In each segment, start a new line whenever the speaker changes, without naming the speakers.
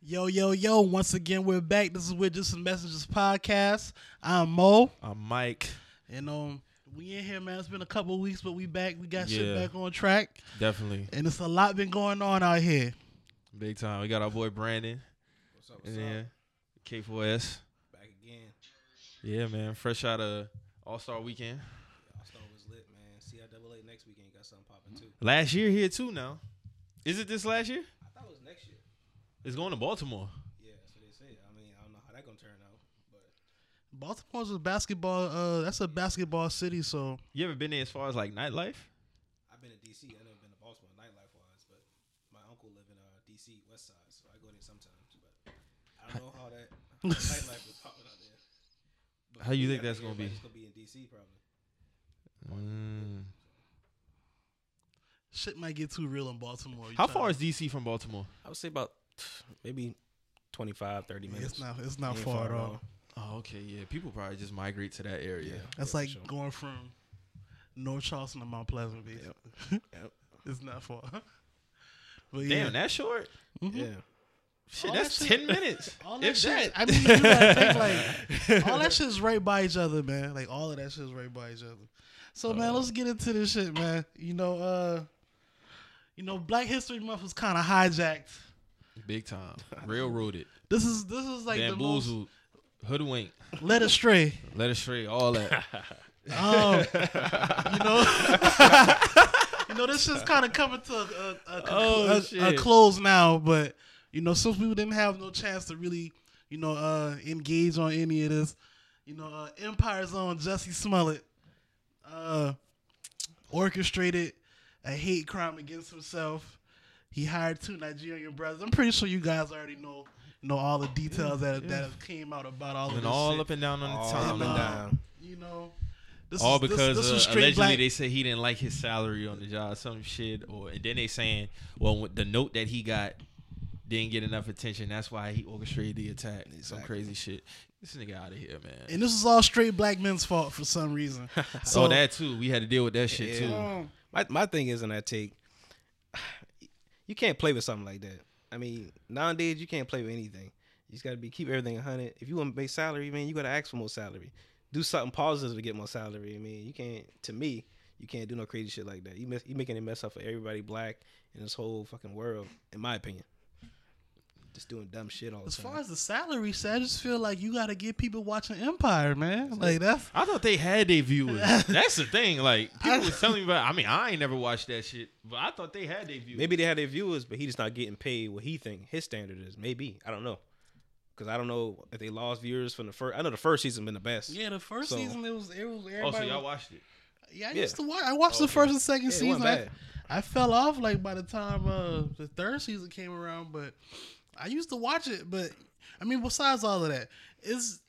Yo, yo, yo. Once again, we're back. This is with Just Some Messages podcast. I'm Mo.
I'm Mike.
And um, we in here, man. It's been a couple of weeks, but we back. We got shit
Yeah.
back on track.
Definitely.
And it's a lot been going on out here.
Big time. We got our boy Brandon.
What's up?
and then K4S.
Back again.
Yeah, man. Fresh out of All Star Weekend.
All Star was lit, man. CIAA next weekend got something popping too.
Last year here too now. Is it this last year?
I thought it was next year.
It's going to Baltimore.
Yeah, that's what they say. I mean, I don't know how that gonna turn out, but
Baltimore's a basketball. Uh, that's a basketball city. So
You ever been there as far as like nightlife?
I've been to DC. I never been to Baltimore nightlife wise, but my uncle live in uh, DC West Side, so I go there sometimes. But I don't know how that how the nightlife is popping out there. But
How you
I
think that's gonna be?
everybody's gonna be in DC probably.
Mm.
shit might get too real in Baltimore. You
How
tryna-
far is DC from Baltimore?
I would say about maybe 25, 30
Yeah, It's not. It's not far at all.
Oh, okay, yeah. People probably just migrate to that area.
That's like going from North Charleston to Mount Pleasant, basically.
Yep.
It's not far. But yeah,
Damn, that short?
Mhm.
Yeah.
Shit,
All
that's
that shit-
ten minutes.
All that
if
shit.
that.
I mean, you gotta think like all that shit's right by each other, man. Like all of that shit's right by each other. So man, let's get into this shit, man. You know, uh, you know, Black History Month was kind of hijacked.
Big time. Railroaded.
This is this is like the
Bamboozled. Hoodwinked.
most led astray.
Let us free. All that.
Um, you know, you know, this shit's kind of coming to a, a, a, conclu-
Oh,
a- a
shit.
close now. But you know, since we didn't have no chance to really, you know, uh, engage on any of this, you know, uh, Empire Zone Jesse Smollett uh, orchestrated a hate crime against himself. He hired two Nigerian brothers. I'm pretty sure you guys already know know all the details that that have came out about all of
and
this
all
shit.
up and down on the
All
time.
up and down.
uh, You know. This
All
is- this-
because
this
uh,
was straight
allegedly
black-
they said he didn't like his salary on the job, some shit, or and then they saying, well, with the note that he got didn't get enough attention. That's why he orchestrated the attack. Some crazy shit. This nigga out of here, man.
and this is all straight black men's fault for some reason. So
So that too, we had to deal with that shit too.
um,
My my thing is in that take, you can't play with something like that. I mean, nowadays you can't play with anything. You just gotta be keep everything hundred. If you want to make salary, man, you gotta ask for more salary. Do something positive to get more salary. I mean, you can't. To me, you can't do no crazy shit like that. You mess, you making a mess up for everybody black in this whole fucking world. In my opinion, just doing dumb shit all the
as
time.
far as the salary said, I just feel like you got to get people watching Empire, man. Like that's
I thought they had their viewers. That's the thing. Like people was telling me about. I mean, I ain't never watched that shit, but I thought they had their viewers.
Maybe they have their viewers, but he just not getting paid what he think his standard is. Maybe I don't know, because I don't know if they lost viewers from the first. I know the first season been the best.
yeah. The first
So-
season it was it was
Oh, so
everybody.
y'all watched it?
yeah, I
yeah.
used to watch. I watched the
Okay.
first and second
Yeah, it
season.
wasn't
I,
bad.
I fell off like by the time uh, the third season came around, but I used to watch it. But I mean, besides all of that, is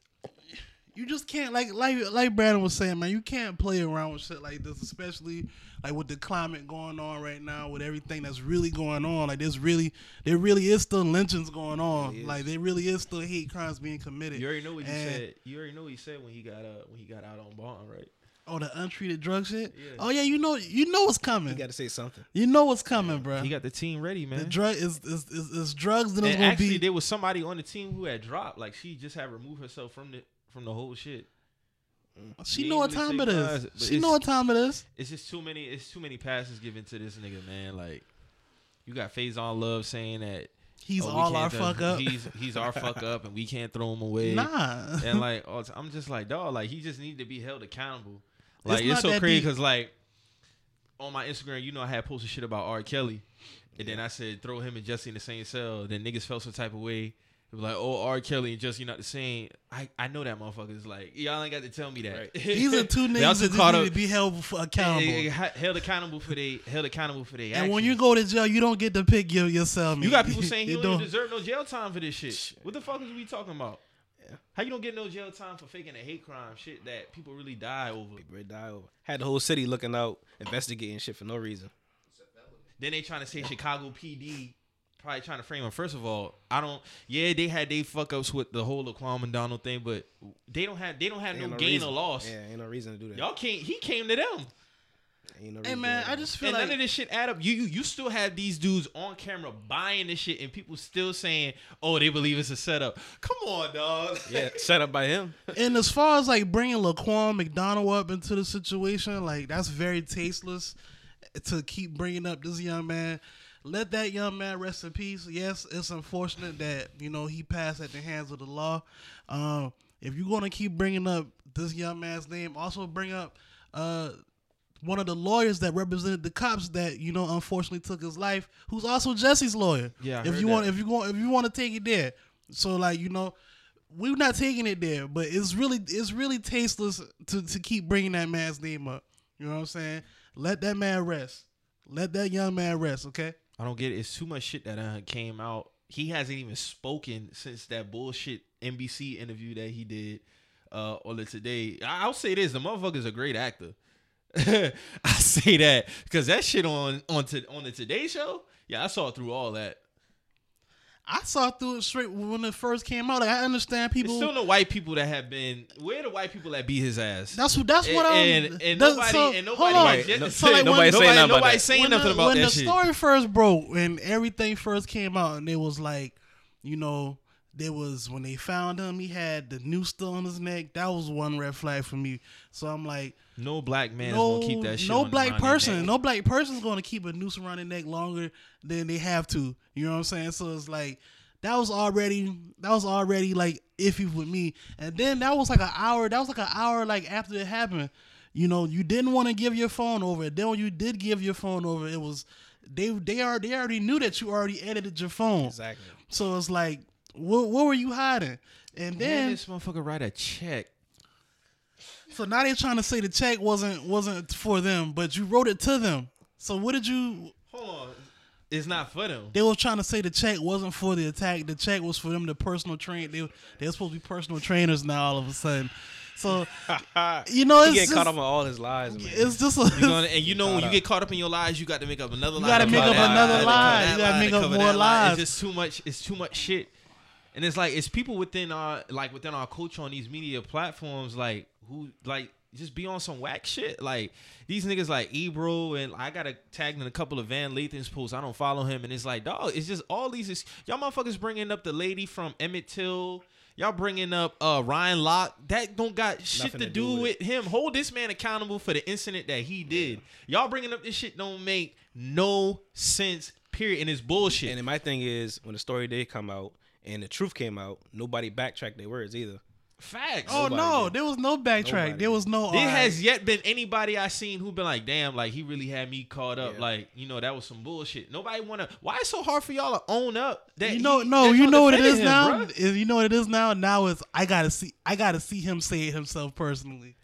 you just can't like like like Brandon was saying, man. You can't play around with shit like this, especially like with the climate going on right now, with everything that's really going on. Like there's really there really is still lynchings going on. Like there really is still hate crimes being committed.
You already know what he
And-
said. You already know what he said when he got uh when he got out on bond, right?
Oh, the untreated drug shit.
Yeah.
Oh yeah, you know you know what's coming.
You got to say something.
you know what's coming, bro.
He got the team ready, man.
The drug is is, is, is drugs then it's
and
gonna
actually,
be
there was somebody on the team who had dropped. Like she just had removed herself from the from the whole shit.
she
they
know what
ain't really
time it
say guys,
is.
but
She
it's-
know what time it is.
It's just too many. It's too many passes given to this nigga, man. Like you got Phase on Love saying that
He's
oh, we
all our
can't
fuck
throw-
up.
He's he's our fuck up, and we can't throw him away.
Nah.
And like, all the time- I'm just like, dog. Like he just need to be held accountable. Like it's,
not
so
that
crazy
deep.
because like on my Instagram, you know, I had posted shit about R. Kelly, and then I said throw him and Jesse in the same cell. Then niggas felt some type of way. It was like, oh, R. Kelly and Jesse not the same. I, I know that motherfucker's like, y'all ain't got to tell me that.
Right.
These are two
They
niggas
also
that just
caught
need
up-
to be held for accountable.
Hey, hey, hey, held accountable for they held accountable for they.
and when
actions.
you go to jail, you don't get to pick your yourself.
you got people saying he
you
don't even
don't-
deserve no jail time for this shit. What the fuck is we talking about? How you don't get no jail time for faking a hate crime shit that people really die over?
Red die over. Had the whole city looking out, investigating shit for no reason.
Then they trying to say Chicago PD probably trying to frame him. First of all, I don't. Yeah, they had they fuck ups with the whole Laquan McDonald thing, but they don't have they don't have
Ain't
no gain
reason.
or loss.
Yeah, ain't no reason to do that.
Y'all can't. He came to them.
Ain't no
Hey
reason
man,
why
I
not.
just feel
And
like
none of this shit add up. You, you you still have these dudes on camera buying this shit, and people still saying, "Oh, they believe it's a setup." Come on, dog.
yeah, set up by him.
And as far as like bringing Laquan McDonald up into the situation, like that's very tasteless to keep bringing up this young man. Let that young man rest in peace. Yes, it's unfortunate that you know he passed at the hands of the law. Um, if you're gonna keep bringing up this young man's name, also bring up uh one of the lawyers that represented the cops that you know unfortunately took his life, who's also Jesse's lawyer.
Yeah, I
if
heard
you
that.
want, if you want, if you want to take it there, so like you know, we're not taking it there, but it's really it's really tasteless to to keep bringing that man's name up. You know what I'm saying? Let that man rest. Let that young man rest. Okay.
I don't get it. It's too much shit that uh, came out. He hasn't even spoken since that bullshit NBC interview that he did uh on the today. I- I'll say this: the motherfucker's a great actor. I say that because that shit on on to, on the Today Show. Yeah, I saw through all that.
I saw through it straight when it first came out. Like, I understand
It's
people.
still no white people that have been. Where the white people that beat his ass?
that's what. That's what
and,
I'm.
and, and
that's-
nobody
so,
and
hold
nobody.
on.
Right.
just-
No-
So, like,
nobody
when-
saying nothing about
nobody
that.
saying
when
nothing
the,
about
when
that
the
shit.
story first broke and everything first came out and it was like you know there was when they found him he had the noose still on his neck that was one red flag for me so i'm like
no black man
no,
is gonna keep that shit.
no
on
black
around their
person
neck.
no black person's gonna keep a noose around their neck longer than they have to you know what i'm saying so it's like that was already that was already like iffy with me and then that was like an hour that was like an hour like after it happened you know you didn't want to give your phone over then when you did give your phone over it was they they are they already knew that you already edited your phone
Exactly.
so it's like what, what were you hiding and
Man,
then
this motherfucker write a check.
so now they're trying to say the check wasn't wasn't for them, but you wrote it to them. So what did you?
Hold on, it's not for them.
They were trying to say the check wasn't for the attack. The check was for them to personal train. They they're supposed to be personal trainers now. All of a sudden, so you know
he
it's
getting
just,
caught up on all his lies, man.
it's just a,
You gonna- and you know when you
up.
get caught up in your lies, you got to make up another lie.
gotta
to
make
cover
up
that
another
to cover
lie.
that
You gotta
lie,
make
to
up
cover
more
that lie.
lies.
It's just too much. It's too much shit. And it's like it's people within our like within our culture on these media platforms like who like just be on some whack shit. Like these niggas like Ebro and I got a tagged in a couple of Van Lathan's posts. I don't follow him and it's like dog. It's just all these ex- y'all motherfuckers bringing up the lady from Emmett Till. Y'all bringing up uh, Ryan Locke. That don't got shit
Nothing
to do with him. Hold this man accountable for the incident that he did. Y'all bringing up this shit don't make no sense. Period. And it's bullshit.
And then my thing is, when the story did come out and the truth came out, nobody backtracked their words either.
Facts.
oh
Nobody
no,
did.
there was no backtrack.
Nobody
There was no. uh,
there
all right.
has yet been anybody I seen who been like, damn, like he really had me caught up.
Yeah.
Like you know that was some bullshit. Nobody wanna. Why it's so hard for y'all to own up? That
you know,
he-
no,
that
you
y'all
know what it
defended
is
him,
now.
bruh?
Is- you know what it is now. Now it's I gotta see. I gotta see him say it himself personally.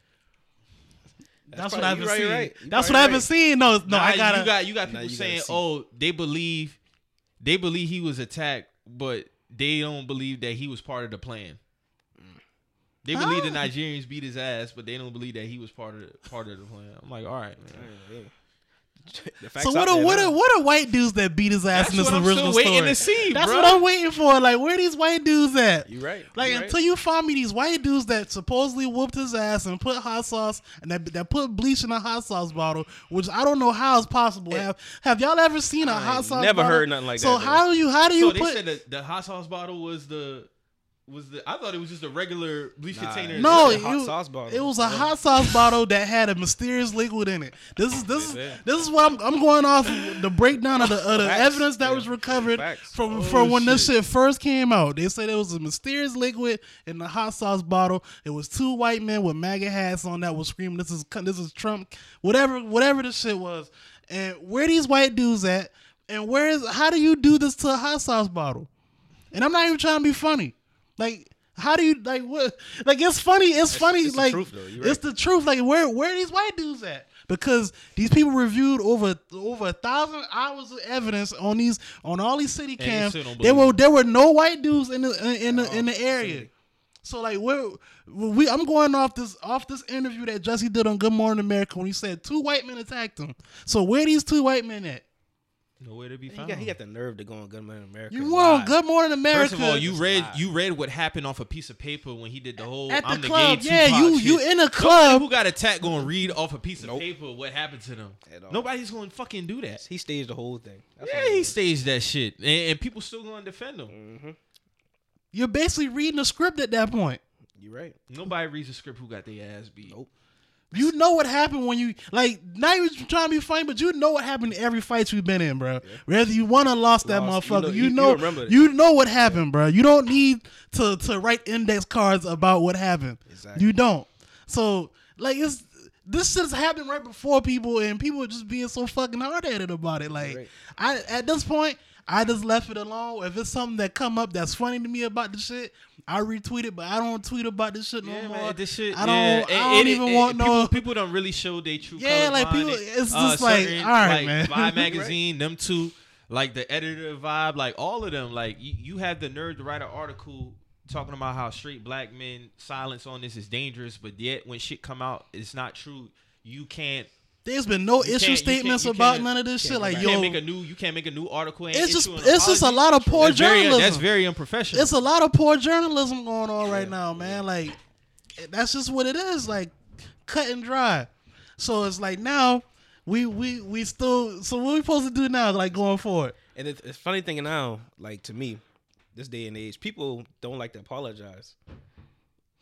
That's, what
probably-
I've
you
been
probably
seeing.
right. You
That's
probably
what I've been
right.
seeing. No, no,
Nah,
I gotta.
You got you got people
you gotta
saying,
see.
oh, they believe, they believe he was attacked, but they don't believe that he was part of the plan. They believe the
Huh?
Nigerians beat his ass, but they don't believe that he was part of the, part of the plan. I'm like, all right, man.
The facts
So what
out
are
there
what
now.
are what are white dudes that beat his ass
That's
in this
what I'm
original
still waiting
story?
to see,
That's
bruh.
what I'm waiting for. Like, where these white dudes at?
You right.
Like
you right.
until you find me these white dudes that supposedly whooped his ass and put hot sauce and that, that put bleach in a hot sauce bottle, which I don't know how is possible. have have y'all ever seen a
Eh. I
hot sauce?
never
bottle?
heard nothing like
So
that,
how do you how do you
so
put?
they said that the hot sauce bottle was the was the I thought it was just a regular bleach
Nah,
container.
it's
No,
a
it,
hot sauce bottle.
it was a
Yeah.
hot sauce bottle that had a mysterious liquid in it. This is this is
Yeah.
this is what I'm, I'm going off the breakdown of the, of the
Facts.
evidence that
Yeah.
was recovered
Facts.
from
Oh,
from when this
shit.
shit first came out. They said it was a mysterious liquid in the hot sauce bottle. It was two white men with MAGA hats on that was screaming, "This is this is Trump," whatever whatever this shit was. And where these white dudes at? And where is how do you do this to a hot sauce bottle? And I'm not even trying to be funny. Like, how do you like what? Like, it's funny. It's, funny.
it's the
like,
truth, though. You're
it's the truth. Like, where where are these white dudes at? Because these people reviewed over over a thousand hours of evidence on these on all these city
they
cams.
still don't
There
believe Oh,
were there were no white dudes in the in the, in the
all.
area. So like where we I'm going off this off this interview that Jesse did on Good Morning America when he said two white men attacked him. So where these two white men at?
Nowhere to be
He
found.
got, he got the nerve to go on Good Morning America.
You
and
were on
lie.
Good Morning America.
First of all, you
Just
read
lie.
you read what happened off a piece of paper when he did the whole
at the
I'm the,
club.
gay
yeah,
Tupac
you
shit.
you in a
Somebody
club.
who got attacked going to read off a piece of
Nope.
paper what happened to them.
At all.
Nobody's going to fucking do that.
He staged the whole thing.
yeah, he staged that shit, and, and people still going to defend him.
Mm-hmm.
You're basically reading a script at that point.
You're right.
Nobody reads the script who got their ass beat.
Nope.
You know what happened when you like not even trying to be funny, but you know what happened in every fights we've been in, bro. Whether you won or lost that
Lost. You know-
motherfucker,
you-
you
you
know you
remember
know,
that.
what happened, bro. You don't need to to write index cards about what happened.
Exactly.
You don't. So like it's this shit's happened right before people, and people are just being so fucking hard headed about it. Like
Right.
I at this point. I just left it alone. If it's something that come up that's funny to me about the shit, I retweet it, but I don't tweet about this shit no
Yeah,
more.
man, this shit.
I don't.
yeah, it-
I don't
it-
even
it-
want
it-
no.
People, people don't really show their true.
Yeah,
colors
like,
behind
people-
it.
it's just like, all right,
like,
man.
Vibe magazine, them two, like the editor of vibe, like all of them. Like you, you have the nerve to write an article talking about how straight black men silence on this is dangerous, but yet when shit come out, it's not true. You can't.
There's been no
You
issue
can't- you can't-
statements
you
about
can't-
none of this
can't
shit.
go
Like
back.
You
yo,
can't make a new. You can't make a new article. And
it's just
issue an
it's just a
apology.
lot of poor
that's
journalism.
Very, that's very unprofessional.
it's a lot of poor journalism going on right now, man.
yeah.
Like that's just what it is. Like cut and dry. So it's like now we we we still. So what we supposed to do now? Like going forward.
And it's, it's funny thing now, like to me, this day and age, people don't like to apologize.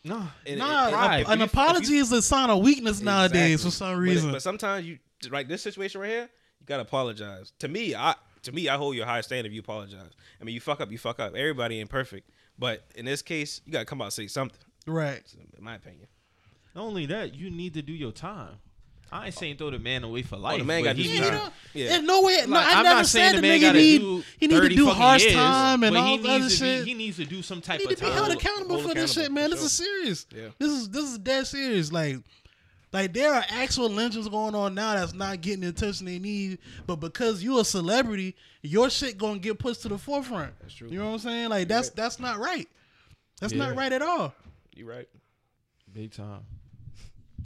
no.
And
nah,
and-
right.
an-
If
an
you- if
apology is a sign of weakness nowadays
Exactly.
for some
But-
reason.
But, sometimes you like this situation right here, you gotta apologize. To me, I to me, I hold your high standard if you apologize. I mean you fuck up, you fuck up. Everybody ain't perfect. But in this case, you gotta come out and say something,
right.
in my opinion.
Not only that, you need to do your time. I ain't saying throw the man away for life.
Oh, the man
but
got
he-
to
Yeah,
do
you
time.
know,
Yeah.
there's no way. no,
Like,
I
I'm
never
not saying
said
the
the
man
nigga
gotta
need
do
he need to
30
do
fucking
harsh
years,
time and
but
all
he
the other
needs to be-
shit.
He needs to do some type
He
of
need to be
time.
held accountable
Hold
for this
accountable,
shit, man.
for
This is serious.
Yeah.
This is this is dead serious. Like, like there are actual lynchings going on now that's not getting the attention they need, but because you a celebrity, your shit gonna get pushed to the forefront. That's
true.
You know what I'm saying? Like that's
right.
that's not right. That's
Yeah.
not right at all.
You right.
Big time.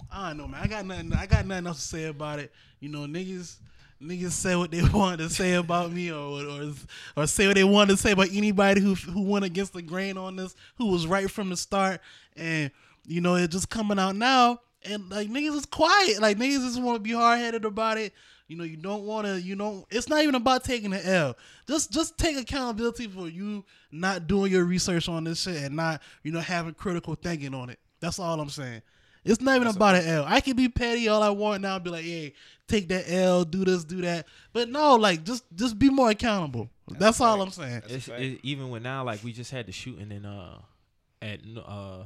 I don't know, man. I got nothing. I got nothing else to say about it. You know, niggas, niggas say what they want to say about me, or or or say what they want to say about anybody who who went against the grain on this, who was right from the start, and you know it's just coming out now. And like niggas is quiet. Like niggas just want to be hard headed about it. You know, you don't want to. You don't. It's not even about taking the L. Just just take accountability for you not doing your research on this shit and not you know having critical thinking on it. That's all I'm saying. It's not even about an L. I can be petty all I want now and be like, hey, take that L, do this, do that. But no, like just just be more accountable. That's, all
right.
I'm saying.
That's a
It's,
fact.
it, even when now, like we just had the shooting in uh at uh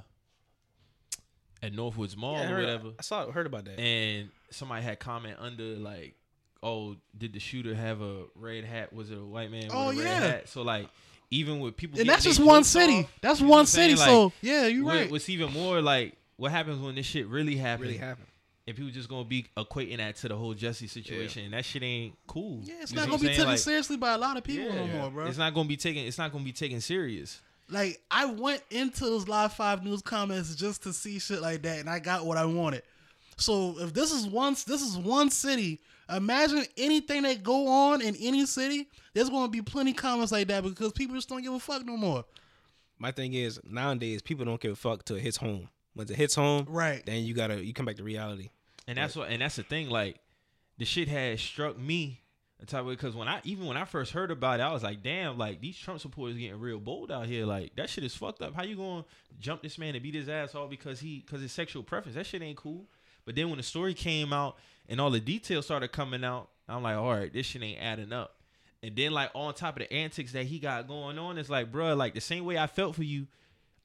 at Northwoods Mall
Yeah, I,
or
heard,
whatever,
I saw heard about that.
and somebody had comment under like, "Oh, did the shooter have a red hat? Was it a white man
Oh,
with a
yeah.
red hat?" So like, even with people,
And that's
getting
just
their
one
jokes
city.
off,
that's
you know what
one
I'm saying?
city.
Like,
so yeah, you're
what-
right.
What's even more like what happens when this shit really happens?
really happened.
and people just gonna be equating that to the whole Jesse situation, and that shit ain't cool.
yeah, it's
You
not
see
gonna
what
be
I'm
taken
saying? Like,
seriously by a lot of people
yeah,
no more, bro.
It's not gonna be taken. It's not gonna be taken serious.
like I went into those live five news comments just to see shit like that, and I got what I wanted. So if this is one, this is one city. Imagine anything that go on in any city. There's going to be plenty comments like that because people just don't give a fuck no more.
My thing is nowadays people don't give a fuck till it hits home. Once it hits home,
Right.
then you gotta you come back to reality.
And that's what. And that's the thing. Like, the shit had struck me the type of because when I even when I first heard about it, I was like, damn, like these Trump supporters getting real bold out here. Like that shit is fucked up. How you gonna jump this man and beat his ass all because he because his sexual preference? That shit ain't cool. But then when the story came out and all the details started coming out, I'm like, all right, this shit ain't adding up. And then like on top of the antics that he got going on, it's like, bruh, like the same way I felt for you,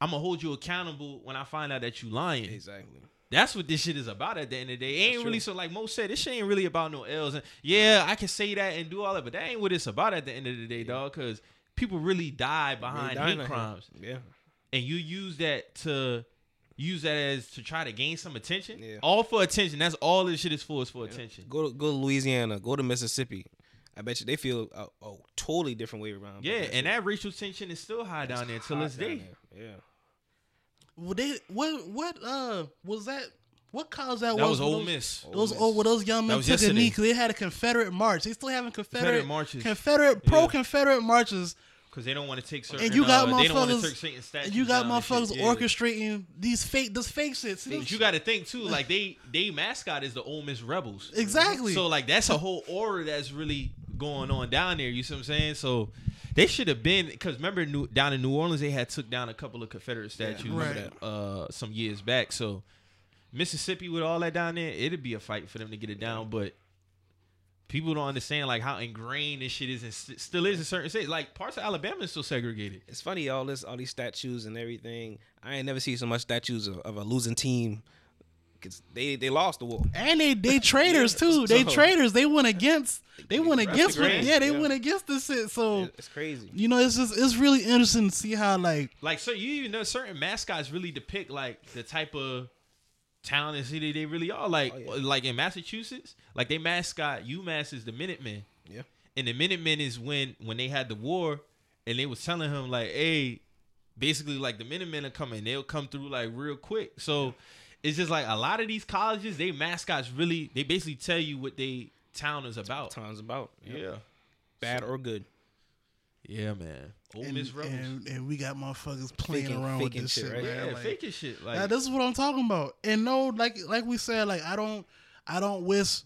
I'm gonna hold you accountable when I find out that you lying.
Exactly.
That's what this shit is about at the end of the day. It ain't
That's
really so like Mo said, this shit ain't really about no L's. And yeah, I can say that and do all that, but that ain't what it's about at the end of the day, dog, because people really die behind
dying
hate
out here.
crimes.
Yeah.
And you use that to use that as to try to gain some attention.
Yeah.
All for attention. That's all this shit is for is for attention.
Go to go to Louisiana. Go to Mississippi. I bet you they feel a, a totally different way around. about
Yeah,
that shit.
and that racial tension is still high down there till
Hot
this
down
day.
there. Yeah.
Well, they what what uh was that? What college that,
That was
when
Ole
those-
Miss.
Those old well, those young
That
men
was
took a knee
yesterday.
because they had a Confederate march. They still having Confederate
Confederate marches.
Confederate pro Confederate marches,
Because they don't want to take certain.
and you got
uh, they don't want to take certain
motherfuckers,
statues.
and you got
down and shit.
motherfuckers
Yeah.
orchestrating these fake, this fake shit. See,
Things
this-
You got to think too. Like they, they mascot is the Ole Miss Rebels.
exactly.
So like that's a whole aura that's really going on down there. You see what I'm saying? So they should have been because remember New, down in New Orleans they had took down a couple of Confederate statues
remember
uh, some years back. So Mississippi with all that down there, it'd be a fight for them to get it down. But people don't understand like how ingrained this shit is and st- still is in certain states. Like parts of Alabama is still segregated.
It's funny all this, all these statues and everything. I ain't never seen so much statues of, of a losing team because they they lost the war.
and they they traitors too. They
So-
traitors. They went against. They went
That's
against. What,
grand,
yeah, they
yeah.
went against this shit. So
It's crazy.
you know, it's just it's really interesting to see how like
Like so, you even know certain mascots really depict like the type of town and city they really are. Like
Oh, yeah.
like in Massachusetts, like they mascot UMass is the Minutemen,
Yeah.
and the Minutemen is when when they had the war, and they was telling him like, hey, basically like the Minutemen are coming, they'll come through like real quick. So it's just like a lot of these colleges, they mascots really they basically tell you what they town is about.
Times about Yep.
Yeah,
bad or good.
yeah, man. Ole
and,
Miss Rebels,
and, and we got motherfuckers playing
Faking-
around with
faking
this shit,
shit, right?
yeah,
man. like-
fake as shit. Like
Now, this is what I'm talking about. And no, like like we said, like I don't I don't wish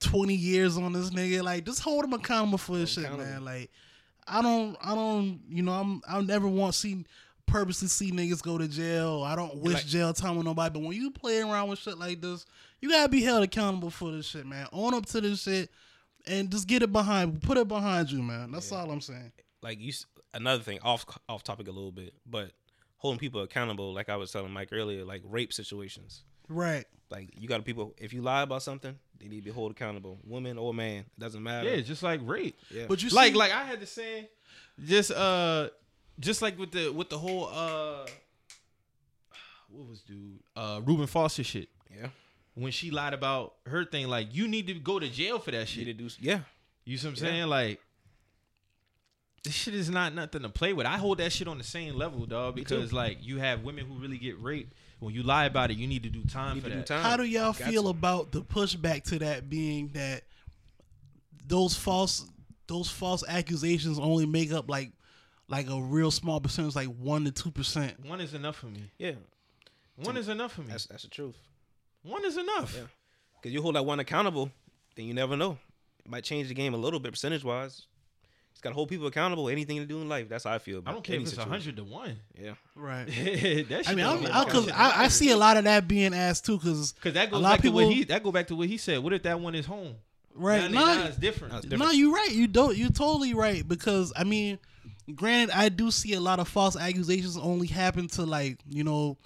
twenty years on this nigga. Like just hold him accountable for this shit,
Accountable.
man. Like I don't I don't you know, I'm I'll never want to see purposely see niggas go to jail. I don't wish
Like-
jail time on nobody, but when you play around with shit like this, you gotta be held accountable for this shit, man. Own up to this shit and just get it behind put it behind you, man. That's all I'm saying.
like you s- another thing off off topic a little bit, but holding people accountable, like I was telling Mike earlier, like rape situations.
Right.
Like you got people if you lie about something, they need to be held accountable, woman or man, it doesn't matter.
yeah, just like rape.
Yeah.
But you
like
see,
like I had to say, just uh, just like with the with the whole uh, what was dude uh Ruben Foster shit
yeah,
when she lied about her thing like you need to go to jail for that
you need
shit.
to do s- yeah.
You see what I'm
Yeah.
saying? Like this shit is not nothing to play with. I hold that shit on the same level, dog,
Me too.
because like you have women who really get raped. When you lie about it, you need to do time
You need
for
to do
that.
time.
How do y'all
Got
feel
to.
about the pushback to that being that those false those false accusations only make up like like a real small percentage, like one to two percent.
One is enough for me.
Yeah,
One is enough for me.
that's that's the truth.
One is enough.
Yeah. Cause you hold that one accountable, then you never know. It might change the game a little bit percentage wise. It's got to hold people accountable. Anything to do in life. That's how I feel.
I
About
don't care
any
if it's a
situation.
hundred to one.
Yeah,
Right. I
that shit
mean,
don't
I'm,
matter.
I, cause I, I see a lot of that being asked too, cause
Cause that
A
goes
lot
back
of
to
people-
what he that go back to what he said. What if that one is home?
right
now, now
now,
it's different.
Now it's
no,
different.
you're right. You don't. You're totally right because I mean, granted, I do see a lot of false accusations only happen to like you know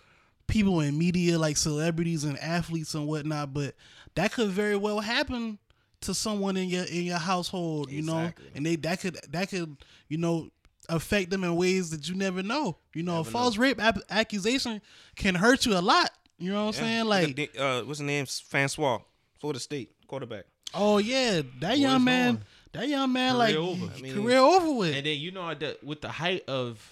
people in media, like celebrities and athletes and whatnot. But that could very well happen to someone in your in your household, you
Exactly.
know, and they that could that could you know affect them in ways that you never know. You know, a
Never
false rape ap- accusation can hurt you a lot. You know what I'm saying? Like,
Look at, uh, what's his name? Francois, Florida State quarterback.
oh yeah, that young
it's
man,
on.
that young man, like
Career over.
I mean-
career over with.
And then you know the, with the height of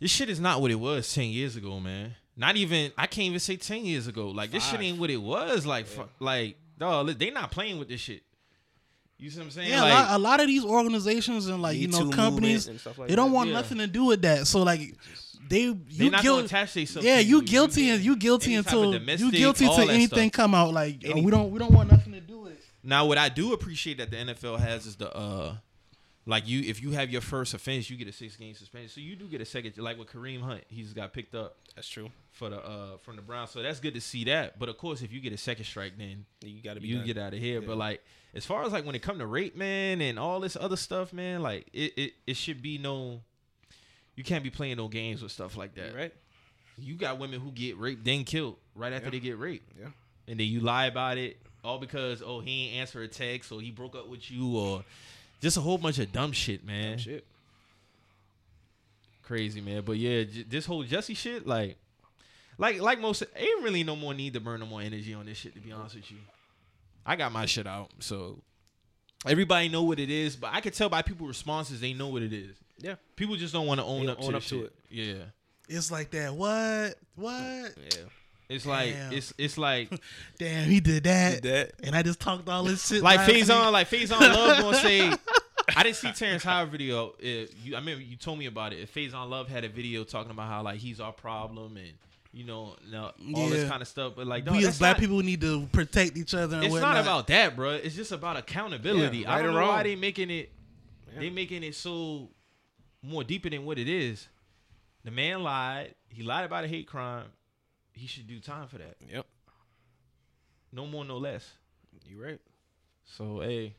this shit is not what it was ten years ago, man. Not even I can't even say ten years ago. Like this shit
Five.
ain't what it was. Like fu- like dog, li- they not playing with this shit. You see what I'm saying?
Yeah,
like,
a, lot, a lot of uh, these organizations and like
Me
Uh, you know
Too
companies,
movement and stuff like
they don't
that.
want
Yeah.
nothing to do with that. So like they
they
you
not gonna
guilty.
attach themselves.
Yeah,
to
you guilty and you guilty
any type
until
of
you
domestic,
guilty
all
to
that
anything
stuff.
come out. Like oh,
Anything.
we don't we don't want nothing to do with it.
Now, what I do appreciate that the NFL has is the uh, like you if you have your first offense, you get a six game suspension. So you do get a second, like with Kareem Hunt, he's got picked up
That's true.
for the uh from the Browns. So that's good to see that. But of course, if you get a second strike, then
You got to be.
you
done.
get out of here.
Yeah.
But like as far as like when it come to rape, man, and all this other stuff, man, like it it, it should be no. You can't be playing no games with stuff like that.
You right.
You got women who get raped then killed right after
Yeah.
they get raped
Yeah.
and then you lie about it all because oh he ain't answer a text or he broke up with you or just a whole bunch of dumb shit, man.
Shit.
Crazy man, but yeah, j- this whole Jesse shit, like, like, like most, ain't really no more need to burn no more energy on this shit. To be honest with you, I got my shit out, so everybody know what it is. But I could tell by people responses, they know what it is.
Yeah.
People just don't want to own
They
up,
own
to,
up
the
to
shit.
it.
Yeah,
It's like that. What? What?
Yeah.
It's like
Damn.
it's it's like
Damn, he did that.
Did that.
And I just talked all this shit.
like
last week.
Faison, like Faison Love gonna say. I didn't see Terrence Howard video. If you, I remember you told me about it. If Faison Love had a video talking about how like he's our problem and you know no, all this
Yeah.
kind of stuff, but like dog,
we as
that's
black
not-
people need to protect each other. And
it's
whatnot.
not about that, bro. It's just about accountability.
Yeah,
I
right
don't
or
know
wrong.
why they making it.
Yeah.
They making it so more deeper than what it is. The man lied. He lied about a hate crime. He should do time for that.
Yep.
No more, no less.
You right.
So hey,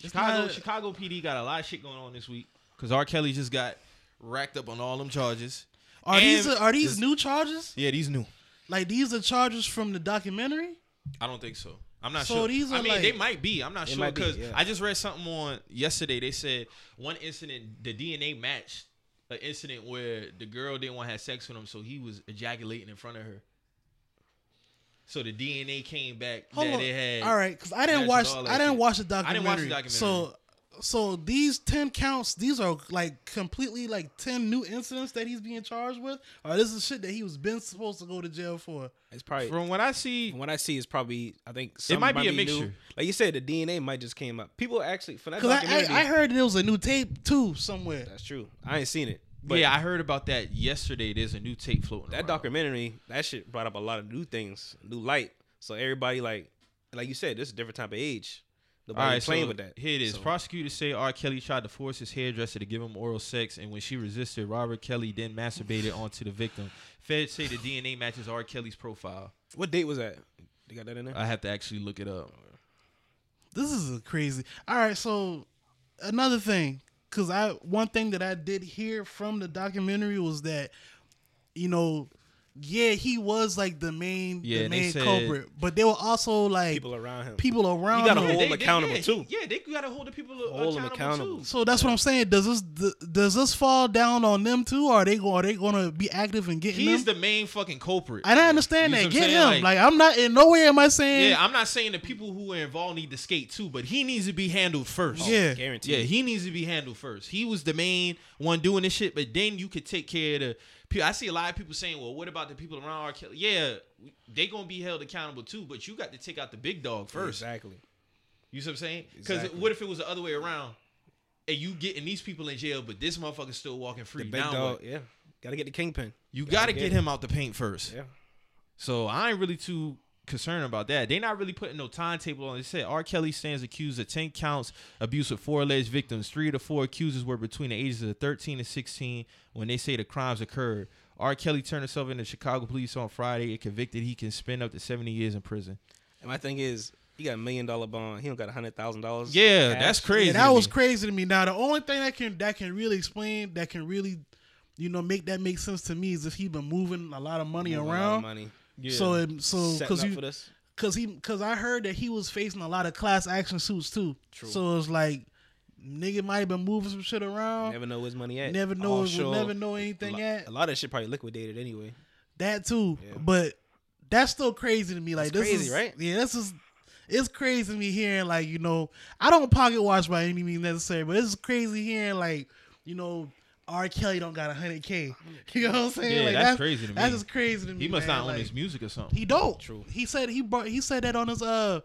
It's
Chicago,
not-
Chicago PD got a lot of shit going on this week because R. Kelly just got racked up on all them charges.
Are these
And-
are these new charges?
Yeah, these new.
Like these are charges from the documentary?
I don't think so. I'm not
So
sure.
these
I
are
mean,
like-
they might be. I'm not
They
sure
might be,
because
yeah.
I just read something on yesterday. They said one incident, the DNA matched an incident where the girl didn't want to have sex with him, so he was ejaculating in front of her. So the DNA came back
Hold
that
on.
it had.
All right, because I didn't
matched
watch.
with all that
I didn't
shit.
watch the
I
documentary.
didn't watch the
So, so these ten counts. These are like completely like ten new incidents that he's being charged with. Or this is shit that he was been supposed to go to jail for.
It's probably
From what I see,
From what I see is probably I think some
might be a
new.
mixture.
Like you said, the DNA might just came up. People actually for that
Because I,
documentary.
I, I heard there was a new tape too somewhere.
that's true. I ain't seen it, but
yeah, I heard about that yesterday. There's a new tape floating.
that
around.
documentary that shit brought up a lot of new things, new light. So everybody like, like you said, this is a different type of age. Nobody playing with that.
Here it is.
So,
Prosecutors say R. Kelly tried to force his hairdresser to give him oral sex, and when she resisted, Robert Kelly then masturbated onto the victim. Feds say the DNA matches R. Kelly's profile.
what date was that? They got that in there.
I have to actually look it up.
This is a crazy. All right, so another thing, because I one thing that I did hear from the documentary was that, you know, yeah, he was like the main,
Yeah,
the
and they
main
said-
culprit, but they were also like
People around him.
people around
gotta
him.
hold them accountable,
yeah,
too.
Yeah, they gotta hold the people
Hold
accountable,
them accountable.
too.
So that's what I'm saying. Does this th- does this fall down on them too? Or are they going? Are they going to be active in getting
He's
them?
the main fucking culprit.
And I understand
You see
that.
what
Get
I'm
him.
saying?
Like, I'm not in no way am I saying.
yeah, I'm not saying the people who are involved need to skate too, but he needs to be handled first.
Yeah.
guaranteed.
Yeah, he needs to be handled first. He was the main one doing this shit, but then you could take care of the people. I see a lot of people saying, "Well, what about the people around R. Kelly?" Yeah, they gonna be held accountable too, but you got to take out the big dog first.
exactly.
You see what I'm saying? Because
Exactly.
what if it was the other way around, and you getting these people in jail, but this motherfucker's still walking
The
free?
big
now
dog.
what?
Yeah, gotta get the kingpin.
You gotta
get
get
him.
him out the paint first.
Yeah,
So I ain't really too concerned about that. They not really putting no timetable on. it. It said R. Kelly stands accused of ten counts abuse of four alleged victims. Three of the four accusers were between the ages of thirteen and sixteen when they say the crimes occurred. R. Kelly turned himself into Chicago police on Friday and convicted he can spend up to seventy years in prison.
and my thing is, he got a million dollar bond. He don't got a hundred thousand dollars.
Yeah,
cash.
that's crazy.
Yeah, that
to
was
me.
crazy to me. Now the only thing that can that can really explain that can really, you know, make that make sense to me is if he been moving a lot of money
Moving a lot of
around.
money.
So it, so
Setting
because
up
you
for this.
because he because I heard that he was facing a lot of class action suits too.
True.
So it's like nigga might have been moving some shit around.
Never know where his money at.
Never know-
Offshore.
never know anything
a lo-
at.
A lot of that shit probably liquidated anyway.
That too.
Yeah.
But that's still crazy to me. Like
That's
this
crazy,
is
right?
Yeah, this is it's crazy to me hearing like you know I don't pocket watch by any means necessary, but it's crazy hearing like you know R. Kelly don't got hundred k. You know what I'm saying?
Yeah,
like,
that's crazy to
That's
me.
just crazy to me.
he must
man.
not own
Like,
his music or something.
He don't.
True.
He said he brought. He said that on his uh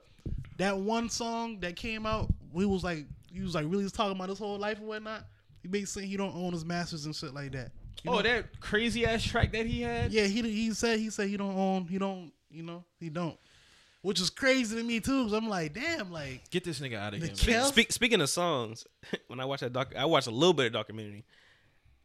that one song that came out. We was like he was like really talking about his whole life and whatnot. He basically saying he don't own his masters and shit like that. You
oh,
know?
that crazy ass track that he had.
Yeah, he he said he said he don't own he don't you know he don't, which is crazy to me too. Cause I'm like, damn, like
Get this nigga out of
The
here.
Kelly-
Man.
Else?
Speak, speaking of songs, when I watched that doc, I watched a little bit of documentary.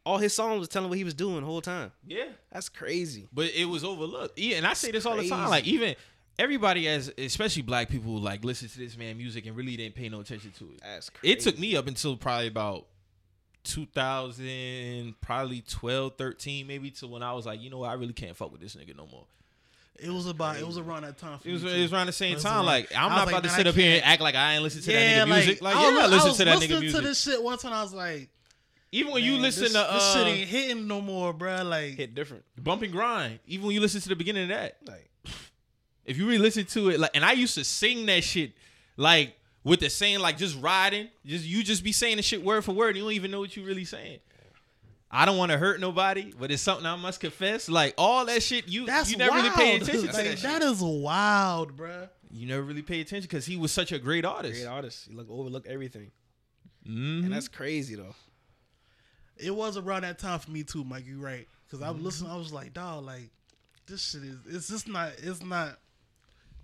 All his songs was telling what he was doing the whole time.
Yeah.
That's crazy.
but it was overlooked. Yeah, and I say this all the time.
crazy.
Like even everybody, as especially black people, who, like listen to this man music and really didn't pay no attention to it.
That's crazy.
It took me up until probably about 2000, probably 12, 13 maybe, to when I was like, you know what, I really can't fuck with this nigga no more.
it was about it was around that time. For
It was,
me,
it was
too.
around the same
That's
time.
around-
Like
I
I'm
was
not
like,
about to
man,
sit
I
up here and
can't-
act like I ain't listen to
yeah,
that nigga music. Like,
I
yeah,
was-
I
I
listen
was
to that
listening
nigga music.
to this shit once and I was like,
even when you
man,
listen
this,
to
this shit
uh,
ain't hitting no more, bro. Like
hit different.
Bump and Grind, even when you listen to the beginning of that,
Like
If you really listen to it, like, and I used to sing that shit, like with the saying, like just riding, just you just be saying the shit word for word. You don't even know what you really saying. I don't want to hurt nobody, but it's something I must confess. Like all that shit, you
That's
you never really
pay
pay attention to that. shit.
that is wild, bruh.
You never really pay attention because he was such a great artist.
Great artist. You look overlook everything,
Mhm.
and that's crazy though.
It was around that time for me too, Mike. You right? Because
Mm-hmm.
I was listening, I was like, dog, like this shit is. It's just not. It's not.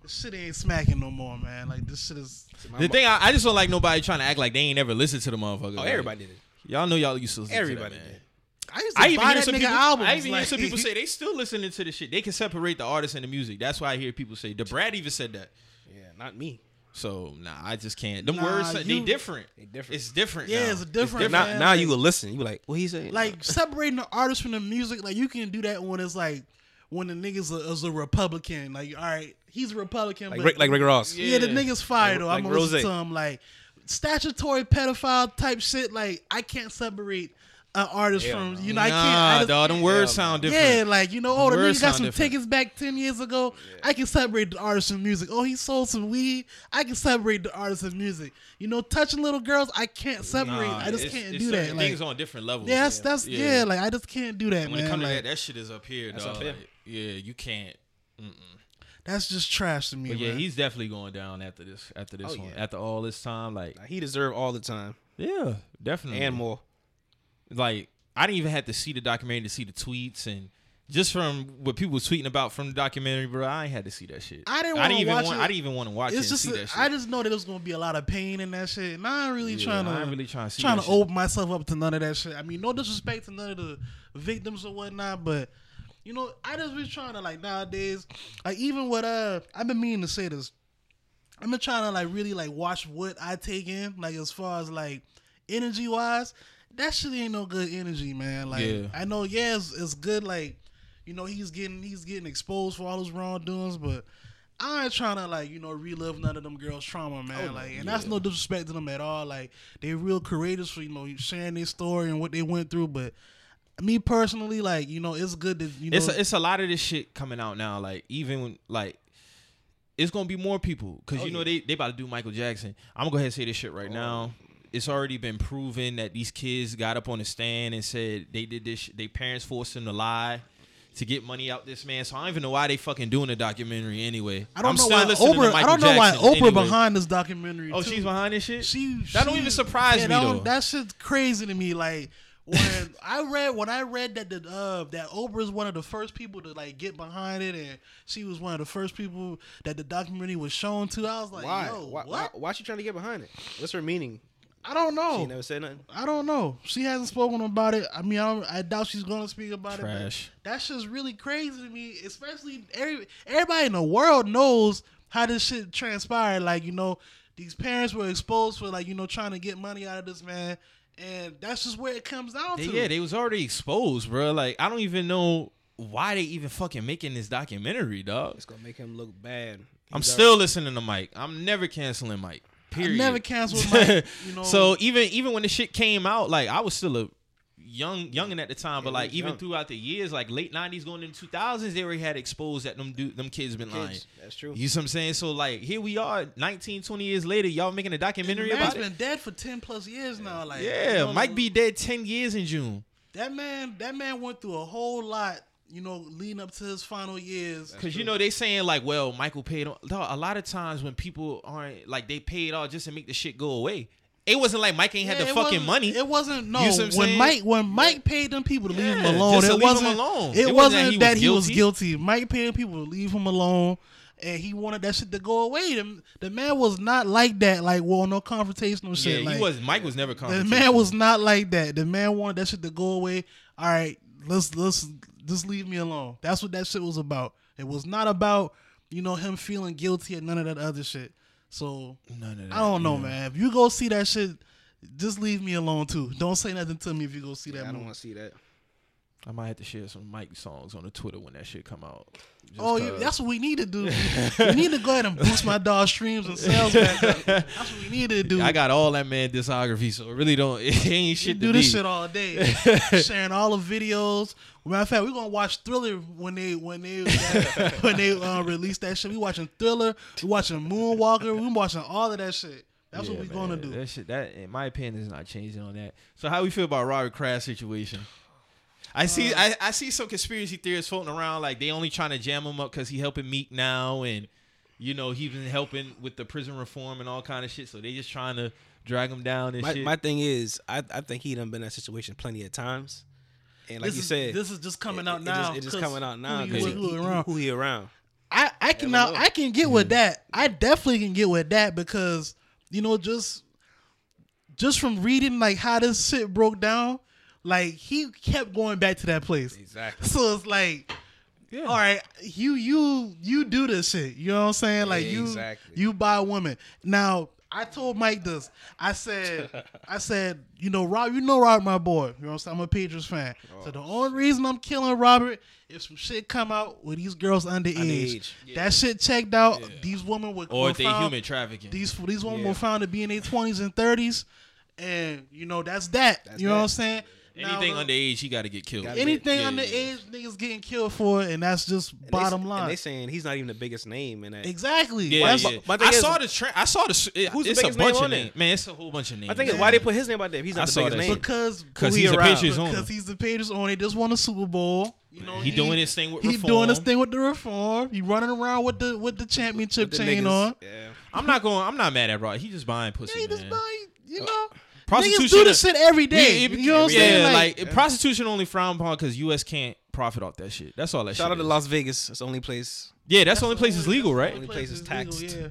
This shit ain't smacking no more, man. Like this shit is.
My
the
mo-
thing I, I just don't like nobody trying to act like they ain't ever listened to the motherfucker.
oh,
Like,
everybody did it.
y'all know y'all used to listen to
Everybody
that, man.
did.
I used to
I even
buy
hear
that
some
nigga
people.
albums.
I even hear
like-
some people say they still listening to the shit. They can separate the artist and the music. That's why I hear people say. The Brad even said that.
Yeah, not me.
So nah, I just can't. Them
Nah,
words they
you-
different.
They different.
It's different.
Yeah,
now.
it's different,
Now,
man.
now
Like-
you will listen. You like, what he saying?
like separating the artist from the music. Like you can do that when it's like when the niggas a- is a Republican. Like all right, he's a Republican,
like
but
Rick, like Rick Ross.
yeah, the
Yeah.
niggas fire
Like-
though. I'm
like
gonna listen
Rosé.
to him like statutory pedophile type shit. Like I can't separate an artist
Hell
from
no.
you know I can't.
nah,
I just-
dawg, them words
Yeah,
sound different.
Yeah, like you know, oh the
Words
nigga got
sound
some
different.
tickets back ten years ago. I can separate the artist from music. Oh, he sold some weed. I can separate the artist from music. You know, touching little girls, I can't separate.
Nah,
I just
it's-
can't
it's
do
certain
that. Like,
Things on different levels.
yeah, that's, that's yeah.
Yeah.
Like I just can't do that,
when
man.
it comes
like,
to that, that shit is up here,
That's
dog.
up here.
Like, yeah, you can't.
that's just trash to me.
But yeah,
man.
he's definitely going down after this. After this
Oh,
one.
yeah.
After all this time, like
Like, he deserved all the time
yeah, definitely.
and more.
Like I didn't even have to see the documentary to see the tweets and. Just from what people was tweeting about from the documentary, bro, I ain't had to see that shit.
I didn't
I didn't
wanna
even
watch
want.
it.
I didn't even want to watch
it's
it. and
just
see
a-
that shit.
I just know that there's gonna be a lot of pain in that shit, and I ain't really
Yeah,
trying to.
I ain't really trying to see
trying
that
to
shit.
open myself up to none of that shit. I mean, no disrespect to none of the victims or whatnot, but you know, I just be trying to like nowadays, like even what uh, I've been meaning to say this. I've been trying to like really like watch what I take in, like as far as like energy wise. That shit ain't no good energy, man. Like
Yeah.
I know, yeah, it's, it's good. Like you know, he's getting he's getting exposed for all his wrongdoings, but. I ain't trying to like you know relive none of them girls' trauma,
Oh,
man. like, and that's no disrespect to them at all. Like, they real courageous for you know sharing their story and what they went through. But me personally, like you know, it's good that you know
it's a, it's a lot of this shit coming out now. Like even when, like it's gonna be more people because
Oh,
you know they they about to do Michael Jackson. I'm gonna go ahead and say this shit right now. It's already been proven that these kids got up on the stand and said they did this. sh- Their parents forced them to lie to get money out this man. So I don't even know why they fucking doing a documentary anyway.
I don't
I'm
know
still
why
listening to
Oprah. I
Michael
don't know why
Jackson
Oprah
anyway.
behind this documentary.
Oh,
too.
she's behind this shit.
She
that don't
she-
even surprise
yeah,
me
that
though.
one- That shit's crazy to me. Like when I read when I read that the uh, that Oprah is one of the first people to like get behind it, and she was one of the first people that the documentary was shown to. I was like,
Why?
yo,
why,
what?
why? Why she trying to get behind it? What's her meaning?
I don't know.
She never said nothing.
I don't know. She hasn't spoken about it. I mean, I, don't, I doubt she's gonna speak about it.
Trash.
But that's just really crazy to me. Especially every, everybody in the world knows how this shit transpired. Like you know, these parents were exposed for like you know trying to get money out of this man, and that's just where it comes down
They-
to.
yeah, they was already exposed, bro. Like I don't even know why they even fucking making this documentary, dog.
It's gonna make him look bad.
I'm
He's
still listening to Mike. I'm never canceling Mike. Period.
never canceled Mike, you know.
so even even when the shit came out, like I was still a young youngin at the time, but
we
like
was
even
young.
throughout the years, like late '90s going into 2000s, they already had exposed that them dude, them kids been lying.
Kids, That's true.
You see what I'm saying? So like here we are, 19, 20 years later, y'all making a
And the
documentary
man's
about
been
it.
dead for ten plus years now. Like you
Yeah,
know,
Mike be dead 10 years in June.
that man. That man went through a whole lot. You know, leading up to his final years.
Cause you know they saying like, well, Michael paid. all- Dog, a lot of times when people aren't like they paid all just to make the shit go away. It wasn't like Mike ain't
Yeah,
had the
it
fucking
wasn't-
money.
It wasn't no.
You see what I'm
when
saying?
Mike when Mike paid them people to leave
Yeah,
him alone,
just to
it
leave him
wasn't.
alone.
It, wasn't, that he, was,
guilty.
guilty. Mike paid people to leave him alone, and he wanted that shit to go away. The, the man was not like that. Like well, no confrontational
yeah,
shit.
he
like,
was. Mike was never
The
confrontational.
man was not like that. The man wanted that shit to go away. All right, let's let's just leave me alone. That's what that shit was about. It was not about you know him feeling guilty and none of that other shit. So
None of that,
I don't know,
yeah.
man. If you go see that shit, just leave me alone too. Don't say nothing to me if you go see that
Yeah, I don't
movie.
want to see that.
I might have to share some Mike songs on the Twitter when that shit come out. Just
Oh, yeah,
'cause.
that's what we need to do. we need to go ahead and boost my dog streams and sales back up. That's what we need to do.
I got all that man discography, so it really don't. It ain't
We
shit to
do this
me.
shit all day, sharing all the videos. Matter of fact, we're gonna watch Thriller when they when they when they uh, release that shit. We watching Thriller. We watching Moonwalker. We watching all of that shit. That's
Yeah,
what we
man,
gonna do.
That shit, that in my opinion, is not changing on that. So how we feel about Robert Kraft situation? I see.
Uh,
I, I see some conspiracy theorists floating around like they only trying to jam him up because he helping Meek now, and you know he's been helping with the prison reform and all kind of shit. So they just trying to drag him down and
My,
shit.
my thing is, I, I think he done been in that situation plenty of times, and like
this
you
is,
said,
this is just coming
it-
out
it
now.
just- It just
'cause
coming out now
who
because
you
he,
with, who
he-
around.
who he around.
I I can now
know.
I can get with that. I definitely can get with that because you know just just from reading like how this shit broke down, like he kept going back to that place.
Exactly.
So it's like,
Yeah.
all right, you you you do this shit. You know what I'm saying? Like you
Exactly.
you buy a woman. Now I told Mike this. I said I said you know Rob, you know Rob, my boy. You know what I'm saying? I'm a Patriots fan.
Oh,
so the only reason I'm killing Robert is some shit come out with these girls underage.
Underage.
That shit checked out. These women were
or
were
if they
found-
human trafficking.
These these women
Yeah.
were found to be in their 20s and 30s, and you know that's that.
That's
you know
that.
what I'm saying? Now,
Anything
the-
underage, he got to get killed.
Gotta get-
anything
Yeah, yeah, yeah.
underage niggas getting killed for, it, and that's just
And they-
bottom line.
And they saying he's not even the biggest name in that.
exactly.
Yeah,
That's-
yeah.
my thing
I
is-
saw the tra- I saw the. s- It,
Who's the
it's a
biggest
bunch
name
of
on it?
names. Man, it's a whole bunch of names.
I think it's
Yeah.
why they put his name out there. if He's
I
not the
saw
biggest
that
name.
shit.
Because
Because
Who he
he's a
around?
Patriots owner.
because he's the Patriots owner. He just won a Super Bowl. You know,
he doing his thing with
He
reform.
doing his thing with the reform. He running around with the with the championship
But the
chain
niggas-
on.
Yeah.
I'm not going. I'm not mad at Rod. He just buying pussy.
Yeah, he just
man.
buying, you know.
Prostitution
Niggas do this
is-
shit every day.
Yeah, it-
you know what I'm
yeah,
saying?
Like, prostitution only frowned upon because U.S. can't profit off that shit. That's all that
Shout
shit.
out to
is.
Las Vegas. It's the only place.
Yeah, that's, the only place it's legal, right?
only place is
legal,
taxed.
yeah.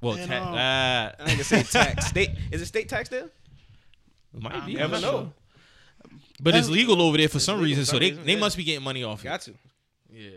well,
and,
ta-
I think it's say tax. State is it state tax there?
ah, might
I'm
be.
not
I'm not
sure.
sure. But
That's-
it's legal over there for some
legal
reason,
for
so
some
they
reason,
they
yeah.
must be getting money off it.
Got to.
Yeah.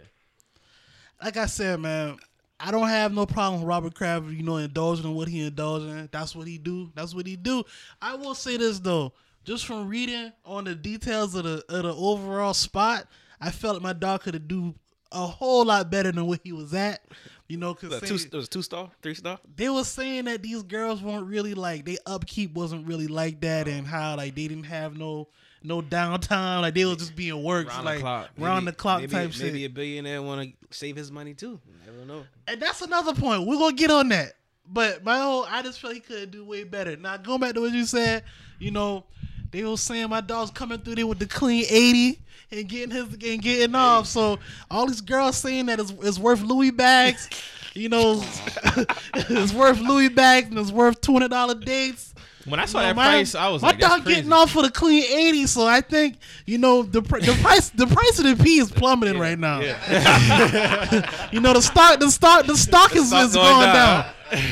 like I said, man, I don't have no problem with Robert Kraft, you know, indulging in what he indulging in. That's what he do. That's what he do. I will say this though, just from reading on the details of the of the overall spot, I felt my dog could do a whole lot better than what he was at. You know,
It was,
because
a two, it was a two star, three star.
they were saying that these girls weren't really like they upkeep wasn't really like that, and how like they didn't have no no downtime, like they was just being worked
Round the
like
clock.
round the clock
maybe,
type
maybe
shit.
a billionaire want to save his money too. I don't know.
And that's another point. We're gonna get on that. But my whole I just felt he could do way better. Now going back to what you said, you know, they were saying my dog's coming through there with the clean eighty and getting his and getting off. So all these girls saying that it's, it's worth Louis bags, you know, it's worth Louis bags and it's worth two hundred dollar dates.
When I saw
No,
that
my-
price, I was
my
like, that's
dog
crazy.
getting off for the clean eighty. So I think you know the pr- the price the price of the pea is plummeting right now. you know the stock the stock the stock is,
stock
is
going
going, down.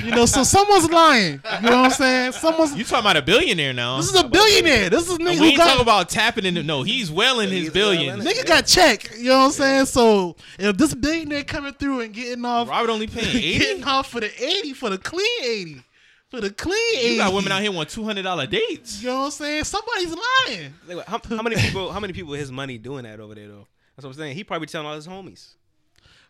you know, so someone's lying. You know what I'm saying? Someone's
You talking about a billionaire now?
this is a billionaire. This is a
And
nigga
we
who
ain't talking
got
about tapping in. The, no, he's well in his
He's well in
billions.
it.
nigga got check. You know what I'm saying? So if this billionaire coming through and getting off
Robert only paying
getting
eighty.
off for the eighty for the clean eighty for the clean eighty.
You got women out here want two hundred dollar dates.
You know what I'm saying? Somebody's lying.
Like, how, how many people? How many people? His money doing that over there though. That's what I'm saying. He probably telling all his homies.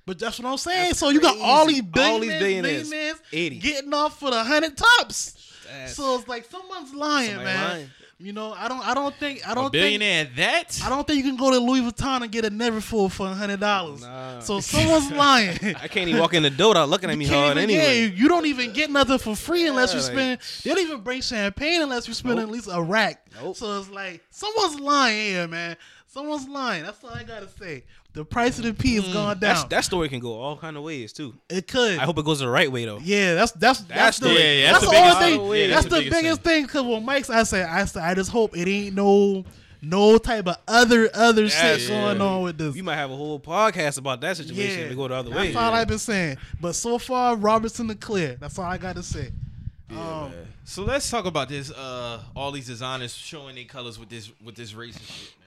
But that's what I'm saying. so you got all these
crazy.
billionaires,
All these billionaires,
millionaires
80.
getting off for the hundred tops.
That's-
So it's like someone's lying,
Somebody
man.
lying.
You know, I don't, I don't think, I
A
don't think,
billionaire at that?
I don't think you can go to Louis Vuitton and get a Neverfull for hundred dollars.
Nah.
So someone's lying.
I can't even walk in the door without looking at me
You can't
hard
even-
anyway.
yeah, you don't even get nothing for free unless you
Yeah, like-
spend. they don't even bring champagne unless you spend
Nope.
at least a rack.
Nope.
So it's like someone's lying here, man. Someone's lying. That's all I gotta say. The price of the pea has gone
Mm. That's,
down.
that story can go all kind of ways too.
it could.
I hope it goes the right way though.
Yeah, that's that's that's,
That's
the,
the-
yeah, yeah,
that's,
that's
the,
the biggest
only
thing.
thing.
Yeah,
that's, the, biggest thing. Cause when Mike's, I said, I said, I just hope it ain't no no type of other other shit
That's-
going
yeah.
on with this.
You might have a whole podcast about that situation
Yeah.
if it go the other way.
that's all I've been saying. But so far, Robertson the clear. That's all I got to say. um,
So let's talk about this. Uh, all these designers showing their colors with this with this racist shit, man.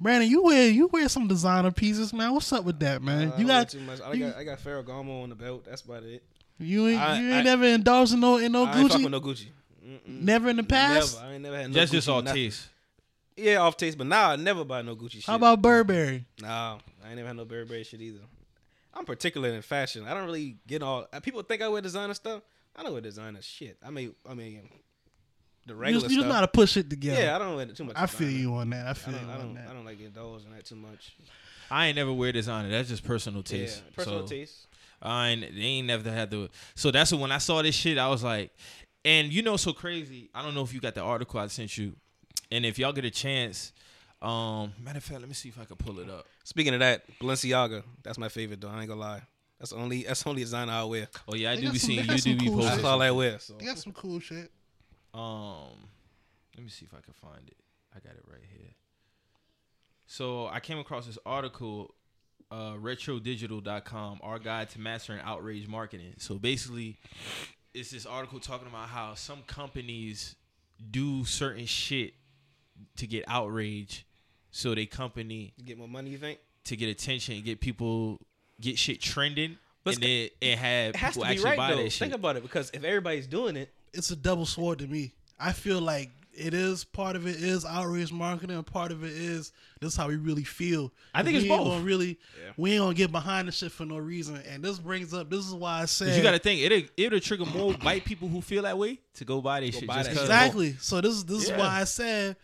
Brandon, you wear you wear some designer pieces, man. What's up with that, man?
I
you
don't wear
got
too much. I
you-
got I got Ferragamo on the belt. That's about it.
you ain't
I-
you ain't
I-
never indulged in no in no
I ain't fuck
Gucci.
with no Gucci. Mm-mm.
never in the past.
Never. I ain't never had no.
That's
Gucci,
just all
nothing.
taste.
Yeah, off taste. But now I never buy no Gucci shit.
How about Burberry?
Nah, I ain't never had no Burberry shit either. I'm particular in fashion. I don't really get all. uh, People think I wear designer stuff. I don't wear designer shit. I mean, I mean, the
You
regular
just, you just
stuff.
know how to push it together.
yeah, I don't wear too much.
I feel
designer.
you on that. I
I
feel
don't,
you
I
on
don't,
that.
I don't like indulge in that too much.
I ain't never wear designer. That's just personal taste.
Yeah, personal
So
taste.
I ain't, they ain't never had to. So that's when I saw this shit, I was like, and you know, so crazy. I don't know if you got the article I sent you, and if y'all get a chance, Um, matter of fact, let me see if I can pull it up.
Speaking of that, Balenciaga, that's my favorite though. I ain't gonna lie. That's the only that's the only designer I wear.
Oh yeah, I
They
do
got
be
some-
seeing
they
you
got
do
some
be
cool
posting.
That's all I wear. So
They got some cool shit.
Um, let me see if I can find it. I got it right here. So I came across this article, uh, retrodigital.com, our guide to mastering outrage marketing. So basically, it's this article talking about how some companies do certain shit to get outrage, so they company
you get more money, you think?
to get attention, get people, get shit trending,
But
and then it had
It has
people
to be
actually
right
buy
though.
that shit.
Think about it because if everybody's doing it,
It's a double sword to me. I feel like it is part of it is outrage marketing, and part of it is this is how we really feel.
I think
we
it's
ain't
both.
Gonna really,
Yeah.
we ain't gonna get behind the shit for no reason. And this brings up. This is why I said
'Cause you got to think it'll it'll trigger more white people who feel that way to go buy their
Go
shit.
buy
just
that
'cause-
shit.
Exactly. So this is this
Yeah.
is why I said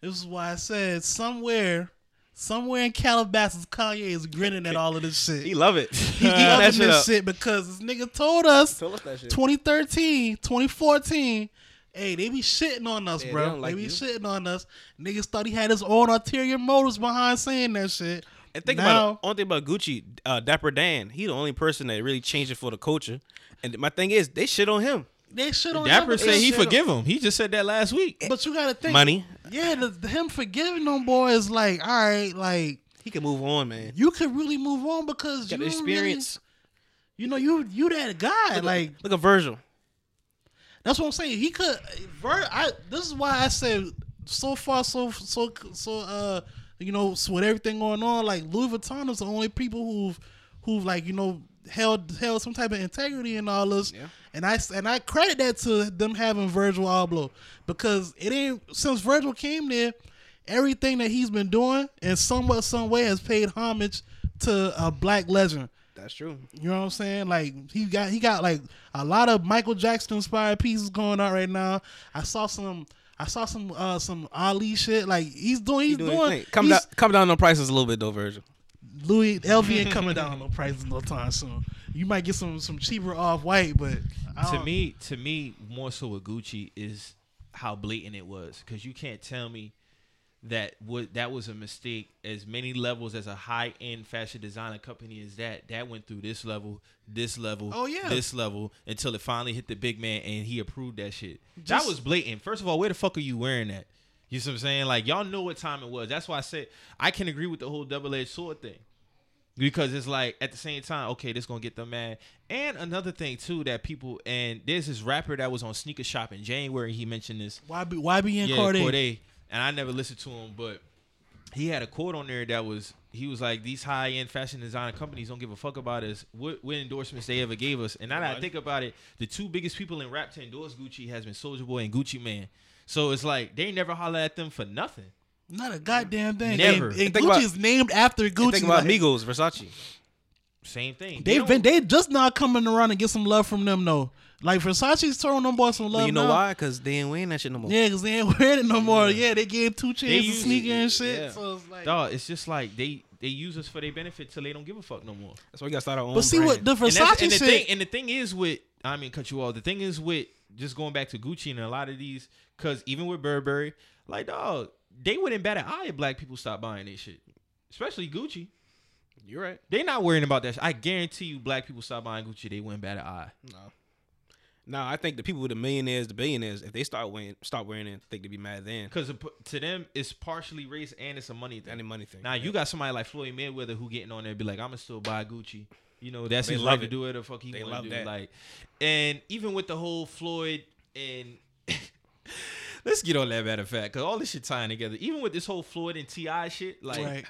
this is why I said somewhere somewhere in Calabasas Kanye is grinning at all of this shit.
he
He's
love it. He eating that
loving
shit
this
up.
shit because this nigga told us
Told us that shit.
2013, 2014. Hey, they be shitting on us,
Yeah, they
bro.
don't
They,
like
be
you.
shitting on us. Niggas thought he had his own ulterior motives behind saying that shit.
And think about
Now-
it. Only thing about Gucci, uh, Dapper Dan, he the only person that really changed it for the culture. And my thing is, they shit on him.
They shit on
Dapper
everybody.
said he
Shit on-
forgive him. He just said that last week.
But you gotta think,
Money.
Yeah, the, the- him forgiving them boy is like, all right, like
He can move on, man.
you could really move on because
Got
you
the
don't really-
experience.
you know, you you that guy.
Look at-
like
look at Virgil.
that's what I'm saying. He could. Ver, I, this is why I said so far, so so so. Uh, you know, so with everything going on, like Louis Vuitton is the only people who've who've like you know held held some type of integrity in all this.
Yeah.
And I s- and I credit that to them having Virgil Abloh because it ain't since Virgil came there, everything that he's been doing in somewhat some way has paid homage to a black legend.
That's true.
You know what I'm saying? Like he got he got like a lot of Michael Jackson inspired pieces going on right now. I saw some I saw some uh some Ali shit. Like he's doing he's
He doing his
doing
thing. Come down,
he's-
come down on prices a little bit though, Virgil.
Louis LV ain't coming down no prices no time soon. You might get some some cheaper off white, but I
To
don't-
me, to me, more so with Gucci is how blatant it was because you can't tell me that what that was a mistake. As many levels as a high end fashion designer company is that that went through this level, this level,
Oh, yeah.
this level until it finally hit the big man and he approved that shit. that
Just-
was blatant. First of all, where the fuck are you wearing that? You see what I'm saying? Like y'all know what time it was. That's why I said I can agree with the whole double edged sword thing. because it's like at the same time, okay, this gonna get them mad. And another thing too that people and there's this rapper that was on sneaker shop in January. He mentioned this,
why be why be in
yeah,
Cordae?
Corday. and I never listened to him, but he had a quote on there that was he was like these high end fashion designer companies don't give a fuck about us. What, what endorsements they ever gave us? And now that I think about it, the two biggest people in rap to endorse Gucci has been Soldier Boy and Gucci Man. So it's like they never holler at them for nothing.
Not a goddamn thing.
Never.
And,
And
and
think
Gucci
about-
is named after Gucci.
And think about
like,
Migos, Versace.
Same thing. They
They've
don't-
been they just now coming around and get some love from them though. Like Versace's throwing them boys some love.
But you know
now.
why? Because they ain't wearing that shit no more.
Yeah, because they ain't wearing it no more. Yeah, they gave two chains a
use
sneaker
it,
and shit.
yeah.
So it's like,
Dog, it's just like they they use us for their benefit till they don't give a fuck no more.
That's why we gotta start our own.
but see what
brand.
the
And, that's,
Versace
and the
shit.
thing and the thing is with I mean cut you off. The thing is with just going back to Gucci and a lot of these because even with Burberry, like dog, they wouldn't bat an eye if black people stop buying this shit, especially Gucci.
You're right.
They not worrying about that. Shit. I guarantee you, black people stop buying Gucci, they wouldn't bat an eye.
No. No, I think the people with the millionaires, the billionaires, if they start wearing start wearing it, I think they'd be mad then.
Because to them, it's partially race and it's a money thing.
Any money thing.
Now you got somebody like Floyd Mayweather who getting on there and be like, I'ma still buy Gucci. You know, that's
They
his right
love
to
it.
do it or fuck he
They
wanna
love
do.
that.
Like and even with the whole Floyd and let's get on that matter of fact, cause all this shit tying together. Even with this whole Floyd and T.I. shit, like
Right.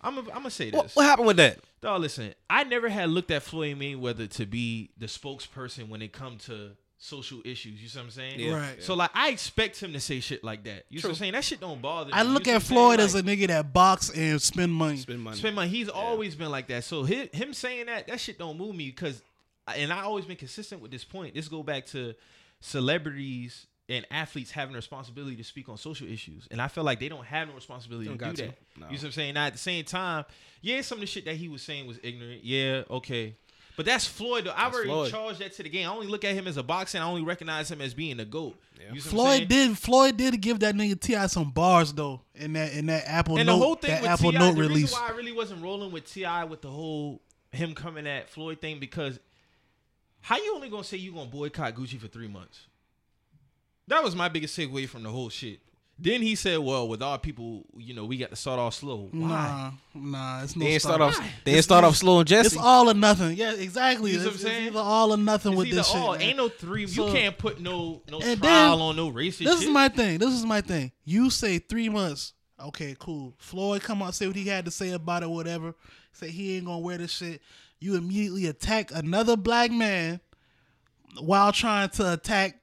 I'm i I'm gonna say
what,
this.
what happened with that?
Dog, listen, I never had looked at Floyd Mayweather to be the spokesperson when it come to social issues. You see what I'm saying?
Yeah.
Right.
So like I expect him to say shit like that. You see what I'm
True.
saying? That shit don't bother me.
I
You
look
see
at
what I'm saying?
Floyd
Like-
as a nigga that box and spend money.
Spend money.
Spend money. He's always been like that. So him, him saying that, that shit don't move me because, and I always been consistent with this point. This go back to celebrities and athletes having a responsibility to speak on social issues, and I feel like they don't have no responsibility
Don't
to
got
do
to.
that.
No.
You see what I'm saying? Now at the same time, yeah, some of the shit that he was saying was ignorant. Yeah, okay. But that's Floyd. Though. I
That's
already
Floyd.
charged that to the game. I only look at him as a boxer. And I only recognize him as being a goat.
Yeah.
You see what I'm saying?
Floyd did. Floyd did give that nigga Ti some bars though in that in that Apple
and
Note
the whole thing
that
with
Apple
Ti,
Note
the
release.
reason why I really wasn't rolling with Ti with the whole him coming at Floyd thing because how you only gonna say you gonna boycott Gucci for three months? That was my biggest takeaway from the whole shit. Then he said, "Well, with our people, you know, we got to start off slow. Why?
Nah, nah, it's no.
They didn't
start
start off. They didn't start off slow and
It's
Jesse.
all or nothing. Yeah, exactly.
You
It's,
see what I'm
it's
saying?
either all or nothing
It's
with
either
this
all.
shit. man.
ain't no three.
So-
you can't put no no trial
And then-
on no racist.
this
shit.
is my thing. This is my thing. You say three months. Okay, cool. Floyd come out say what he had to say about it, whatever. Say he ain't gonna wear this shit. You immediately attack another black man while trying to attack,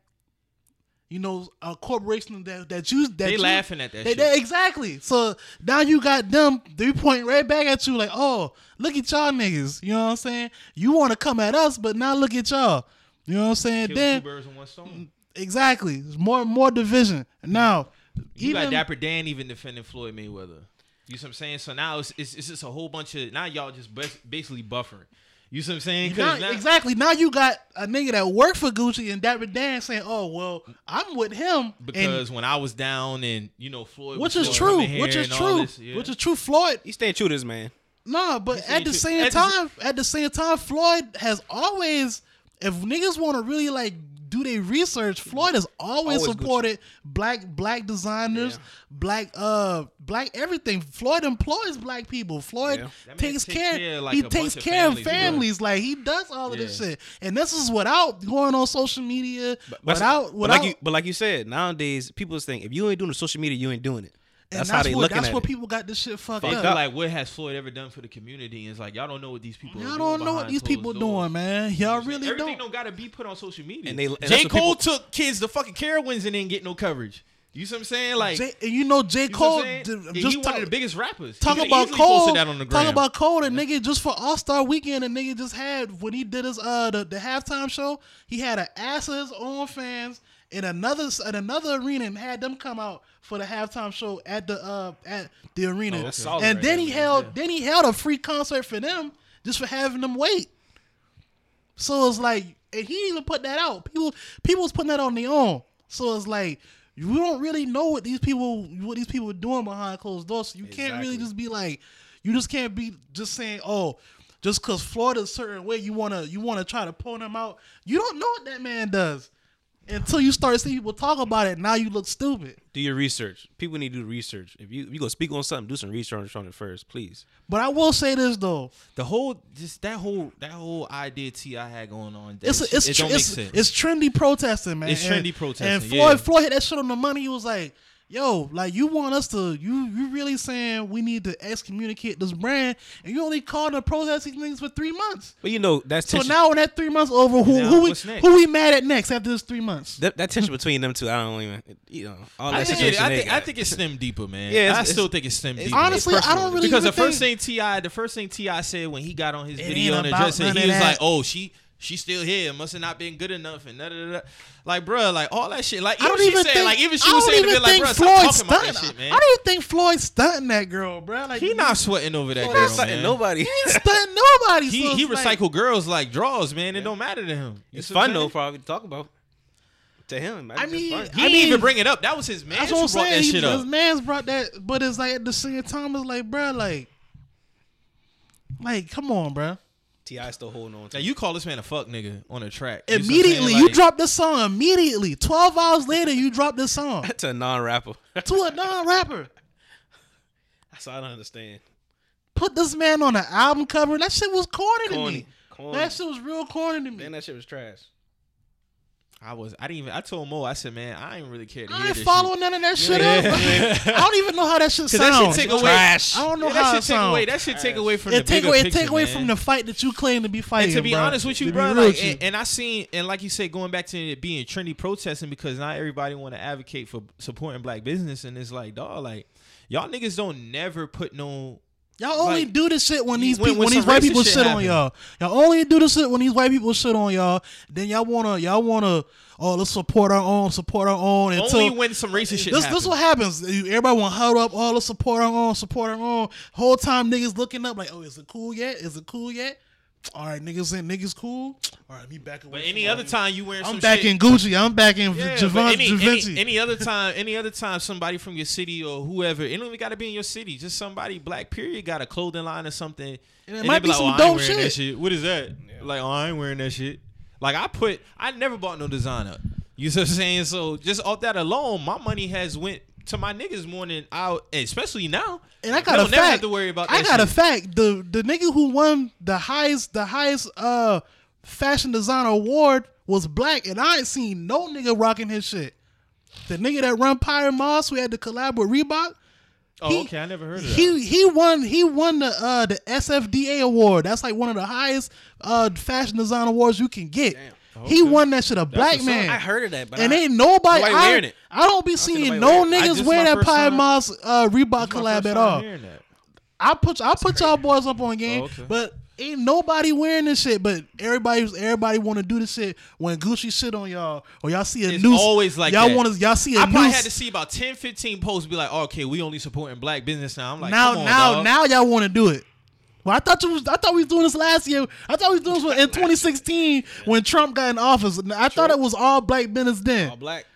you know, a corporation that that you that
They
you-
laughing at that
they-
shit.
they- exactly. So now you got them. They point right back at you like, oh, look at y'all niggas. You know what I'm saying? You want to come at us, but now look at y'all. You know what I'm saying?
Kill
then
two birds with one stone.
Exactly. There's more more division. Now,
You
even
got Dapper Dan even defending Floyd Mayweather. You see what I'm saying? So now it's, it's, it's just a whole bunch of now y'all just bas- basically buffering. You see what I'm saying? 'Cause
now-
now-
exactly now you got a nigga that worked for Gucci and Dapper Dan saying, "Oh well, I'm with him."
Because when I was down and you know Floyd,
and, which
was
is
going
true,
in here
which is
and all
true,
this, yeah.
which is true. Floyd,
He staying true to his man.
nah, but
saying
at the
true.
same
At the s-
time, at the same time, Floyd has always, if niggas want to really like do their research, Floyd has always,
Always Gucci.
supported black black designers,
Yeah.
black uh black everything. Floyd employs black people. Floyd
Yeah.
That man
takes
takes
care.
care of, like,
he
a bunch
takes
of
care of
families, bro.
families. Like he does all of this
Yeah.
shit, and this is without going on social media,
But
without
but
without.
like you, but like you said, nowadays people just think if you ain't doing the social media, you ain't doing it.
and
That's,
that's,
how they
what,
looking
That's
at
what
it.
people got this shit fucked
They
up.
feel like what has Floyd ever done for the community? And it's like y'all don't know what these people.
Y'all
are
don't
doing
know what
behind
these
closed
people
doors.
doing, man. Y'all
Everything-
really
everything
don't.
don't. gotta be put on social media.
And they- and that's
J
what
Cole took kids to fucking Carowinds and didn't get no coverage. You see what I'm saying? Like
J, and you know J.
you see what I'm
Cole
saying?
did-
Yeah,
just
he
talk-
one of the biggest rappers. He
Talk
could've
about
easily posted
Cole.
that on the
Talk
gram.
about Cole and nigga just for All Star Weekend and nigga just had when he did his uh the, the halftime show he had an ass of his own fans in another in another arena and had them come out for the halftime show at the uh at the arena
Oh,
that's solid
and
right
then
there,
he
man.
held
Yeah.
then he held a free concert for them just for having them wait. So it's like and he didn't even put that out. People people was putting that on their own. So it's like you don't really know what these people what these people are doing behind closed doors. So you can't really
Exactly.
just be like you just can't be just saying, oh, just cause Florida's a certain way, you wanna you wanna try to pull him out. You don't know what that man does. Until you start seeing people talk about it, now you look stupid.
Do your research. People need to do research. If you if you go speak on something, do some research on it first, please.
But I will say this though,
the whole just that whole that whole idea Ti had going on. that
it's
shit-
it's
it
tr-
don't
it's,
make sense.
it's trendy protesting, man.
It's
And-
trendy protesting,
And Floyd
yeah.
Floyd hit that shit on the money. He was like, "Yo, like you want us to you you really saying we need to excommunicate this brand, and you only called to protest these things for three months.
But you know that's
So
tension.
now when that three months over, who
Now,
who we
what's next?
who we mad at next after this three months?
that, that tension between them two, I don't even. You know, all that
I think, it,
situation
I,
they
think, I
got.
think it stemmed deeper, man.
Yeah,
Yeah,
it's-
I
it's-
still think it stemmed
it's
deeper.
Honestly, I
personal.
don't really
because the
even
first
think-
thing Ti, the first thing Ti said when he got on his
It
video
ain't
and
about
addressed it,
none
he
of
was
that.
like, "Oh, she." She still here. Must have not been good enough, and da, da, da, da. like, bruh, like all that shit. Like,
I
even
don't
she
even
said,
think
like, even
I
she was
don't
saying to
even
be like,
think
bruh,
Floyd
stop talking about that
stunting-
shit, man.
I don't even think Floyd stunting that girl, bro. Like
He not sweating over that
Floyd
girl,
not
Something
man.
nobody.
he ain't stunting nobody.
He
so
he
it's like-
recycled girls like draws, man. It don't matter to him. You
It's
see what
fun
I'm
though,
saying?
probably to talk about. To him,
I mean,
He
I
didn't even
mean-
bring it up. That was his man.
That's
who
what I'm
brought
saying.
that
He- his
shit up.
man's brought that, but it's like at the same time, it's like, bruh, like, like, come on, bruh.
Ti still holding on. To
Now you call this man a fuck nigga on a track. You see what I'm saying?
Immediately, you
Like-
drop this song. Immediately, twelve hours later, you drop this song
to a non-rapper. That's
to a non-rapper.
what I don't understand.
Put this man on an album cover. That shit was corny, to
Corny,
me.
corny.
That shit was real corny to me.
Man, that shit was trash.
I was. I didn't even. I told Mo. I said, man, I ain't really care to
I
hear
ain't
this
following none of that shit up. I don't even know how that shit
Cause that
sounds.
should take away.
I don't know how
Yeah,
it
that should take
sounds.
away. That should take away from
it
the
take
bigger
away, it
picture,
take away
man.
from the fight that you claim to be fighting.
And to be
bruh.
honest with you,
To be
bro,
real
like,
with you.
and, and I seen, and like you said, going back to it being trendy protesting because not everybody want to advocate for supporting black business, and it's like, dog, like y'all niggas don't never put no
Y'all only
Like,
do this shit when
you-
these
when-
people,
when
when these
some
white
racist
people
shit
shit on
happen.
y'all. Y'all only do this shit when these white people shit on y'all. Then y'all wanna y'all wanna oh let's support our own, support our own until
only when some racist shit.
this
happens.
this what happens. You- Everybody want to huddle up. Oh, let's support our own, support our own. Whole time niggas looking up like, oh, is it cool yet? Is it cool yet? all right, niggas in niggas cool. All right, me back away.
But
from
any
all
other
these-
time you wearing
I'm
some
back
shit-
in Gucci. I'm back in
Yeah,
Javon,
but any,
Givenchy.
any, any other time, any other time, somebody from your city or whoever, it don't even got to be in your city. Just somebody, black period, got a clothing line or something.
And it
they
might be some
"Oh, I ain't
dope
wearing that
shit."
What is that? Like, oh, I ain't wearing that shit. Like, I put, I never bought no designer. You see what I'm saying? So just off that alone, my money has went to my niggas more than I, especially now.
and I got
don't
a
never
fact.
have to worry about.
I
that
got a
shit.
fact. The the nigga who won the highest the highest uh fashion designer award was black, and I ain't seen no nigga rocking his shit. The nigga that run Pyre Moss, who had to collab with Reebok,
Oh,
he-
okay, I never heard of that.
he he won he won the uh the SFDA award. That's like one of the highest uh fashion design awards you can get. He
Okay.
won that shit. A black
what's up.
man.
I heard of that, but
and
I,
ain't nobody
nobody
I,
wearing it.
I don't be
seen
seeing no
nobody wearing
it. I-
niggas
this
wear
my
that
first
Pye
time-
Moss uh, Reebok
My
collab
first
at
time
all.
hearing that.
I put I put y'all boys up on game,
Oh, okay.
but ain't nobody wearing this shit. But everybody was everybody want to do this shit when Gucci shit on y'all or y'all see a
It's
noose.
always like
y'all
that.
want to y'all see a
I
noose.
probably had to see about 10, 15 posts be like, oh, okay, we only supporting black business now. I'm like,
now
come on,
now
dog.
now y'all want to do it. Well, I thought you was, I thought we was doing this last year. I thought we was doing this in 2016 when Trump got in office. And I thought it was all black business then.
all black.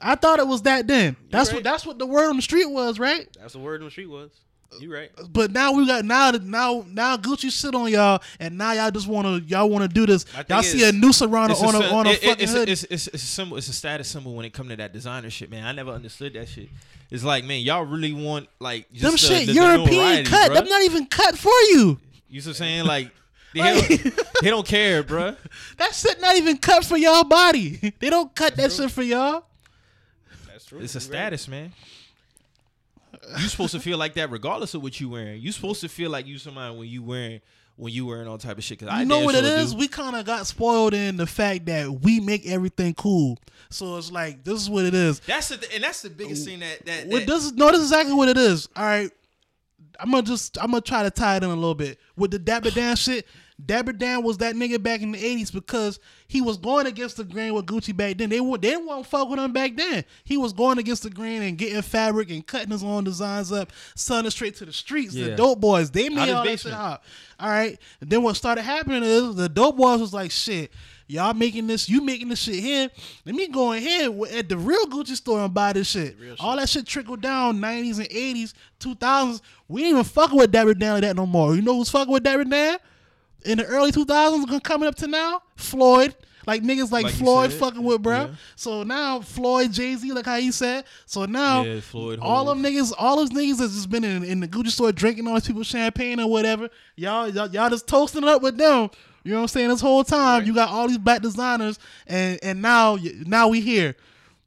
I thought it was that then. That's
right.
what that's what the word on the street was, right?
That's the word on the street was. You right?
But now we got now now now Gucci shit on y'all, and now y'all just wanna y'all wanna do this.
My thing
Y'all see
is,
a noose around a,
It's a
on a,
sy-
on a
it- it-
fucking
it's,
hood.
It's, it's, it's a symbol. It's a status symbol when it come to that designer shit, man. I never understood that shit. It's like, man, y'all really want like just
them
the,
shit
the- the
European
notoriety,
cut.
bruh.
Them not even cut for you.
you see what I'm saying? Like they, don't, they don't care, bruh.
That shit not even cut for y'all body. they don't cut that shit for y'all.
That's true.
It's a
You right.
status, man. You supposed to feel like that regardless of what you wearing. You supposed to feel like you somebody when you wearing when you wearing all type of shit. Cause I
You know
damn
what it
sure do.
is? We kind of got spoiled in the fact that we make everything cool. So it's like this is what it is.
That's the th- and that's the biggest thing that that,
What
that-
this is no, this is exactly what it is. All right, I'm gonna just I'm gonna try to tie it in a little bit with the Dapper Dan shit. Dapper Dan was that nigga back in the '80s because he was going against the grain with Gucci back then. They would they didn't want to fuck with him back then. He was going against the grain and getting fabric and cutting his own designs up, selling it straight to the streets. The
Yeah.
dope boys they
Out
made
his
all that shit
basement.
out. All right, then what started happening is the dope boys was like shit. Y'all making this, you making this shit here. Let me go in here w- at the real Gucci store and buy this shit. All that shit trickled down 90s and 80s, 2000s. We ain't even fucking with Dabber Dan like that no more. You know who's fucking with Dabber Dan? In the early 2000s, gonna coming up to now? Floyd. Like niggas like,
Like you
Floyd
said.
fucking with, bruh.
Yeah.
So now Floyd, Jay Z, like how he said. So now
Yeah, Floyd,
all
Hov.
them niggas, all those niggas that's just been in, in the Gucci store drinking all these people's champagne or whatever. Y'all, y'all, y'all just toasting it up with them. You know what I'm saying? This whole time, you got all these black designers, and and now y- now we here.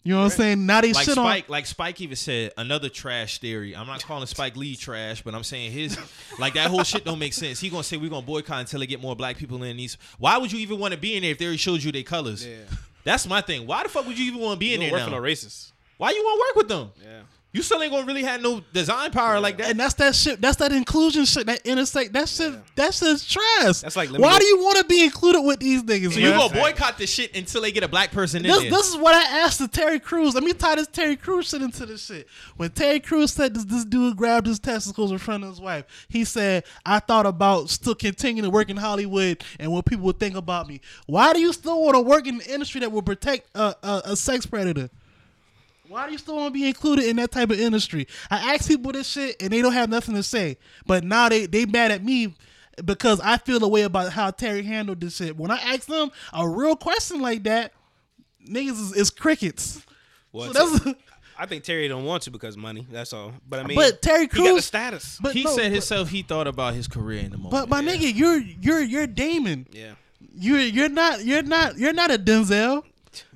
You know what I'm saying? Now they
like
shit
Spike, like Spike even said another trash theory. I'm not calling Spike Lee trash, but I'm saying his like that whole shit don't make sense. He gonna say we're gonna boycott until they get more black people in these. Why would you even want to be in there if they already showed you their colors?
Yeah.
That's my thing. Why the fuck would you even want to be in
You
there
don't work for no
now?
racists.
Why you want to work with them?
Yeah.
You still ain't gonna really have no design power like
on. And
that.
that's that shit. That's that inclusion shit. That intersect. That shit. That shit's trash.
That's like, let me
Why
go-
do you want to be included with these niggas?
So you
bruh?
gonna boycott the shit until they get a black person in
This,
there.
this is what I asked to Terry Crews. Let me tie this Terry Crews shit into this shit. When Terry Crews said this, this dude grabbed his testicles in front of his wife, he said, I thought about still continuing to work in Hollywood and what people would think about me. Why do you still want to work in the industry that will protect a, a, a sex predator? Why do you still want to be included in that type of industry? I ask people this shit and they don't have nothing to say. But now they they mad at me because I feel a way about how Terry handled this shit. When I ask them a real question like that, niggas is, is crickets.
Well,
So that's,
I think Terry don't want to because money. That's all. But I mean,
but Terry
he got the
Crews.
status.
But
he
no,
said
but-
himself he thought about his career in the moment.
But my nigga, you're you're you're Damon.
yeah.
You're you're not you're not you're not a Denzel.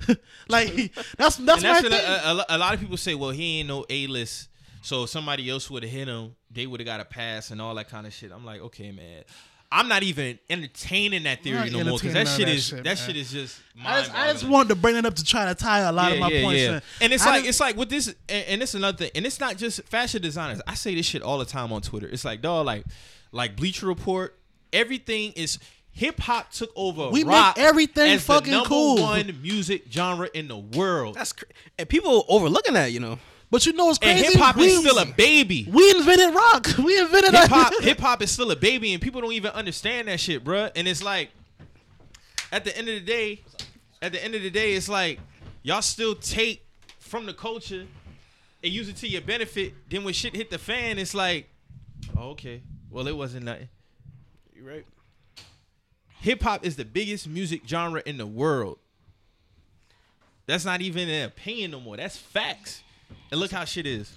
like that's that's
and uh, that's
my
what
thing.
a, a, lo- a lot of people say. Well, he ain't no A list, so if somebody else would have hit him, they would have got a pass and all that kind of shit. I'm like, okay, man, I'm not even entertaining that
not
theory no more because
entertaining none of
that shit
that
is
shit,
that
man.
shit is just.
I just, I just
mind-boggling.
wanted to bring it up to try to tie a lot of my points in.
And it's
I
like
just-
it's like with this, and, and it's another thing, and it's not just fashion designers. I say this shit all the time on Twitter. It's like dog, like like Bleacher Report. Everything is hip hop took over.
We make
rock
everything
as
fucking
the number
cool.
One music genre in the world.
That's cr- and people overlooking that, you know.
But you know what's
And
crazy?
hip hop
we,
is still a baby.
we invented rock. We invented
Hip hop, hip hop is still a baby, and people don't even understand that shit, bruh. And it's like, at the end of the day, at the end of the day, it's like y'all still take from the culture and use it to your benefit. Then when shit hit the fan, it's like, oh, okay, well it wasn't nothing.
You right?
Hip hop is the biggest music genre in the world. That's not even an opinion no more. That's facts. And look how shit is.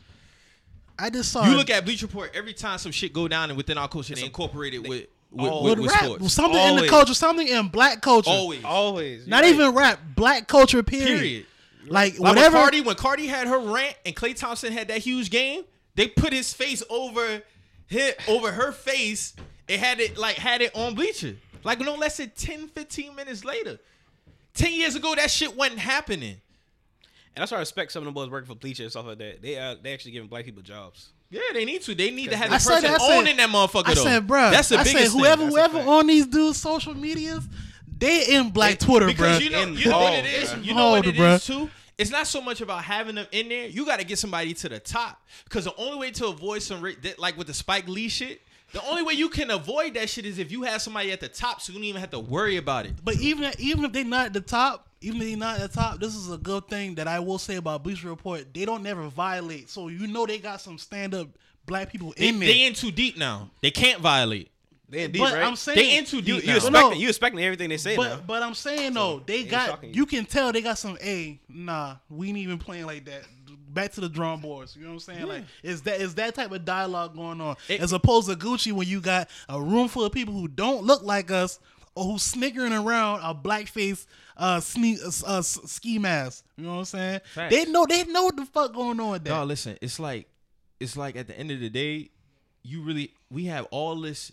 I just saw
You look at Bleach Report every time some shit go down and within our culture they incorporate it with with,
Oh,
with,
with
with
rap,
sports.
something in the
Always.
culture, something in black culture.
Always.
Always. You
Not
right.
even rap, black culture. Period.
Period.
Like
Like
whatever.
when Cardi when Cardi had her rant and Clay Thompson had that huge game, they put his face over hit over her face and had it like had it on Bleacher. Like no less than 10, 15 minutes later. Ten years ago that shit wasn't happening.
And that's why I respect some of the boys working for Bleacher and stuff like that. They are they actually giving black people jobs.
Yeah, they need to. They need to have the
I
person
said- I said-
owning that motherfucker.
I
though.
said, bro.
That's the
I
biggest
said, whoever,
thing.
That's a
whoever
fact.
on these dudes' social medias, they in black Twitter, bro.
because you know,
In
you know what it
bulk,
is.
bruh.
You know what
Bulk,
it is
bruh.
too. It's not so much about having them in there. You got to get somebody to the top because the only way to avoid some ra- that, like with the Spike Lee shit, the only way you can avoid that shit is if you have somebody at the top, so you don't even have to worry about it.
But even even if they not at the top, even if they not at the top, this is a good thing that I will say about Bleacher Report. They don't never violate, so you know they got some stand up black people
They,
in there.
they in too deep now. They can't violate.
They indeed,
but
right?
I'm saying
They in too
you,
deep now.
you
no.
expecting you expecting everything they say now.
But but I'm saying though, they
ain't
got
shocking
you.
you.
can tell they got some a nah. We ain't even playing like that. Back to the drawing boards. You know what I'm saying? Like is that is that type of dialogue going on
It-
as opposed to Gucci when you got a room full of people who don't look like us or who snickering around a blackface uh, sne- uh, s- uh s- ski mask. You know what I'm saying?
Facts.
They know they know what the fuck going on with that.
No, listen, it's like it's like at the end of the day, you really we have all this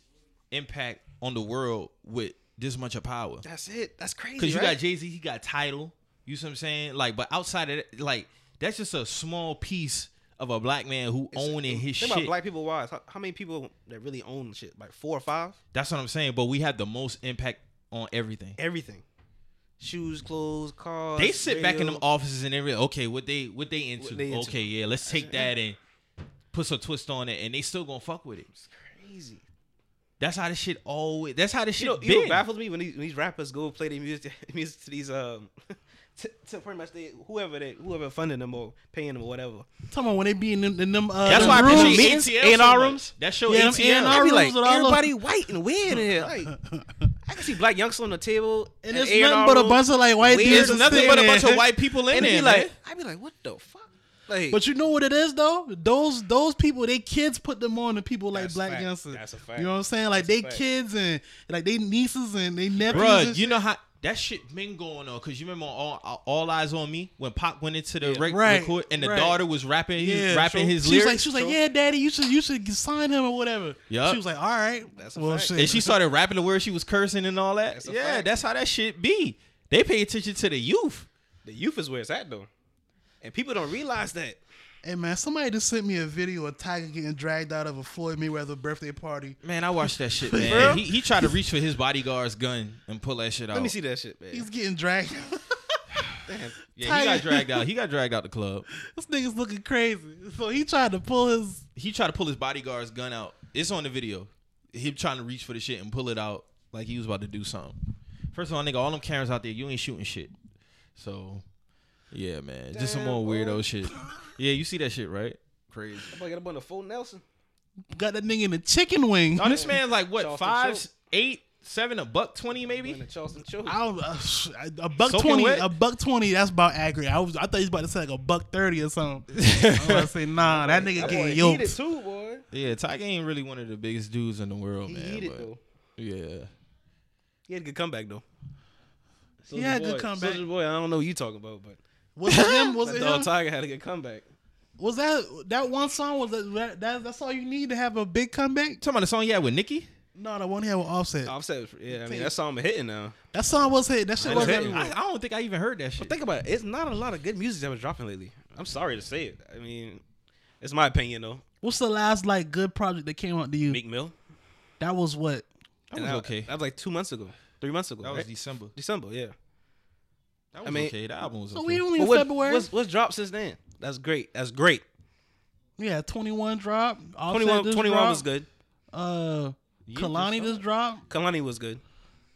impact on the world with this much of power.
that's it. That's crazy.
Because you
right?
got Jay Z, he got title. You see what I'm saying? Like, but outside of that, like, that's just a small piece of a black man who owning his
Think
shit.
about black people wise. How, how many people that really own shit? Like four or five?
that's what I'm saying. But we have the most impact on everything.
Everything. Shoes, clothes, cars.
They sit back in them
radio.
offices and they realize, okay, what they what they into?
What they into.
Okay, yeah, let's take that and put some twist on it, and they still gonna fuck with it.
Crazy.
That's how this shit always. That's how this shit
You know,
been.
you know what baffles me when these, when these rappers go play their music music to these um to, to pretty much they whoever they whoever funding them or paying them or whatever.
Talking about when they be in them, in them uh,
that's
them
why I
rooms,
appreciate
meetings.
ATL so
A&R
much.
rooms?
That show
Yeah, them
ATL.
A&R
I be
rooms
like
with all of-
everybody white and weird in here. Like I can see black youngsters on the table
And
in
it's
A&R
nothing but a
room.
bunch of, like, white
Weird
dudes
There's
Just
nothing
sitting
but a
there.
bunch of white people in
and it
there.
be like
man.
I'd be like, what the fuck? Like,
But you know what it is though? Those those people, they kids put them on to people like
That's
Black
fact.
Youngsters.
That's a fact.
You know what I'm saying? Like they
fact.
kids and like they nieces and they nephews.
Bruh,
and
you
shit.
know how that shit been going on because you remember all all eyes on me when Pop went into the rec-
right,
record and the
right.
daughter was rapping, his, rapping
so
his
she
lyrics,
Was like, she was like, "Yeah, Daddy, you should you should sign him or whatever."
Yup.
She was like, "All right,
That's a
well,
fact.
shit."
and she started rapping the words she was cursing and all that.
That's a
yeah,
fact.
that's how that shit be. They pay attention to the youth.
the youth is where it's at though, and people don't realize that.
hey man, somebody just sent me a video of Tiger getting dragged out of a Floyd Mayweather birthday party.
Man, I watched that shit,
Bro.
man. he, he tried to reach for his bodyguard's gun and pull that shit out.
Let me
Oh.
see that shit, man.
He's getting dragged.
Damn.
Yeah, he got
Tiger.
dragged out. He got dragged out the club.
this nigga's looking crazy. So he tried to pull his.
He tried to pull his bodyguard's gun out. It's on the video. Him trying to reach for the shit and pull it out like he was about to do something. First of all, nigga, all them cameras out there, you ain't shooting shit. So, yeah, man, just some
Damn,
more weirdo
boy.
shit. Yeah, you see that shit, right? Crazy.
Boy, got up on the full Nelson.
Got that nigga in a chicken wing.
Now this man's like what
Charleston
five,
Choke.
eight, seven, a buck twenty
Went
maybe.
to Charleston Choke.
I don't know. A buck
Soaking
twenty,
wet?
a buck twenty. That's about accurate. I was, I thought he was about to say like a buck thirty or something. I'm about to say nah, that nigga
boy
getting
heated
yoked.
too, boy.
Yeah, Tiger ain't really one of the biggest dudes in the world,
He
man.
heated
but-
though.
yeah,
He had a good comeback though. So
He had a good comeback.
Soulja Boy, I don't know what you talking about, but
Was it him? Was
that
it
dog
him?
Tiger had a good comeback.
Was that that one song? Was that, that that's all you need to have a big comeback?
talking about the song he had with Nicki.
No, the one he had with Offset.
Offset, was- yeah, I
Take-
mean that song been hitting now.
That song was hit. That shit
I
was
know.
hit.
I, I don't think I even heard that shit.
Think about it. It's not a lot of good music that was dropping lately. I'm sorry to say it. I mean, it's my opinion though.
What's the last like good project that came out to you?
Meek Mill.
That was what?
That
And
was okay.
That was like two months ago, three months ago.
That was
right?
December.
December, yeah.
That was
I mean-
okay. The album was
So
okay.
we only in
But what-
February.
What's, what's dropped since then? That's great. That's great.
Yeah, 21 drop. Offset
21,
just
21 was
dropped.
good.
Uh,
Yeah,
Kalani
just
just dropped.
Kalani was good.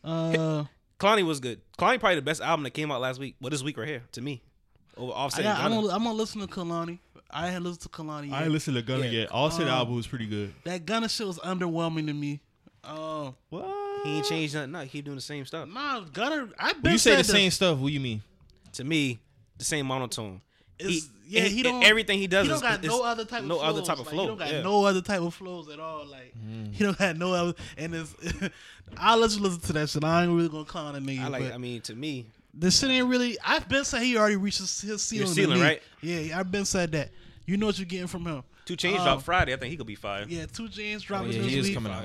Uh,
Kalani was good. Kalani probably the best album that came out last week. Well, this week right here to me, over
I
Offset. and
got, I'm,
Gunna.
gonna, I'm gonna listen to Kalani. I had listened to Kalani. Yet.
I ain't listened to Gunna
Yeah.
yet. All said
Um,
album was pretty good.
that Gunna shit was underwhelming to me. Oh,
What?
He ain't changed nothing. No, he keep doing the same stuff.
nah, Gunna. I been
When you say
said
the
this.
same stuff, what you mean?
To me, the same monotone. He,
It's- yeah, he, don't.
Everything he does,
he don't
is,
got
is
no other type.
no
of
other
flows.
type of
Like,
flow.
He don't got
yeah. Mm.
no other type of flows at all. Like he don't got no other. And it's. I'll let you listen to that shit. I ain't really gonna clown a nigga.
I like.
but
I mean, to me,
this shit ain't really. I've been saying he already reached his, his ceiling. to
ceiling,
me.
right?
Yeah, I've been said that. You know what you're getting from him.
two Oh, chains
Um,
drop Friday. I think he could be fired.
Yeah, two James dropping
yeah,
this
he is
week.
coming out.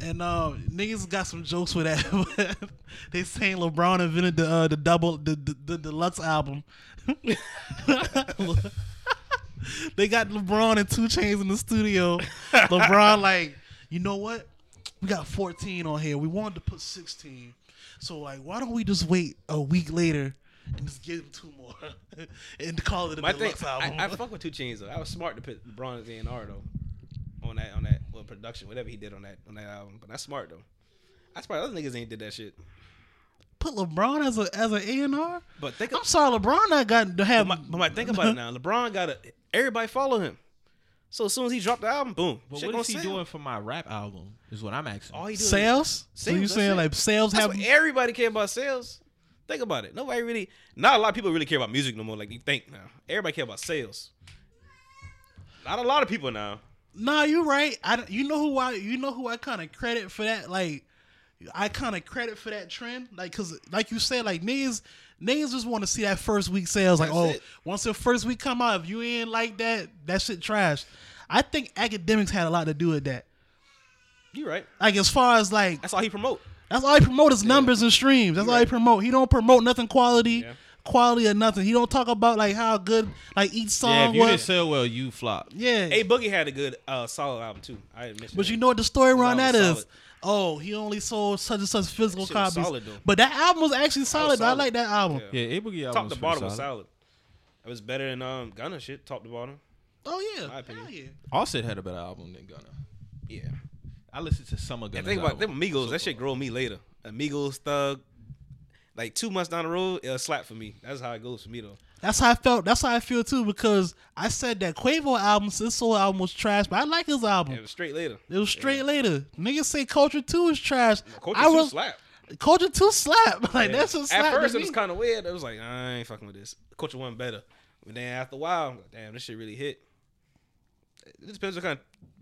And uh, niggas got some jokes with that. they saying LeBron invented the uh, the double the the, the deluxe album. they got LeBron and Two Chains in the studio. LeBron like, you know what? We got 14 on here. We wanted to put 16. So like, why don't we just wait a week later and just give them two more and call it a
My thing,
deluxe album?
I, I fuck with two chains though. I was smart to put LeBron as A and R though, on that on that well production whatever he did on that on that album. But that's smart though. That's probably other niggas ain't did that shit.
put LeBron as a as an A and R.
But think
I'm sorry, LeBron not got to have.
But my, but my think about it now. LeBron got a, everybody follow him. So as soon as he dropped the album, boom.
But
shit
what
gonna
is he
sell.
doing for my rap album? Is what I'm asking.
All he doing
sales. so
Sales,
you
that's
saying
it.
like sales
That's
have?
what everybody care about sales. Think about it. Nobody really, not a lot of people really care about music no more. Like you think now, everybody care about sales. Not a lot of people now.
Nah, you right. I don't- you know who I you know who I kind of credit for that. Like I kind of credit for that trend. Like cause like you said, like niggas niggas just want to see that first week sales. Like
That's
oh,
it.
once the first week come out, if you ain't like that, that shit trash. I think academics had a lot to do with that.
You right.
Like as far as like
That's all he promote.
That's all he promote is numbers and streams. That's all he
right.
promote. He don't promote nothing quality,
Yeah.
quality or nothing. He don't talk about like how good like each
yeah,
song
if you didn't
was.
sell well, you flop.
yeah,
Hey, Boogie had a good uh, solid album too. I admit.
but you know what the story around
album
that
was
is?
solid.
Oh, he only sold such and such physical
shit was
copies.
solid, though.
but that album was actually solid. though. I
solid.
like that album.
Yeah.
Yeah, A Boogie album
top
was
to
pretty
bottom was
solid.
solid. It was better than um Gunna shit. Top to bottom.
Oh yeah,
My
Hell
opinion.
yeah.
Offset had a better album than Gunna.
Yeah.
I listened to some of Gunna's
And think about them
album.
Amigos.
So
that shit
far.
grow me later. Amigos thug. Like two months down the road, it'll slap for me. That's how it goes for me though.
That's how I felt. That's how I feel too because I said that Quavo album, his solo album was trash, but I like his album.
It was straight later.
It was straight later. Niggas say Culture Two is trash.
Coach
I
was
was
slap.
Culture Two slap. Like
Yeah.
that's a slap.
At
to
first, it
me.
was kind of weird. It was like I ain't fucking with this. Coach one better. But then after a while, I'm like, damn, this shit really hit. It depends what kind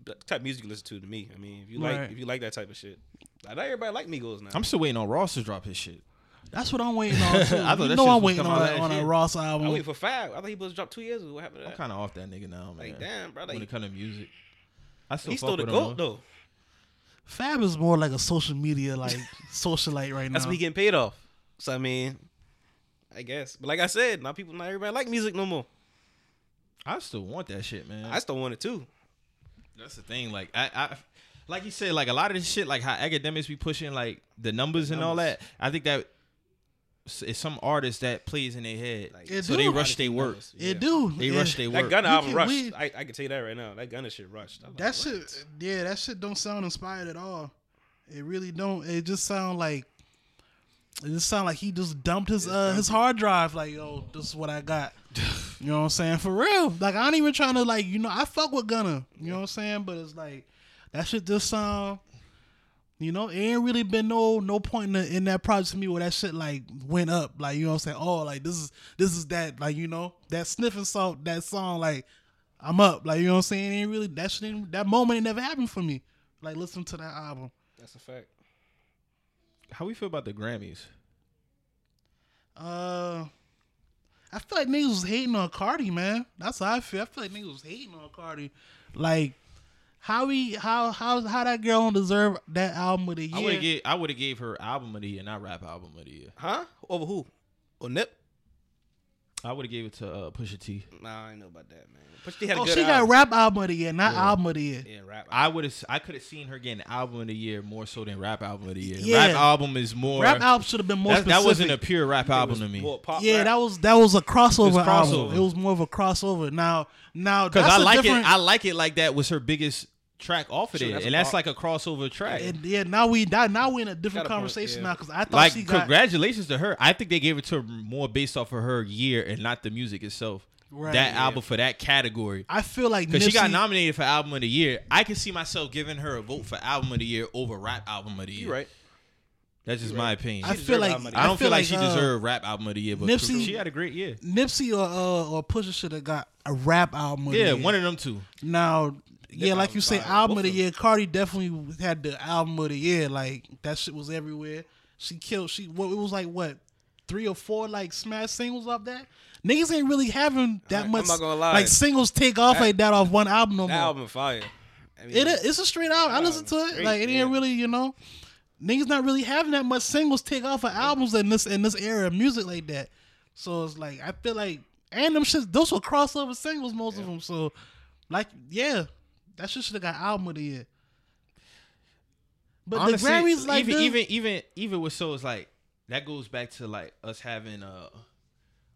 of type of music you listen to. To me, I mean, if you
Right.
like if you like that type of shit, like, not everybody like Migos now.
I'm still waiting on Ross to drop his shit.
That's what I'm waiting on. Too.
I thought
you
that
know
shit
I'm
was
waiting
coming
on,
out
a- on
last
a
year.
Ross
I
album.
wait for five. I thought he was dropped two years ago. What happened to
I'm
that?
kind of off that nigga now, man.
like damn, bro. Like,
when it comes to music, I still
he
fuck
stole the
with
goat
him.
though.
Fab is more like a social media like socialite right now.
That's what he getting paid off. So I mean, I guess. But like I said, not people, not everybody like music no more.
I still want that shit, man.
I still want it too.
That's the thing. Like I, I, like you said, like a lot of this shit, like how academics be pushing like the numbers and all
Numbers.
that. I think that s- it's some artists that plays in their head,
Like,
It
so
do.
they rush their work.
it do.
They
Yeah.
rush their
That
work.
Gunna
You
album
can-
rushed.
we-
I, I can tell you that right now. That Gunna shit rushed. I'm like,
That
what?
shit. Yeah, that shit don't sound inspired at all. It really don't. It just sound like. It just sound like he just dumped his uh his hard drive. Like yo, this is what I got. you know what I'm saying? For real. Like I ain't even trying to like you know I fuck with Gunna. You know what I'm saying? But it's like that shit just sound. You know, it ain't really been no no point in, the, in that project to me where that shit like went up. Like you know what I'm saying? Oh, like this is this is that like you know that sniffing salt that song like I'm up. Like you know what I'm saying? It ain't really that shit ain't, that moment ain't never happened for me. Like listen to that album.
That's a fact.
How we feel about the Grammys?
Uh I feel like niggas was hating on Cardi, man. That's how I feel. I feel like niggas was hating on Cardi. Like how he how how how that girl don't deserve that album of the
I would
year.
have gave I would have gave her album of the year, not rap album of the year.
Oh, Huh? Over who? Or Nip?
I would have gave it to uh, Pusha T.
Nah, I ain't know about that, man. But she had a
Oh,
good
she got
album.
rap album of the year, not
Yeah.
album of the year.
Yeah, rap.
I would have. I could have seen her getting album of the year more so than rap album of the year.
Yeah.
Rap album is more.
Rap album should have been more
that,
specific.
that wasn't a pure rap
It was
album to me.
more pop
yeah,
rap.
that was that was a crossover, album.
crossover.
It was more of a crossover. Now, now
Because
that's
I
a
like
different-
it. I like it like that was her biggest track off of
Sure,
it,
that's
and
a
that's
pro-
like a crossover track.
and yeah, now we now, now we in a different
Got a point,
conversation
yeah.
now because I thought
like
she got
congratulations to her. I think they gave it to her more based off of her year and not the music itself.
Right,
that
yeah.
album for that category.
I feel like
Because she got
Nipsey-
nominated for album of the year. I can see myself giving her a vote for album of the year over rap album of the year.
You right?
That's just my opinion.
I
I,
deserved
feel like
Album of the
I,
Year.
don't feel, like, she
uh,
deserved rap album of the year, but
Nipsey-
she had a great year.
Nipsey or uh, or Pusha should have got a rap album. Of
Yeah,
the year.
one of them two.
Now, yeah, like
albums
you say,
fire.
album of
Both
the
of
year. Cardi definitely had the album of the year. Like that shit was everywhere. She killed. She what? It was like what three or four like smash singles off that. Niggas ain't really having that
Alright, I'm
much.
not gonna lie.
Like singles take off
That-
like that off one album no
That
more.
album fire. I mean,
It is- it's a straight album. I
That
listen to
album's
it. like it
straight,
ain't
yeah.
really you know. Niggas not really having that much singles take off of albums in this in this era of music like that. So it's like I feel like and them shits those were crossover singles most of them. So like yeah, that shit should have got album of the year. But
Honestly,
the Grammys like
even
this-
even even even with so it's like that goes back to like us having uh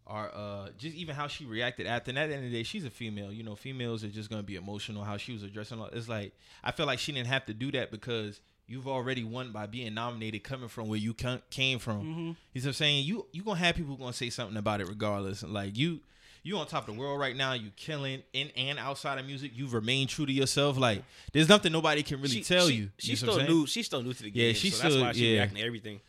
our uh just even how she reacted after and at the end of the day she's a female you know females are just gonna be emotional how she was addressing all- it's like I feel like she didn't have to do that because you've already won by being nominated coming from where you come, came from
Mm-hmm.
you see what I'm saying you you gonna have people gonna say something about it regardless like you you on top of the world right now you killing in and outside of music you've remained true to yourself like there's nothing nobody can really tell you You
She's
see what I'm
still
saying?
new. She's still new to the game.
Yeah, she's
so that's
still-
why she
yeah.
reacting to everything.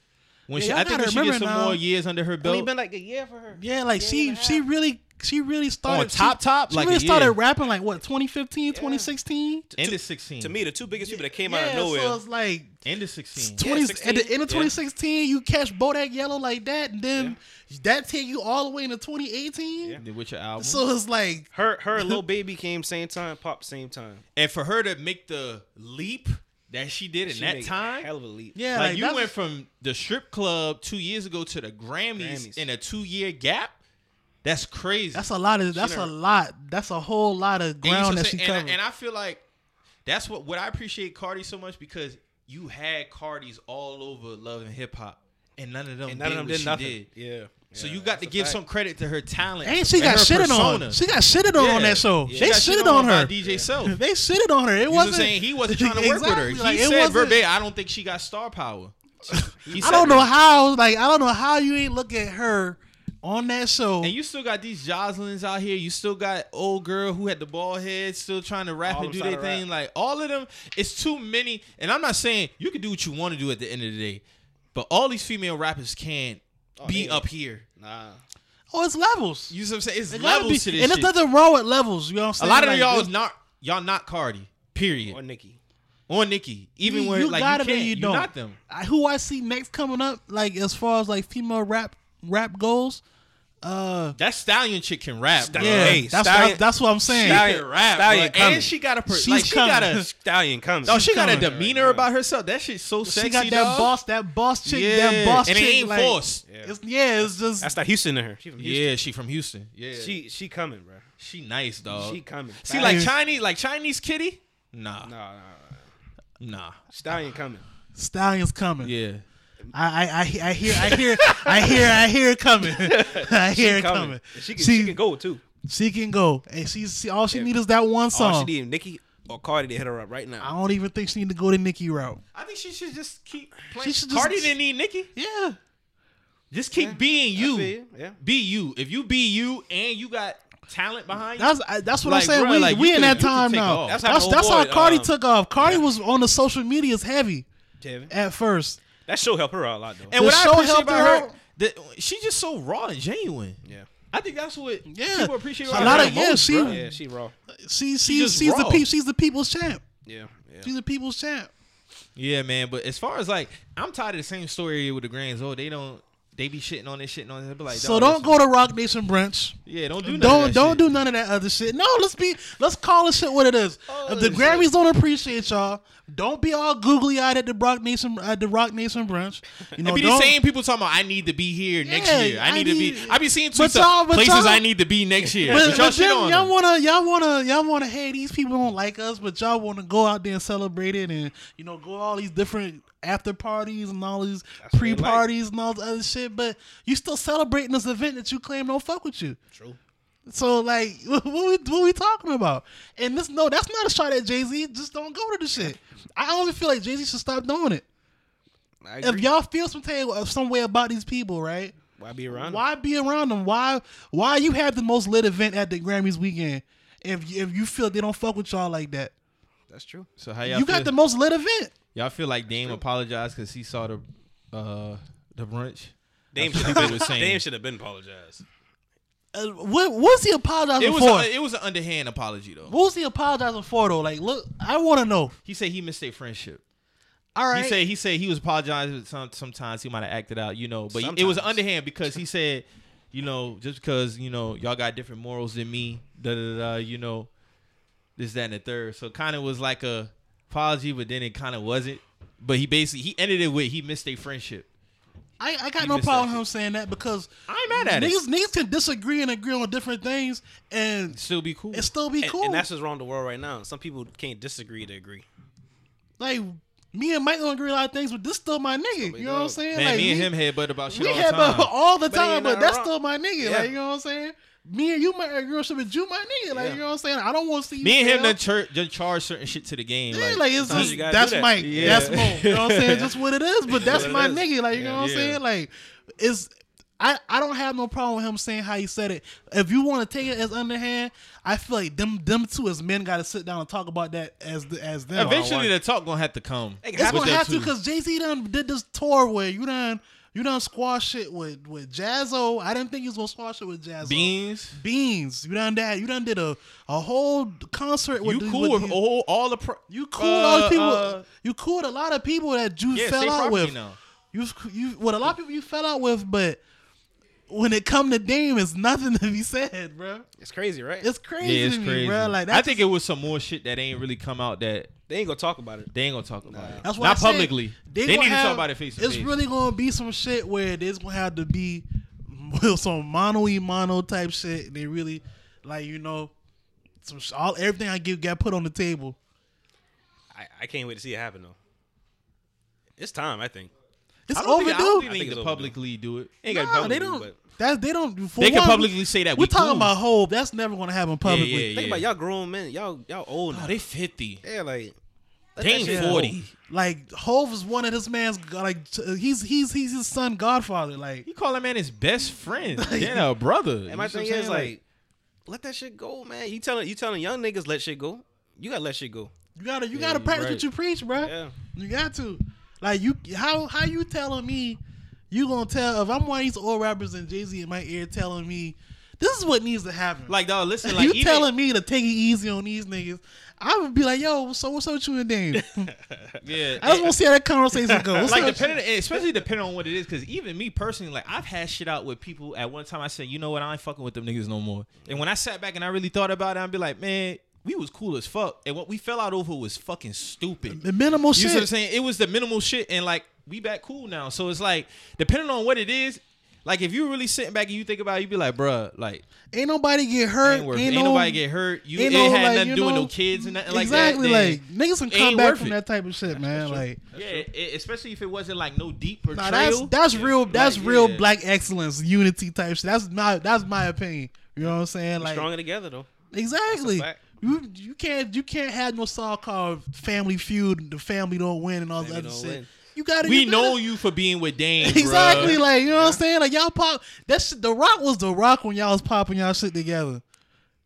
When
Yeah,
she,
y'all
I think
gotta
when she gets
remember
some
now-
more years under her
Only
belt,
been like a year for her.
yeah, like
year
she
and a
she
half.
really she really started
On top,
she,
top,
She
like,
really
yeah.
started rapping like what 2015, 2016?
end of sixteen.
To me, the two biggest people that came
yeah,
out of
So
nowhere.
it's like
end of sixteen.
20,
Yeah,
at
16,
the end of
yeah.
2016, you catch Bodak Yellow like that, and then that take you all the way into 2018.
Yeah.
With your album,
So it's like,
Her, her, little baby came same time, pop same time.
and for her to make the leap that she did in
She
that
made a
time,
hell of a leap.
yeah,
like,
like,
you
that's-
went from the strip club two years ago to the Grammys,
Grammys.
in a two-year gap. That's crazy.
That's a lot of. That's a
never-
lot. That's a whole lot of
And you see
ground
what I'm
that she
saying?
covered.
and, I- and I feel like that's what what I appreciate Cardi so much because you had Cardi's all over Love and Hip Hop, and none of them did
And none of them
what
did
she
nothing.
did.
Yeah.
So
Yeah,
you got
that's
to
a
give
fact.
some credit to her talent.
and she got
her
shitted
persona.
on. She got shitted on on
Yeah.
that show.
She
They
got
shitted on
by
her.
DJ Self.
They shitted on her. It
You know what I'm
wasn't.
saying? He wasn't trying to work with her.
Exactly, like,
he
it
said
wasn't-
verbatim, I don't think she got star power. He
I
said
don't know
that.
how. Like I don't know how you ain't look at her on that show.
And you still got these Joslins out here. You still got old girl who had the bald head, still trying to rap
All
and
them
do their
trying to rap.
thing. Like all of them, it's too many. And I'm not saying you can do what you want to do at the end of the day, but all these female rappers can't be
they-
up here.
Oh, Nah.
oh, it's levels.
Oh, You see what I'm saying? It's
It gotta
levels
be-
to this
and
shit.
there's nothing wrong with levels. You know what I'm
A
saying?
lot of
Like,
y'all
this-
is not y'all not Cardi. Period.
Or Nicki.
Or Nicki. Even
You-
when
you
like
got
you
them and
can't,
you
you
don't.
not them.
I, who I see next coming up, like as far as like female rap rap goes, uh,
That stallion chick can rap. bro.
yeah,
Hey,
that's,
Stallion-
that's that's what I'm saying.
She
Stallion-
can rap,
Stallion
bro.
coming.
and she got a per-
She's
like she got
coming.
a
Stallion comes.
no, she
She's
got a
coming.
demeanor about herself. That shit's so
she
sexy.
got that
dog.
boss, that boss chick,
Yeah,
that boss
and it
chick.
ain't
like,
forced.
Yeah. It's, yeah, it's just
That's not Houston in her. She from Houston.
Yeah, she from Houston. Yeah, she
She she coming, bro.
she nice
Oh.
dog.
She coming.
See, like
Stallion.
Chinese, like Chinese kitty. Nah,
Nah, nah, nah.
nah.
Stallion
Ah.
coming.
stallions coming.
Yeah,
I, I I I hear I hear I hear I hear it coming. I hear
She
it coming.
coming. She can, she,
she,
can go too.
she can go, and she's she, all she
Yeah.
needs is that one song.
All she need Nicki or Cardi to hit her up right
I
now.
don't even think she need to go the Nicki route.
I think she should just keep.
She
Playing.
should just-
Cardi didn't need Nicki.
Yeah,
Just keep being you.
I feel you, yeah.
Be you. If you be you and you got talent behind you,
That's I, that's what
Like,
I'm saying.
bruh,
we
like,
we
you
in
could-
that
you could
time
take
now.
off.
That's
That's
that's,
how my old
how
boy,
Cardi
um,
took off. Cardi was on the social medias heavy
Tevin.
at first.
That show helped her out a lot though.
and
the
what I
show
appreciate
helped
about
her
her, that she just so raw and genuine.
yeah.
I think that's what
Yeah.
people appreciate.
A
about
lot
her
of-
the
yeah,
most,
she-
bruh.
Yeah, she raw.
She, she
just
she's the
raw.
pe- she's the people's champ.
Yeah. yeah.
She's the people's champ.
Yeah, man. But as far as like, I'm tired of the same story with the Grands. Oh, they don't. They be shitting on this, shitting on this. Be like,
So don't
dawg,
go to Rock Nation brunch.
listen. Yeah, don't do. None
Don't
of that
don't
shit.
do none of that other shit. No, let's be let's call this shit what it is.
Oh,
if the
shit.
Grammys don't appreciate y'all, don't be all googly eyed at the Brock Nation at the Rock Nation brunch. You know,
It be the
don't-
same people talking about I need to be here next
Yeah,
year. I
I
need, to
need-
be. I be seeing
But
tweets
y'all-
of
but
places
y'all-
I need to be next year.
But,
But, y'all
but
shit
then
on
y'all
them.
wanna y'all wanna y'all wanna hey these people don't like us, but y'all wanna go out there and celebrate it and you know go to all these different after parties and all these
what they
pre
like.
parties and all this other shit. But you still celebrating this event that you claim don't fuck with you.
True.
So like, what we what we talking about? And this no, that's not a shot at Jay Z. Just don't go to the shit. I only feel like Jay Z should stop doing it.
I
If
agree.
y'all feel some type of some way about these people, right?
Why be around? them?
Why be around them? Why why you have the most lit event at the Grammys weekend? If you- if you feel they don't fuck with y'all like that,
That's true.
So how y'all
you
feel?
got the most lit event.
y'all feel like Dame apologized because he saw the uh, the brunch.
Dame
That's
should have
what people
been.
was saying.
Dame should have been apologized.
Uh, what what's he apologizing
It was
for?
a, it was an underhand apology though.
what was he apologizing for though? Like, look, I want to know.
He said he missed a friendship.
All right,
He said he said he was apologizing. Some, sometimes he might have acted out, you know. But he- it was
Sometimes.
underhand because he said, you know, just because you know y'all got different morals than me, da da da, da, you know, this that and the third. So kind of was like a apology, but then it kind of wasn't. But he basically he ended it with he missed a friendship.
I, I got
He
no
missed
problem
that
with him saying that because
I'm mad at it.
niggas, niggas can disagree and agree on different things and
Still be cool.
it still be
And,
cool.
and that's what's wrong with the world right now. Some people can't disagree to agree.
like me and Mike don't agree on a lot of things, but this still my nigga. You know what I'm
dog.
saying?
Man,
like,
me and
we-
him headbutt about shit
we
all the
had
time.
about all the
But he
time,
ain't
but
nothing
that's
wrong.
still my nigga.
Yeah.
Like you know what I'm saying? Me and you might agree on shit, but you my nigga. Like
Yeah.
you know what I'm saying? I don't want to see you
me and him
fail.
done, char- done charge certain shit to the game.
Yeah,
like,
like it's
sometimes
just,
you gotta
that's
do that.
Mike.
Yeah.
That's Mo. You know what I'm saying? Just what it is. But that's
what it
my
is.
nigga. Like you know what I'm
Yeah.
saying? Like it's I, I don't have no problem with him saying how he said it. If you want to take it as underhand, I feel like them them two as men got to sit down and talk about that as the, as them.
want-
eventually the talk gonna have to come.
It's
It's
Happy
gonna
with
have
that
to
too.
because Jay Z done did this tour where you done you done squash shit with with Jazzo. I didn't think he was gonna squash it with Jazzo.
Beans.
Beans, you done that. You done did a, a whole concert with
You
the-
cool with
the-
all, all the pro-
you cool with all the
uh,
people.
uh,
you cool with a lot of people that you
yeah,
fell
stay
out
property
with.
now.
You you with a lot of people you fell out with, but when it come to Dame, it's nothing to be said, bro.
It's crazy, right?
It's crazy
Yeah, it's
to me,
crazy.
bro. Like that's
I think it was some more shit that ain't really come out that
they ain't gonna talk about it.
they ain't gonna talk about. it.
That's why
not
I said
publicly. They,
gonna
need to
have-
talk about it face to
It's
face.
really gonna be some shit where there's gonna have to be some mono e mono type shit. They really like you know some sh- all everything I give got put on the table.
I, I can't wait to see it happen though. It's time, I think.
It's
I don't
overdue.
Think, I don't think
I
they
think
need
it's
to
overdue.
publicly do it.
Ain't
Nah,
gotta be
they
public,
don't.
but
That's they don't. For
They can
one,
publicly say that
We're
we
talking
cool.
about hope. That's never gonna happen publicly.
Yeah, yeah,
Think about y'all grown men. Y'all y'all old
Oh,
now.
they fifty.
yeah, like
They ain't
shit
forty.
Like Hove is one of this man's like t- he's he's he's his son godfather. Like
He call that man his best friend. yeah, a brother. You
and my
see what
thing
I'm
is
saying?
like, let that shit go, man. You telling you telling young niggas let shit go. You gotta let shit go.
you gotta you
Yeah,
gotta
you
practice
right.
what you preach, bro.
Yeah.
You got to. Like you how how you telling me you gonna tell if I'm one of these old rappers and Jay Z in my ear telling me this is what needs to happen.
like dog. Listen, like
you
even,
telling me to take it easy on these niggas. I would be like, yo, so what's up with you and Dame?
yeah,
I just wanna see how that conversation goes. What's
like
up with you?
depending, and especially depending on what it is, because even me personally, like I've had shit out with people. At one time, I said, you know what, I ain't fucking with them niggas no more. And when I sat back and I really thought about it, I'd be like, man, we was cool as fuck, and what we fell out over was fucking stupid.
The minimal
You see what I'm
shit.
saying? It was the minimal shit, and like we back cool now. So it's like depending on what it is. Like if you really sitting back and you think about it, you be like, bruh, like
Ain't nobody get hurt.
ain't, worth it.
ain't
ain't
no-
nobody get hurt. You
ain't
it
no,
had
like,
nothing
you
to do with
know,
no kids and nothing like
exactly,
that.
like niggas can
it
come
ain't
back
worth
from
it.
that type of shit, man. Like
yeah, it- especially if it wasn't like no deep portrayal.
Nah, that's that's real. That's real
yeah.
black excellence, unity type shit. That's my that's my opinion. You know what I'm saying?
Like,
Like
stronger together though.
exactly.
fact.
You you can't you can't have no song called Family Feud. and The family don't win and all that
Family
other
don't
shit.
win.
You gotta.
we
you gotta-
know you for being with Dame. bruh.
exactly. Like you know what I'm saying? Like y'all pop. That shit. The Rock was the Rock when y'all was popping y'all shit together.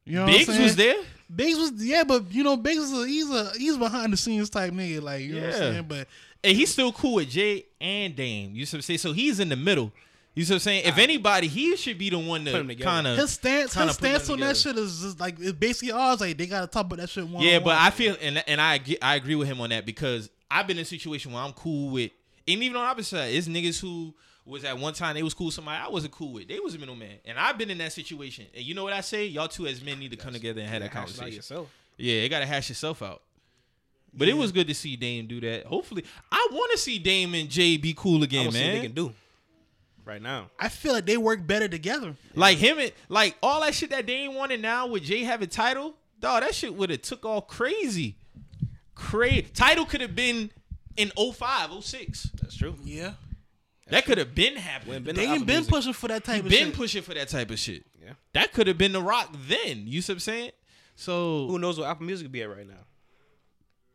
You know
Biggs
what I'm saying?
was there.
Biggs was yeah, but you know Biggs is a, he's a he's behind the scenes type nigga. Like you know what I'm
Yeah.
saying? But
And he's still cool with Jay and Dame. You see what I'm saying? So he's in the middle. You see what I'm saying? If anybody, he should be the one to
'em together.
kind
his
of.
stance,
Kinda
his
putting
stance
them
on that shit is just like it's basically ours. Like they gotta talk about that shit one.
Yeah, but I feel and and I ge- I agree with him on that because I've been in a situation where I'm cool with and even on the opposite side, it's niggas who was at one time they was cool with somebody I wasn't cool with. They was a middleman, and I've been in that situation. And you know what I say? Y'all two as men need to come together and have that
House by
conversation.
yourself.
Yeah, it got to hash itself out. But it was good to see Dame do that. Hopefully, I want to see Dame and Jay be cool
I
again,
wanna see what
man.
they can do right now.
I feel like they work better together.
Like him and like all that shit that Dame wanted now with Jay having title, dog. That shit would have took all crazy, crazy. Title could have been in 05, 06.
That's true.
Yeah,
That could have been happening.
When Ben
they
on
ain't
Apple
been
Music,
pushing for that type of
been
shit.
pushing for that type of shit.
Yeah.
That could have been the Rock then. You see what I'm saying? So
who knows what Apple Music be at right now?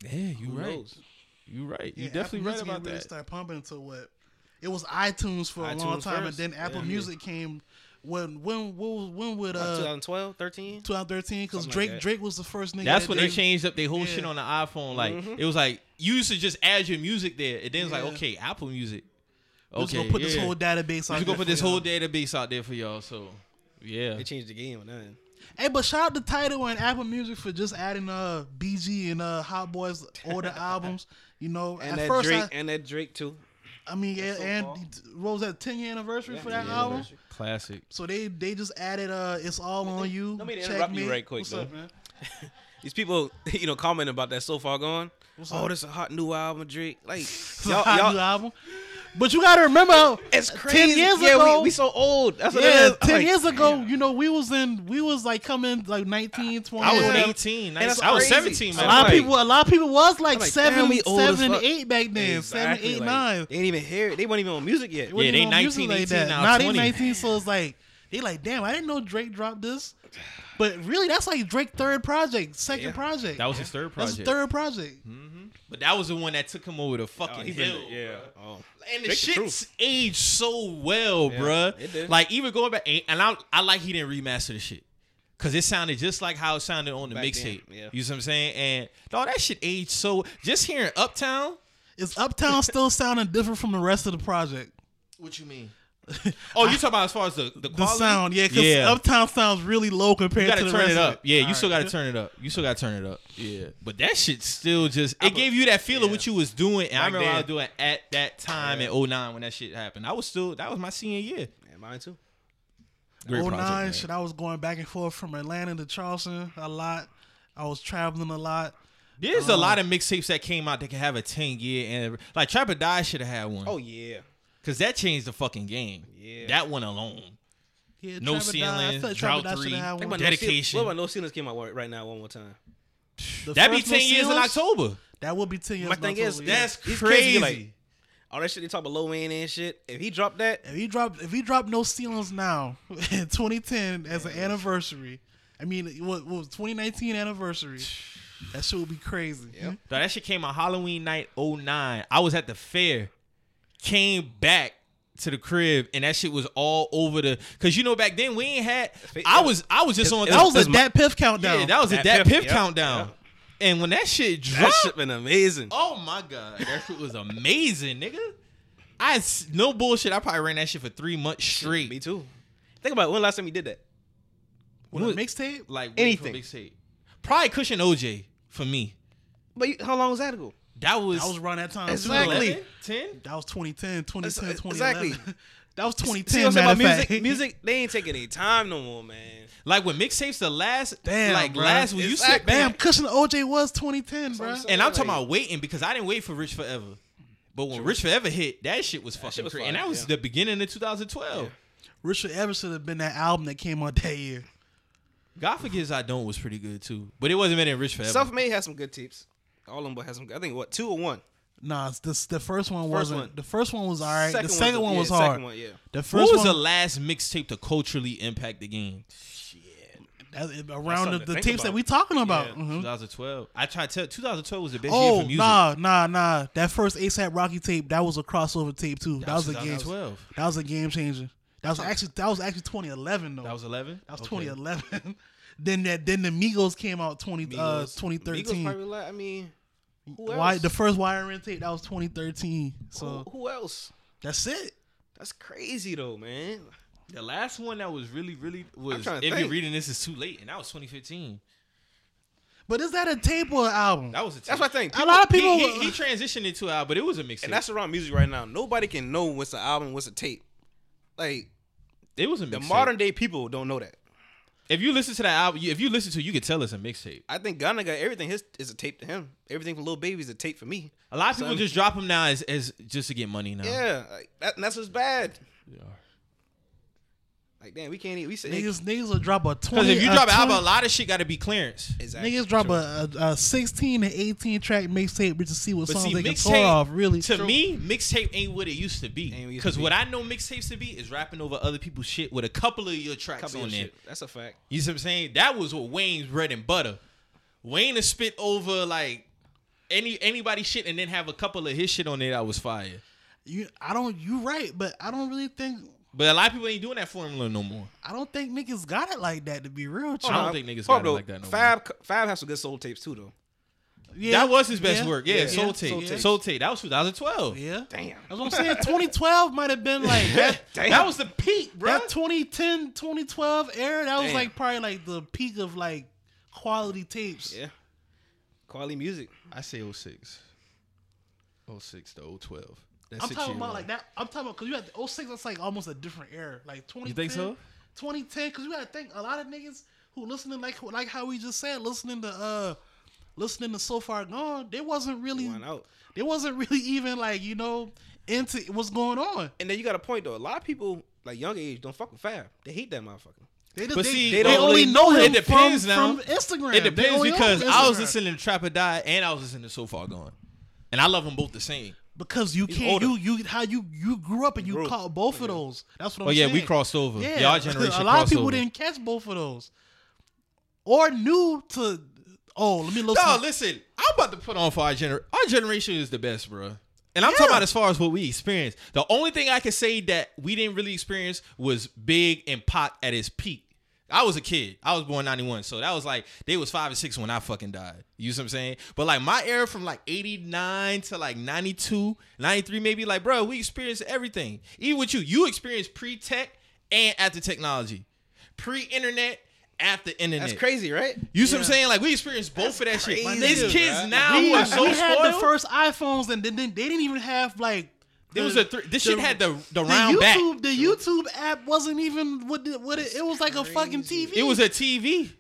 yeah, you
Who
right.
knows?
You right.
Yeah,
You
Apple
definitely right
Music
about
really
that.
Start pumping into what it was iTunes for a long
iTunes
time,
first.
and then Apple
Yeah.
Music came. When when when, when would
Like
uh
2012, 13?
2013? Because
Something like
Drake
that.
Drake was the first nigga.
That's
that
when
did-
they changed up their whole shit
Yeah. Mm-hmm.
on the iPhone. Like it was like you used to just add your music there, and then it's
Yeah.
like okay, Apple Music.
We're just
Okay,
gonna put this
yeah.
whole database.
We're
out
just gonna
there
put this
for y'all.
whole database out there for y'all. So yeah,
They changed the game on that.
Hey, but shout out to Title and Apple Music for just adding uh BG and uh Hot Boys older albums. You know,
And
at
that
first
Drake,
I,
and that Drake too.
I mean,
that's so
and
far.
what was that 10 year anniversary for that
10 year
album?
anniversary.
classic.
So they they just added uh it's all on you.
let me
Check
interrupt you
me.
right quick,
What's
though.
up, man?
These people, you know, commenting about that so far gone.
What's
oh,
up?
this a hot new album, Drake. Like
It's a
y'all,
hot
y'all
new album. But you gotta remember,
it's
ten
crazy.
years
yeah,
ago.
we, we so old. That's what
yeah,
it is.
ten
Like,
years ago, you know, we was in, we was like coming like 19, 20.
I was
Oh, Yeah.
18.
And it's
I was
crazy.
17,
A
man.
lot of
Like-
people, a lot of people was like,
I'm like, damn,
seven,
we old as
seven,
fuck.
eight back then,
Exactly,
seven, eight,
like,
nine.
They ain't even hear it. They weren't even on music yet.
wasn't
Yeah, they
even on music
19, 18, now
Nah, they
20.
19, so it's like they like, damn, I didn't know Drake dropped this, but really, that's like Drake third project, second
Yeah.
project.
That was his third
that's
project.
his third project.
But that was the one that took him over the fucking
Oh, he been-
hill.
yeah.
bruh.
Oh.
And the
Drake the
shit's aged so well,
it
bruh.
did.
Like even going back, and and I, I like he didn't remaster the shit because it sounded just like how it sounded on the
Back
mixtape.
then, yeah.
You see what I'm saying? And dog, that shit aged so. Just hearing Uptown.
Is Uptown still sounding different from the rest of the project?
What you mean? oh, you talking about as far as the
The
the, quality?
sound, yeah, because
Yeah.
Uptown sounds really low compared
You
to
gotta
the
turn
rest
it
of
up. Yeah, you
All
still
right.
gotta turn it up. You still gotta turn it up. Yeah, but that shit still just it gave you that feel of what you was doing. And I
Back
remember I
then.
was doing at that time in 09 when that shit happened. I was still that was my senior year.
Yeah, mine too.
Great
Oh
project,
nine,
man.
shit, I was going back and forth from Atlanta to Charleston a lot. I was traveling a lot.
There's a lot of mixtapes that came out that can have a 10 year and like Trapper Die should have had one.
Oh yeah.
Cause that changed the fucking game.
Yeah.
That one alone.
Yeah, Trapper Dye,
No
I
Ceiling,
feel like
Drought
Trapper Dye
Three.
shoulda had
What
one.
about No Ceil-
Dedication.
what about No Ceilings came out one- right now one more time?
The
That'd be
first No
10 years in
Ceilings?
October.
That would be ten years.
My
in
thing is,
October, yeah.
That's
These kids be
crazy.
like- All that shit they talk about low end and shit. If he dropped that,
If he dropped if he dropped no ceilings now in 2010 as an anniversary, I mean what, what was 2019 anniversary? That shit would be crazy.
Dawg, that shit came on Halloween night 09. I was at the fair, came back to the crib, and that shit was all over the. Cause you know back then we ain't had. I was I was just on.
That was
the,
a that piff countdown.
yeah, that was a
That
that
Piff,
Piff
yeah,
countdown. And when that shit
that
dropped,
shit been amazing.
oh my god, that shit was amazing, nigga. I s- no bullshit. I probably ran that shit for three months straight.
Me too. Think about it, when last time he did that.
With a
was-
mixtape.
Like
Anything.
big tape. Probably Cushion OJ for me.
But you, how long was that ago?
That was
That was around that time. too,
Exactly.
though.
10?
That was 2010, 2010,
That's-
2011.
exactly.
That was
See
2010.
what I'm saying about
matter of fact.
music? Music they ainc taking any time no more, man.
Like when mixtapes, the last,
Damn,
like
bruh.
last, when you sit
Exactly.
back,
Damn, Cushion OJ was 2010, bro.
saying.
and I'm talking
Like-
about waiting because I didn't wait for Rich Forever. But when Rich Forever hit, that shit was fucking
shit was
crazy. And
fire,
that was
yeah.
the beginning of 2012.
Richard Evans should have been that album that came out that year.
God Forgives I Don't was pretty good too. But it wasn't meant in Rich Forever.
Self made has some good tips. All of them but has some. good- I think what two or one.
Nah, it's this, the first one wasn't.
one.
The first one was all right.
Second
the
one's
second
a-
one
yeah,
was
second
hard.
one, yeah.
The first
what was
one,
the last mixtape to culturally impact the game?
that- around the,
something to
the
think
tapes that
about.
we talking about. Mhm.
2012. I tried to tell 2012 was the best year
Oh
for music.
nah nah nah! That first ASAP Rocky tape, that was a crossover tape too. That, was, a game.
2012.
That was a game changer. That was actually that was actually 2011 though.
That was 11.
That was
Okay.
2011. then that then the Migos came out 20 uh
Migos. Migos
2013.
probably like, I mean, who else?
Why the first wiring tape that was 2013. So
who, who else?
that's it.
That's crazy though, man.
The last one that was really, really was.
trying
If
to
you're
think.
reading this, is too late, and that was 2015.
But is that a tape or an album?
That was a.
That's
tape.
my thing.
a lot of
He-
people.
he, he, transitioned into out, but it was a mixtape.
And that's around music right now. Nobody can know what's an album, what's a tape. Like
it was a mixtape.
the modern day people don't know that.
If you listen to that album, you- if you listen to, it, you could tell it's a mixtape.
I think Ghana got everything. His is a tape to him. Everything from Lil Baby is a tape for me.
A lot of people
Son.
just drop him now as, as just to get money now.
Yeah, like, that, and that's what's bad.
Yeah.
Like damn, we can't even. We sit here-
Niggas, niggas will drop a
Because
twenty.
if you
a
drop an
20
album, a lot of shit got to be clearance.
Exactly.
niggas drop a, a, a sixteen to eighteen track mixtape just to see what
But
songs
see,
they can
mixtape-
pull off. Really,
To me, mixtape ain't what it used to be.
Ain't what it used to
Because
be.
what I know mixtapes to be is rapping over other people's shit with a couple of your tracks
Couple
on
of
there.
shit. That's a fact.
You see what I'm saying? That was what Wayne's bread and butter. Wayne to spit over like any anybody shit and then have a couple of his shit on there that was fire.
you, I don't. You right, but I don't really think.
But a lot of people ain't doing that formula no more.
I don't think niggas got it like that. To be real, with you.
I don't think niggas
Hold
got it
on,
like that no
Fab, Fab has some good soul tapes too, though.
Yeah.
That was his best work. Yeah,
yeah,
Soul
yeah,
Tape.
Soul Tape.
Soul Tape. That was 2012.
Yeah,
Damn.
that's what I'm saying. 2012 might have been like that.
Damn.
That was the peak, bro.
that 2010, 2012 era. That was
Damn.
like probably like the peak of like quality tapes.
Yeah. Quality music.
I say 06. 06 to 012. That's
I'm talking about like that. I'm talking about because you had the 06, that's like almost a different era. Like 2010.
You think so?
2010, because you got to think a lot of niggas who listening like like how we just said listening to uh listening to So Far Gone, they wasn't really
One out.
they wasn't really even like you know into what's going on.
And then you got a point though. A lot of people like young age don't fuck with Fab. They hate that motherfucker.
They just
But
they,
see,
they,
they
only
only-
know
it
him
depends
from,
now.
from Instagram.
It
They
depends
only know him
because
from
I was
Instagram.
listening to Trap or Die and I was listening to So Far Gone. And I love them both the same.
because you can't
older.
you you how you you grew up and you
Grew up.
caught both of those. That's what I'm
Oh, yeah,
saying.
we crossed over.
Yeah,
Y'all generation
A lot of
crossed
people
over.
didn't catch both of those, or knew to. Oh, let me look.
No,
some-
listen. I'm about to put on for our generation. Our generation is the best, bro. And I'm talking about as far as what we experienced. The only thing I can say that we didn't really experience was Big and Pac at his peak. I was a kid. I was born 91. So that was like they was 5 and 6 when I fucking died. You see what I'm saying? But like my era from like 89 to like 92, 93 maybe like bro, we experienced everything. Even with you, you experienced pre-tech and after technology. Pre-internet, after internet.
That's crazy, right?
You see what I'm saying? Like we experienced both of that shit.
crazy,
These kids
bruh.
now
we,
who are so
we had the
spoiled.
first iPhones, and then, then they didn't even have like.
there was a three, this
the-
shit had the the
the
round back.
YouTube, The YouTube app wasn't even what it, what it, it was like a fucking TV.
It was a TV.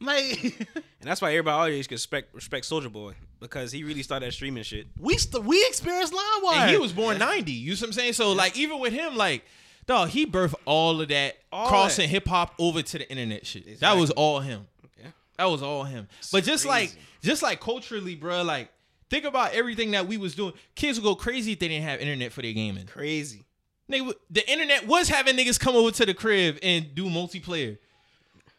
like
And that's why everybody always can respect respect Soldier Boy because he really started that streaming shit.
we st- we experienced line wire.
And he was born 90. You see what I'm saying? So like even with him like dog, he birthed all of that
All
crossing
that.
hip hop over to the internet shit. That was all him.
Yeah.
That was all him. but just like just like culturally, bro, like think about everything that we was doing. Kids would go crazy if they didn't have internet for their gaming.
Crazy.
Nigga, the internet was having niggas come over to the crib and do multiplayer.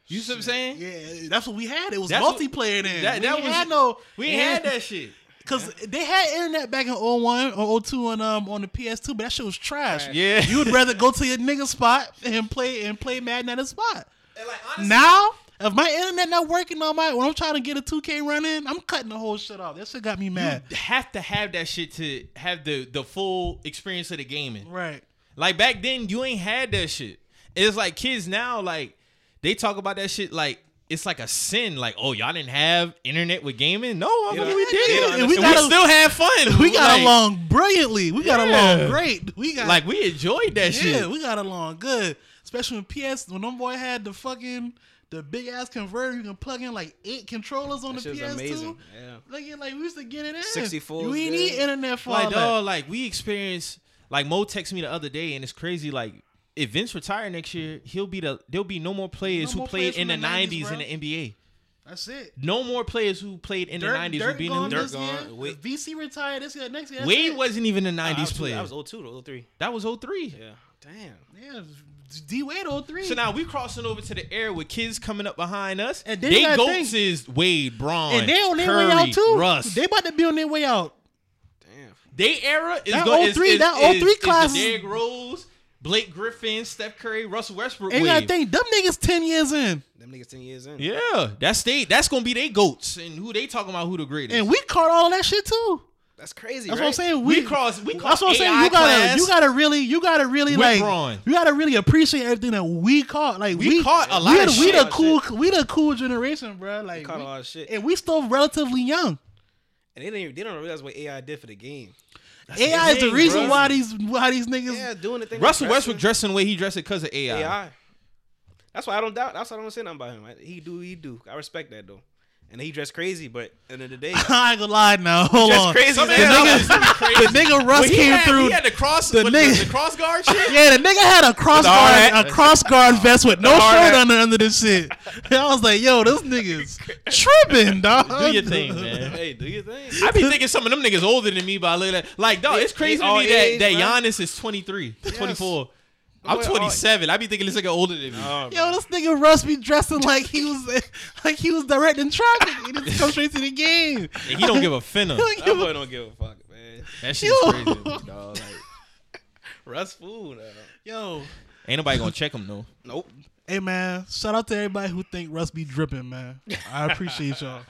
You see what I'm saying?
yeah, that's what we had. It was
That's what-
multiplayer then.
That,
we
that
ain't
was
had no.
We ain't had that shit.
Cause they had internet back in 01 or 02 on um on the PS2, but that shit was trash.
Yeah.
you would rather go to your nigga spot and play and play Madden at a spot.
And like honestly,
Now, if my internet not working on my when I'm trying to get a 2K run in, I'm cutting the whole shit off. That shit got me mad.
you have to have that shit to have the the full experience of the gaming.
right.
Like back then, you ain't had that shit. It's like kids now, like they talk about that shit like it's like a sin. Like, oh, y'all didn't have internet with gaming? No, I mean,
don't-
we
they
did.
don't
And we,
understand.
still had fun.
We got
like,
along brilliantly. We got
Yeah.
along great. We got
Like we enjoyed that shit.
Yeah, we got along good. Especially when PS when them boy had the fucking the big ass converter, you can plug in like eight controllers on
That
the
shit
PS2.
was amazing. Yeah.
Like, yeah, like we used to get it in.
64
You
was
ain't
good.
need internet for
like
all that.
dog, like we experienced like Mo texted me the other day, and it's crazy. Like if Vince retire next year, he'll be the there'll be no more players
No
who
more
played
players
in the
from the 90s,
nineties in the
bro.
NBA.
That's it.
No more players who played in the
Dirk,
nineties will
Dirk
be in
gone
the
this
Dirk gone.
year.
Wade-
VC retired this year. Next year. that's
Wade
it.
wasn't even a
I
nineties
was,
player.
I was 02 to 03.
that was 03.
Yeah. Damn.
Yeah, D Wade 03.
So now we crossing over to the air with kids coming up behind us.
And then you
they
gotta
goats
think-
is Wade, Braun,
and they on their
Curry,
way out too.
Russ.
They about to be on their way out.
Damn.
They era is
That
going
03
is, is,
that
is,
03
is the
class is-
Derrick Rose, Blake Griffin, Steph Curry, Russell Westbrook.
And you gotta
wave.
think them niggas ten years in,
Them niggas 10 years in.
Yeah, that's they. That's gonna be they goats, and who they talking about? Who the greatest?
and we caught all that shit too.
That's crazy,
That's
right?
what I'm saying.
we,
We,
cross. We
That's
cross.
what I'm saying. You gotta, you gotta really, you gotta really
With
like,
Braun.
you gotta really appreciate everything that we caught. Like
We
we,
caught a lot
we,
of
the- we
shit.
the cool, we the cool generation, bro. Like,
Caught
we-
a lot of shit.
and we still relatively young.
and they didn't even, they don't realize what AI did for the game.
AI is the
thing,
reason
bro.
why these, why these niggas.
Yeah, doing the thing.
Russell
with
Westbrook dressing the way he dressed because of AI.
AI. That's why I don't doubt. That's why I don't say nothing about him. I- He do, he do. I respect that though. And he dressed crazy, but at the end of the day,
I ain't gonna lie now. Hold
That's
on.
crazy,
The
man.
nigga,
That's crazy.
the nigga Russ
When he
came
had,
through.
He had the cross,
the
the,
nigga-
the cross guard shit.
yeah, the nigga had a cross
the hard
guard,
hat.
a cross guard vest with no
The hard
shirt
hat.
under under this shit. And I was like, yo, this nigga's tripping, dog.
Do your thing, man.
hey, do your thing.
I be thinking some of them niggas older than me, but I look at like dog.
They-
It's crazy
they
to
all
me that
age,
that
bro.
Giannis is 23, 24. I'm
oh.
Boy, all-
27. I be thinking this nigga older than me.
Oh, bro.
Yo, this nigga Russ be dressing like he was like he was directing traffic. He just come straight to the game.
And he don't give a finna.
Like,
that boy don't give a fuck, man.
That shit is
Yo.
crazy, to me, dog. Like,
Russ fool. though.
yo,
ain't nobody gonna check him though.
Nope.
hey man, shout out to everybody who think Russ be dripping, man. I appreciate y'all.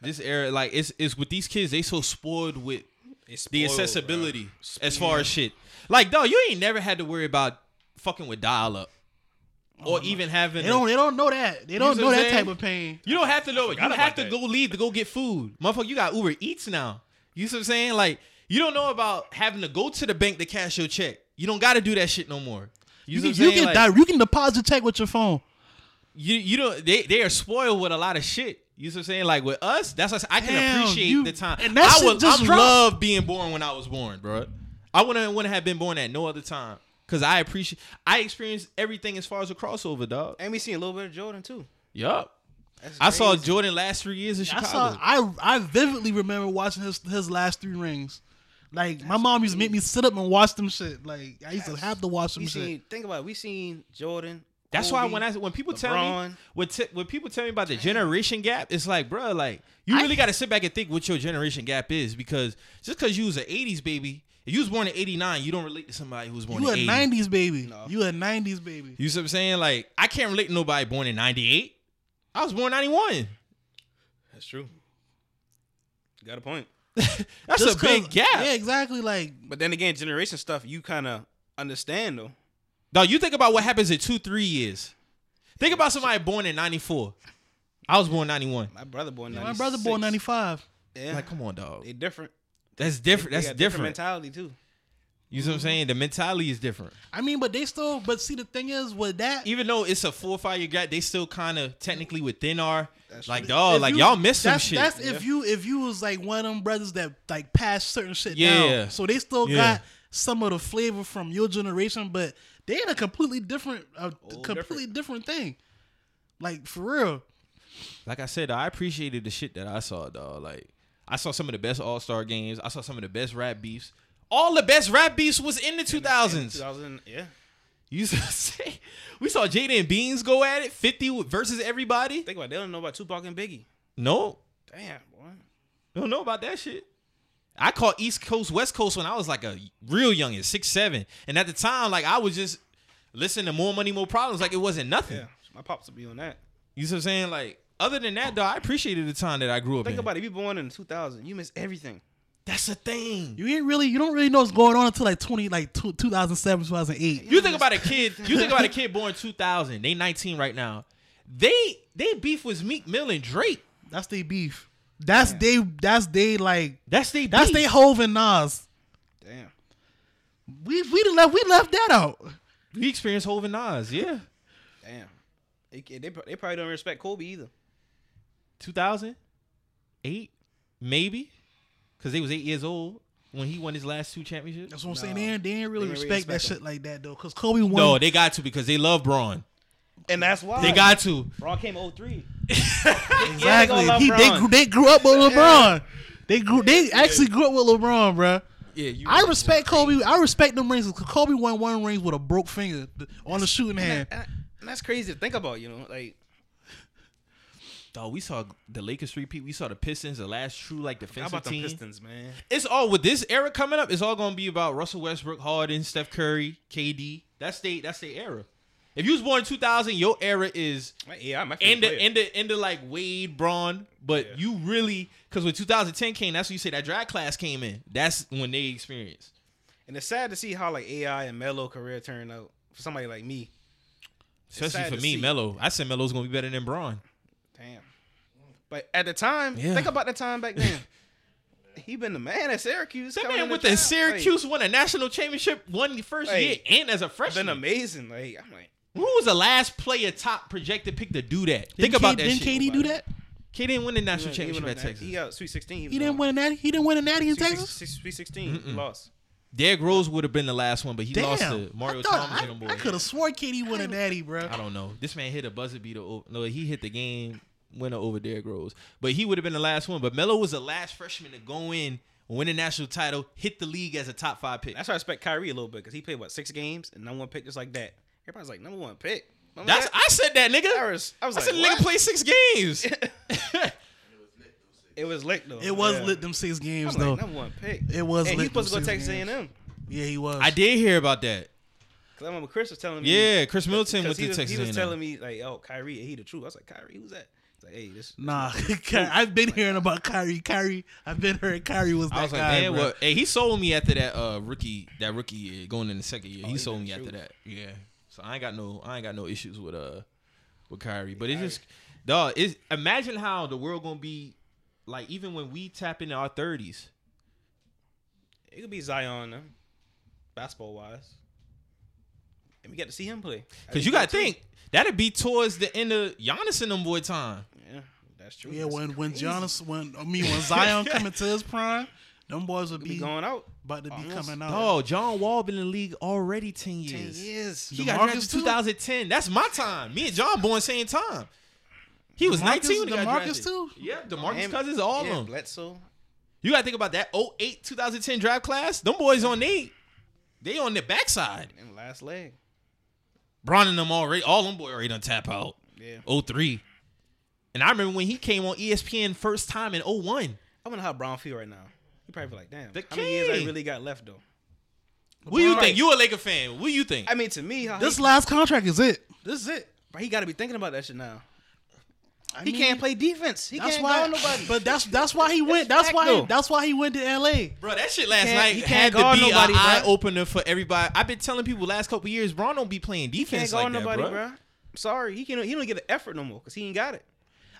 This era, like it's it's with these kids, they so spoiled with
It's
the
spoiled,
accessibility as far as shit. Like dog, you ain't never had to worry about fucking with dial up, or even having.
They
a-
don't they don't know that. They don't
see
know
what I'm
that
saying?
type of pain.
You don't have to know it. You
forgot
have
about
to
that.
go leave to go get food. Motherfucker, you got Uber Eats now. You see what I'm saying? Like, you don't know about having to go to the bank to cash your check. You don't got to do that shit no more.
You
You, see
can,
what
you
I'm
can
saying?
di-
Like,
you can deposit check with your phone.
you, you don't, they, they are spoiled with a lot of shit. You see what I'm saying? Like, with us, that's what I I can
Damn,
appreciate
you-
the time.
and that
I
shit
would,
just
I
dropped.
love being born when I was born, bro. I wouldn't, wouldn't have been born at no other time. Cause I appreciate, I experienced everything as far as a crossover, dog.
And we seen a little bit of Jordan too.
Yup.
That's
I saw
crazy.
Jordan last three years in Chicago.
I saw I I vividly remember watching his his last three rings. Like my mom used to make me sit up and watch them shit. Like I used to have to watch them
We
shit.
seen. Think about it. We seen Jordan.
That's why
Kobe.
when I when people tell me
LeBron.
when, t- when people tell me about the generation gap, it's like, bro, like you really got to sit back and think what your generation gap is because just because you was an '80s baby, if you was born in '89, you don't relate to somebody who was born
You a
in '90.
nineties baby.
No.
You a nineties baby.
You see what I'm saying? Like I can't relate to nobody born in '98. I was born '91.
That's true.
got a point.
That's
Just
a
'cause-
big gap.
Yeah, exactly. Like
But then again, generation stuff you kind of understand though.
Now you think about what happens in two, three years. Think about somebody born in '94. I was born '91.
My brother born.
my brother born
96.
ninety five.
Yeah,
Like, come on, dog.
they different.
That's
They
different.
got
That's different.
mentality too.
You see what I'm saying? The mentality is different.
I mean, but they still. But see, the thing is with that,
even though it's a four or five year gap, they still kind of technically within our like
if
dog, Oh, like
you-
y'all miss some
that's,
shit.
That's if you if you was like one of them brothers that like passed certain shit
Yeah.
down. So they still
Yeah.
got some of the flavor from your generation, but they in a completely different, a completely different. thing. Like for real,
like I said, I appreciated the shit that I saw, dog. Like I saw some of the best All Star games. I saw some of the best rap beefs. All the best rap beefs was in the two thousands.
2000, yeah.
You see what I'm saying? We saw Jada and Beans go at it, fifty with- versus everybody.
Think about it. They don't know about Tupac and Biggie.
No,
Damn, boy.
I don't know about that shit. I caught East Coast, West Coast when I was like a real youngin, six, seven, and at the time, like I was just listening to more money, more problems. Like it wasn't nothing.
Yeah, my pops would be on that.
You see what I'm saying? Like, other than that, though, I appreciated the time that I grew up
Think
in.
about it. If you born in 2000, you miss everything.
That's the thing. You,
you ain't really, you don't really know what's going on until like twenty, like two thousand seven, two thousand eight.
think about a kid. You think about a kid born 2000. They 19 right now. They they beef was Meek Mill and Drake.
That's they beef. That's they. That's they. Like
That's they.
that's
beef.
they. Hove and Nas.
Damn.
We we done left we left that out.
We experienced Hov and Nas. Yeah,
Damn. They, they, they probably don't respect Kobe either.
2008 maybe, because they was eight years old when he won his last two championships.
That's what I'm saying.
No.
They ain't, they ain't really
They ain't
respect,
really
that
respect
shit like that though, because Kobe won.
No, they got to because they love Braun.
And that's why.
They got to.
Braun came 03.
Exactly.
Yeah, they
he,
gonna love
they,
Bron.
grew, they grew up with LeBron. They grew. They actually grew up with LeBron, bruh.
Yeah, you
I respect Kobe. I respect them rings. 'cause Kobe won one rings with a broke finger on the shooting hand.
And, and that's crazy to think about, you know? Like,
Dog, we saw the Lakers repeat. We saw the Pistons, the last true like defensive
how about the
team.
Pistons, man?
it's all with this era coming up. It's all gonna be about Russell Westbrook, Harden, Steph Curry, KD. That's they. That's their era. If you was born in 2000, your era is
My, yeah, my favorite
end
player.
the end the end of like Wade, Braun. But
Yeah.
you really because when 2010 came, that's when you say that drag class came in. That's when they experienced.
And it's sad to see how, like, AI and Melo career turned out for somebody like me. sad
Especially for
to
me,
see.
Melo. I said Melo's gonna be better than Braun.
Damn. But at the time,
Yeah.
think about the time back then. he been the man at Syracuse.
That
coming
man
in the
with the
draft.
Syracuse won a national championship, won the first
Like,
year, and as a
Like, been
freshman.
amazing. Like I'm like,
Who was the last player top projected pick to do that? Think
Didn't
about
K-
that
Didn't
shit.
KD do that?
K didn't win the national
He went
championship
on
at
that-
Texas.
He got Sweet 16.
He didn't win a natty. He didn't win a natty in Texas.
Sweet 16.
Mm-mm.
Lost.
Derrick Rose would have been the last one, but he
Damn,
lost to Mario
I thought-
Thomas
I-
and them
I,
boys.
could have swore KD won a natty, bro.
I don't know. This man hit a buzzer beater. o- No, he hit the game winner over Derrick Rose, but he would have been the last one. But Melo was the last freshman to go in, win a national title, hit the league as a top five pick.
That's why I respect Kyrie a little bit because he played, what, six games and number one pick just like that. Everybody's like, number one pick. Remember
That's
that?
I said that
I
nigga.
was, I was
I said
like,
the nigga
what?
played six games.
It was lit, though.
It was
Yeah.
lit them six games
I'm
though.
like, number one pick.
It was
And
lit
he's supposed to
them
go to
six
Texas A&M.
games. yeah, he was.
I did hear about that.
Because I remember Chris was telling me.
Yeah, Chris Middleton with
Because Mm-hmm. he
the
was,
Texas
He was
A&M.
telling me like, "Oh, Kyrie, he the truth." I was like, "Kyrie, who's that?" He's like, "Hey, this."
Nah, Ky- I've been hearing about Kyrie. Kyrie, I've been hearing Kyrie was that
I was like,
guy.
man,
bro.
what? Hey, he sold me after that uh, rookie that rookie year, going in the second year. he
he
sold
been
me after
true.
that. Yeah. So I ain't got no I ain't got no issues with uh with Kyrie, but it's just dog. Is imagine how the world gonna be like even when we tap into our thirties.
It could be Zion, uh, though, basketball wise, and we got to see him play. I
Cause you gotta
that too.
think that'd be towards the end of Giannis and them boy time.
Yeah, that's true.
Yeah,
That's
when when
crazy.
Giannis, when I mean when Zion coming to his prime, them boys would
be
be
going out
about to be
Almost.
coming out.
Oh, John Wall been in the league already ten years.
ten years.
He got
DeMarcus
drafted
too?
2010. That's my time. Me and John born same time. He was
DeMarcus-
19 when he got
DeMarcus
drafted.
too?
Yeah, DeMarcus
And-
Cousins, all
yeah,
of them.
Bledsoe.
You gotta think about that 08 2010 draft class. Them boys on they, they on the backside.
And last leg.
Bron and them already, all them boy already done tap out.
Yeah.
03. And I remember when he came on E ESPN first time in 01.
I wonder how Brown feel right now. He probably feel like, damn,
The
how many years I
king.
really got left though?
What do you
Right.
think? You a Laker fan. What do you think?
I mean, to me, how
This
he,
last contract is it.
this is it. But he got to be thinking about that shit now.
I
He
mean,
can't play defense. He
That's
can't
why.
guard nobody.
But that's that's why he went. That's
fact,
why.
though.
He, that's why he went to L.A.
Bro, that shit last
can't-
night
he
had
can't
to
guard
be an
nobody, bro.
eye opener for everybody. I've been telling people last couple years, Bron don't be playing defense like
can't guard
that,
nobody,
bro.
bro. Sorry, he can he don't get an effort no more because he ain't got it.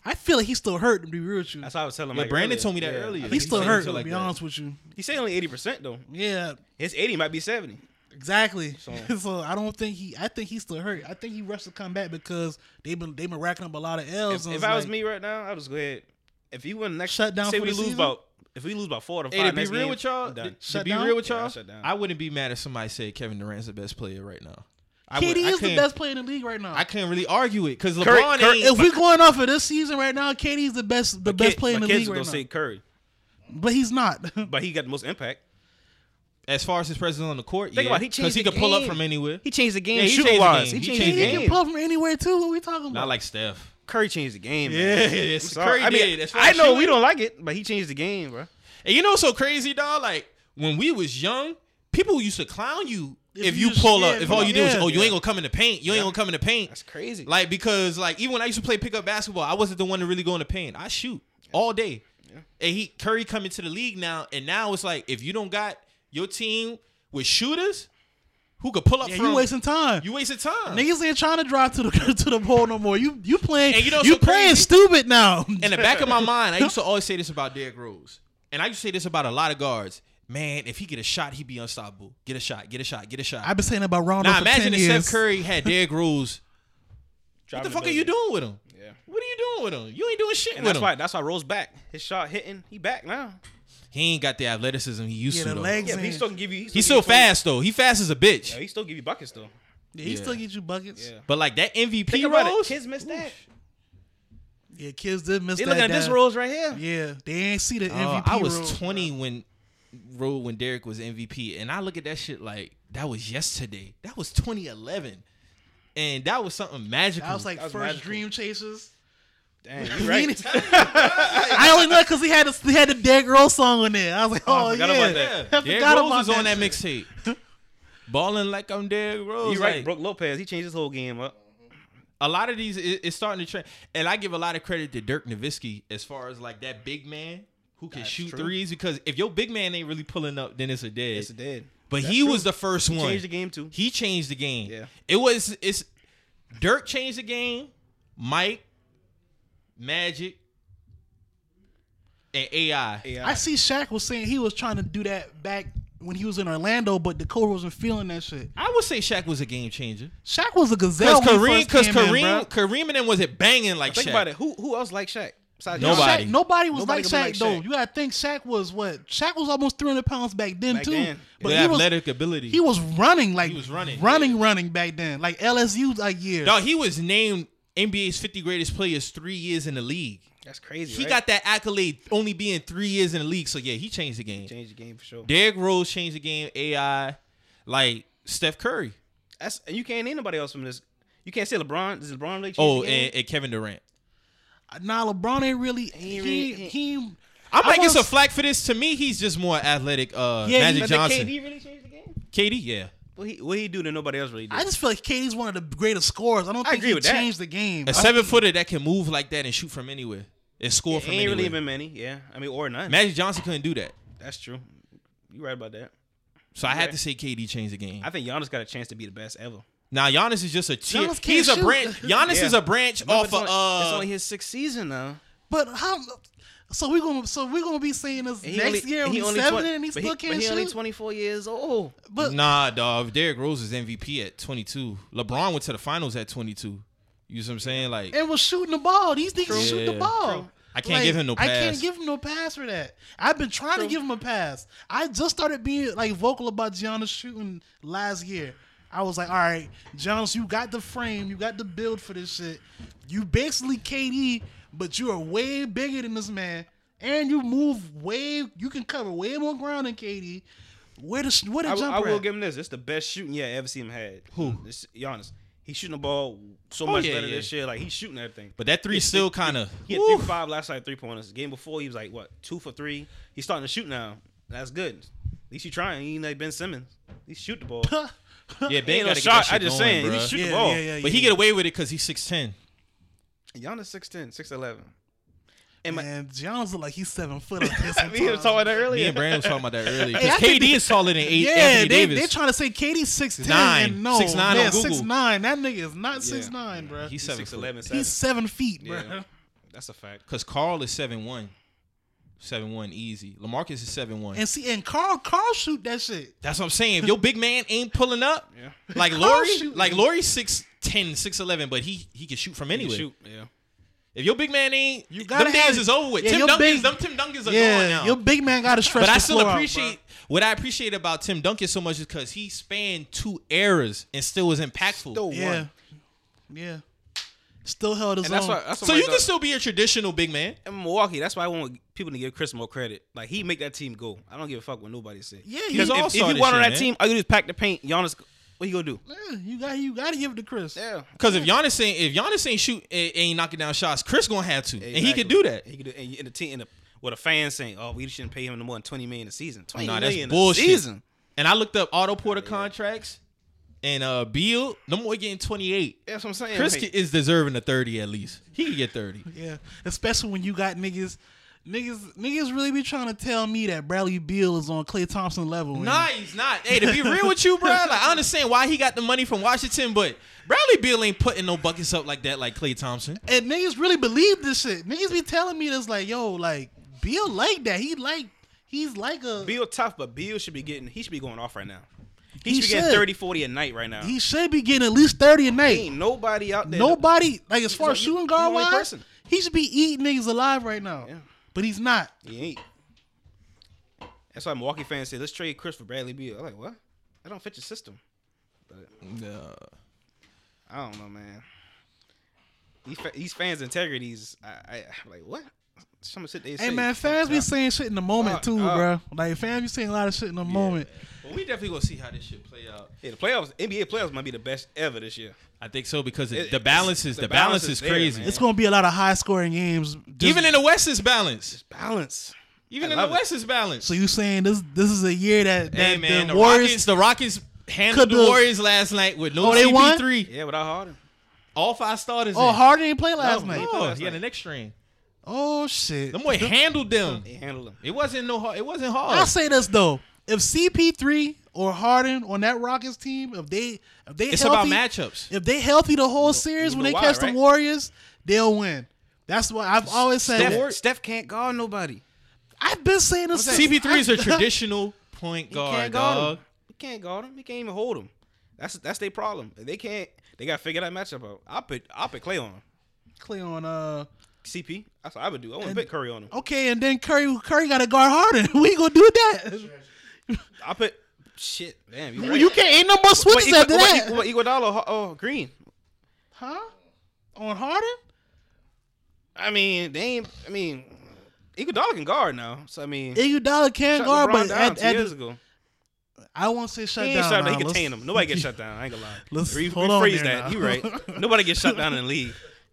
I feel like he's still hurt. To be real with you,
That's how I was telling
Yeah,
Mike
Brandon
earlier.
told me that
Yeah,
earlier.
I think
he's
he
still
said
hurt.
something
To
like
be
that.
honest with you,
He said only eighty percent though.
yeah,
His eighty might be seventy.
exactly. So,
So-
I don't think he. I think he's still hurt. I think he rushed to come back because they've been they've been racking up a lot of L's.
If,
and
if
it's
I was
like-
me right now, I would just go ahead. If he win next,
Shut down
Say
for
we
the
lose
season?
about if we lose about four to five.
Hey, to be
next
real
game,
with y'all,
I'm done.
to- to be
down?
real with
Yeah, I
y'all,
shut down.
I wouldn't be mad if somebody said Kevin Durant's the best player right now. I would-
KD
I
is the
couldn't-
best player in the league right now.
I can't really argue it because
Curry-
LeBron
Curry-
ain't.
if we're going off of this season right now, KD's the best, the
My
best
kid-
player in
my
the
kids
league
was
right
gonna
now.
say Curry,
but he's not.
but he got the most impact.
as far as his presence on the court,
Think
yeah,
about it, he changed
he
the
could pull up
game.
from anywhere.
He changed the game
Yeah, he changed the
shooting wise.
game.
He
He
changed the
changed the
KD
game.
can pull from anywhere too. What we talking about?
Not like Steph.
Curry changed the game. man.
Yeah, yes,
I'm sorry.
Curry
I mean,
did. As far
I
as
know we
shooting-
don't like it, but he changed the game, bro.
And you know, what's so crazy, dog. Like when we was young, people used to clown you if,
If
you,
you just-
pull
yeah,
up. If
pull
all
up.
you do is,
Yeah.
oh, you ain't gonna come in the paint. You ain't
Yeah.
gonna come in the paint.
That's crazy.
Like because like even when I used to play pickup basketball, I wasn't the one to really go in the paint. I shoot all day. And he Curry coming to the league now, and now it's like if you don't got your team with shooters who could pull up
yeah,
from
you wasting time.
you wasted time.
Niggas ain't trying to drive to the to the pole no more. You you playing
And you
you,
know what's so
playing
crazy?
stupid now.
In the back of my mind, I used to always say this about Derrick Rose, and I used to say this about a lot of guards. Man, if he get a shot, he be unstoppable. Get a shot, get a shot, get a shot.
I've been saying that about Ronald
now
for
imagine
10
if
years.
Steph Curry had Derrick Rose. what
Driving
the
the
fuck are you
building.
doing with him?
Yeah.
What are you doing with him? You ain't doing shit
And
with
that's
him.
why that's why Rose back. His shot hitting, he back now.
He ain't got the athleticism he used
Yeah,
to.
the
though.
legs.
Yeah, but he
in.
still can give you.
He's
can
still
give you 20
fast though. He fast as a bitch.
Yeah, he still give you buckets though.
Yeah, he
Yeah.
still get you buckets.
Yeah.
But like that MVP
Think about
Rose,
it. Kids missed that.
Yeah, kids did miss
They
that.
looking at this
down.
Rose right here.
Yeah, they ain't see the
Oh,
MVP.
I was
role.
20 when Rose when Derek was MVP, and I look at that shit like that was yesterday. That was 2011, and that was something magical.
That was like
That was
first
magical.
dream chasers.
Damn, you right.
I only know because he had a, he had the Derrick Rose song on there. I was like,
Oh, I
oh,
forgot
yeah.
about that.
yeah,
I
Derrick
forgot
Rose
about
was on that
that
mixtape, balling like I'm Derrick Rose.
You right,
like,
Brooke Lopez. He changed his whole game up.
a lot of these it, it's starting to trend, and I give a lot of credit to Dirk Nowitzki as far as like that big man who can shoot
true.
threes because if your big man ain't really pulling up, then it's a dead.
It's dead.
But
That's
he
true.
was the first
He
one.
changed the game too.
He changed the game.
Yeah.
It was it's Dirk changed the game, Mike, Magic, and AI.
Yeah,
I see Shaq was saying he was trying to do that back when he was in Orlando, but the coach wasn't feeling that shit.
I would say Shaq was a game changer.
Shaq was a gazelle.
Because
Because
Kareem, because Kareem, Kareem and them was it banging like
Think
Shaq.
about it. Who who else like Shaq? Besides
Nobody.
Shaq?
Shaq, nobody was
Nobody could be
like
like
Shaq though.
Shaq.
You gotta think Shaq was what? Shaq was almost 300 pounds back then
Back
too.
then.
But
With
he was,
athletic ability.
he was running like
He was running,
running, running back then. Like LSU like year.
Dog, he was named NBA's 50 greatest players three years in the league.
That's crazy.
He
right?
got that accolade only being three years in the league. So yeah, he changed the game.
changed the game for sure.
Derrick Rose changed the game. AI, like Steph Curry.
That's and you can't name nobody else from this. You can't say LeBron. Does LeBron really change
Oh,
the game?
and, and Kevin Durant.
Nah, LeBron ain't really he
He
he,
really-
I'm
I
like, it's
wanna
a
s-
flack for this. To me, he's just more athletic. Uh,
Yeah,
Magic
But did
Johnson. KD?
KD really change the game?
yeah.
What he what he do that nobody else really did?
I just feel like KD's one of the greatest scorers. I don't
I
think
agree
he
with that.
changed the game.
A seven footer that can move like that and shoot from anywhere and score
It
from
ain't
anywhere.
really been many. Yeah, I mean or none.
Magic Johnson couldn't do that.
That's true. You right about that.
So I had
Yeah.
to say KD changed the game.
I think Giannis got a chance to be the best ever.
Now Giannis is just a tier.
Giannis can't
He's a
shoot.
branch. Giannis
Yeah.
is a branch
Remember,
off
it's, only, it's
of.
only
Uh,
his sixth season now.
But how? So we gonna so we gonna be saying this
And he
next
only-
year when
he
he's
only
seven
20
and he
but
still can't
but he
shoot.
only 24 years old.
but
nah, dog. Derrick Rose is MVP at 22. LeBron went to the finals at 22. You see what I'm saying? Like
and was shooting the ball. These niggas
True.
shoot the
Yeah.
ball.
True.
I can't give him no
I
pass.
can't give him no pass for that. I've been trying to give him a pass. I just started being like vocal about Giannis shooting last year. I was like, all right, Giannis, you got the frame, you got the build for this shit. You basically KD, but you are way bigger than this man, and you move way. You can cover way more ground than KD. Where the where the
I,
jumper?
I will
at?
give him this. It's the best shooting yeah I ever seen him had.
Who?
This, Giannis. He's shooting the ball so
Oh,
much
yeah,
better
yeah.
this year. Like he's shooting everything.
but that three still kind of.
He had three five last night, three pointers. Game before he was like what two for three. He's starting to shoot now. That's good. At least you trying. He ain't like Ben Simmons. He shoot the ball.
Yeah,
Ain't
Ben
no
got to get
shot.
that
I
shit
just
going,
saying, he
bruh.
shoot the
Yeah,
ball.
yeah, yeah,
But he
yeah.
get away with it because he's six ten.
Giannis 6'10", 6'11". And my,
Man, Giannis look like he's seven foot. up there
I mean, he was
sometimes.
talking that
Me
earlier.
and Brandon was talking about that earlier.
Hey, Oh, I
Because
think
KD is taller than eight,
Yeah,
Anthony
they
Davis.
they trying to say Katie's six
Nine.
And no,
6'9" on
man,
Google.
six nine. That nigga is not six nine, bro.
he's
He's,
seven
Six
eleven.
eleven, seven.
seven feet, bro.
Yeah. That's a fact.
Because Carl is seven one. Seven one easy. Lamarcus is seven one.
And see, and Carl Carl shoot that shit.
That's what I'm saying. If your big man ain't pulling up,
Yeah.
like
Carl
Lori,
shoot.
like Lori's 6'10", 6'11", but he he can shoot from
He
anywhere.
shoot. Yeah.
If your big man ain't,
You
you
gotta
them
have-
days is over with.
Yeah,
Tim
your
Duncans,
big-
them Tim Duncans are gone
Yeah,
now.
your big man got to stretch.
but I
the
still
floor out,
appreciate
bruh.
what I appreciate about Tim Duncan so much is because he spanned two eras and still was impactful.
Still
yeah,
one.
yeah. Still held his
And
own.
that's why. uh, That's why
so you
I
can
thought-
still be a traditional big man.
in Milwaukee. That's why I want people to give Chris more credit. Like he make that team go. I don't give a fuck what nobody said.
yeah,
He's
you,
all
If, if you
star
want
this
on
year,
that
man.
team, all you do is pack the paint. Giannis, what you gonna do?
yeah, you got you got to give it to Chris.
Yeah.
Because if Giannis ain't if Giannis ain't shoot a- ain't knocking down shots, Chris gonna have to, and he
Exactly.
could do that.
He could do. And, and the team, and the, what a fan saying, "Oh, we shouldn't pay him no more than twenty million a season." Twenty
Nah,
million
that's
a
bullshit.
season.
And I looked up Otto Porter contracts and uh Beal. No more getting 28.
That's what I'm saying.
Chris
Like,
ki- is deserving of 30 at least. He could get 30.
Yeah, especially when you got niggas, niggas, niggas really be trying to tell me that Bradley Beal is on Clay Thompson level. and-
Nah, he's not. Hey, to be real with you, bro, like I understand why he got the money from Washington, but Bradley Beal ain't putting no buckets up like that, like Clay Thompson.
and niggas really believe this shit. Niggas be telling me this like, yo, like Bill like that. He like he's like a
Beal tough, but Beal should be getting. He should be going off right now. He,
He
should be getting
should.
30, 40 a night right now.
he should be getting at least thirty a night.
ain't nobody out there.
Nobody like as
He's
far as
the-
shooting
he's the
guard
only
wise,
person.
he should be eating niggas alive right now.
Yeah.
But he's not.
He ain't. That's why Milwaukee fans say, "Let's trade Chris for Bradley Beal." I'm like, what? That don't fit your system. I don't know, man. These, fa- these fans' integrities, I, I I'm like what? Some shit they say.
Hey man, fans be saying shit in the moment
Uh,
too,
uh.
bro. Like fans be saying a lot of shit in the moment.
But we definitely gonna see how this shit play out.
Yeah, the playoffs, NBA playoffs might be the best ever this year.
I think so because
It-
the balance is
the
the, balance,
balance
is
is there,
crazy.
man.
It's gonna be a lot of high scoring games. Just-
Even in the West is balance.
Balance.
Even
I
in the
love it.
West is balance.
so you saying this this is a year that, that
hey man,
the,
the,
Warriors
Rockets, the Rockets handled
Could
the
do-
Warriors last night with no
Oh, they won?
CP3.
Yeah, without Harden.
All five starters.
Oh,
in.
Harden didn't play last
No,
night.
played
Oh,
last
he had
night.
an extra string.
Oh shit.
Them boy handled them.
They handled him.
It wasn't no. hard. It wasn't
I'll
Oh.
hard.
say this though: if CP3 or Harden on that Rockets team, if they if they
It's about
healthy,
matchups.
if they healthy the whole series
you
when
know
they
why,
catch the
right?
Warriors, they'll win. That's why I've always said.
Steph,
that.
Steph can't guard nobody.
I've been saying this. since-
CP3 is a
I-
traditional point
He
guard,
can't guard
dog.
him. He can't guard him. He can't even hold him. That's that's their problem. They can't. They got to figure that matchup out. I put I put Clay on him.
Clay on uh
CP. That's what I would do. I
And-
wouldn't put Curry on him.
okay, and then Curry Curry got to guard Harden. we gonna do that.
I put shit. Damn, you
Well,
right.
you can't ain't no more
What,
switches
Igua-
after
what,
that,
Igua- what, Iguodala? Ho- Oh, Green.
huh? On Harden?
I mean, they ain't. I mean, Iguodala can guard now. So I mean,
Iguodala can
shut
guard,
LeBron
but
down
at,
two
at
years
the,
ago,
I won't say shut
he ain't
down.
shut
nah,
down. He
let's-
contained him. Nobody gets shut down. I ain't gonna lie.
Let's
Re-
hold on
rephrase
there
that.
now.
You right. Nobody gets shut down in the league.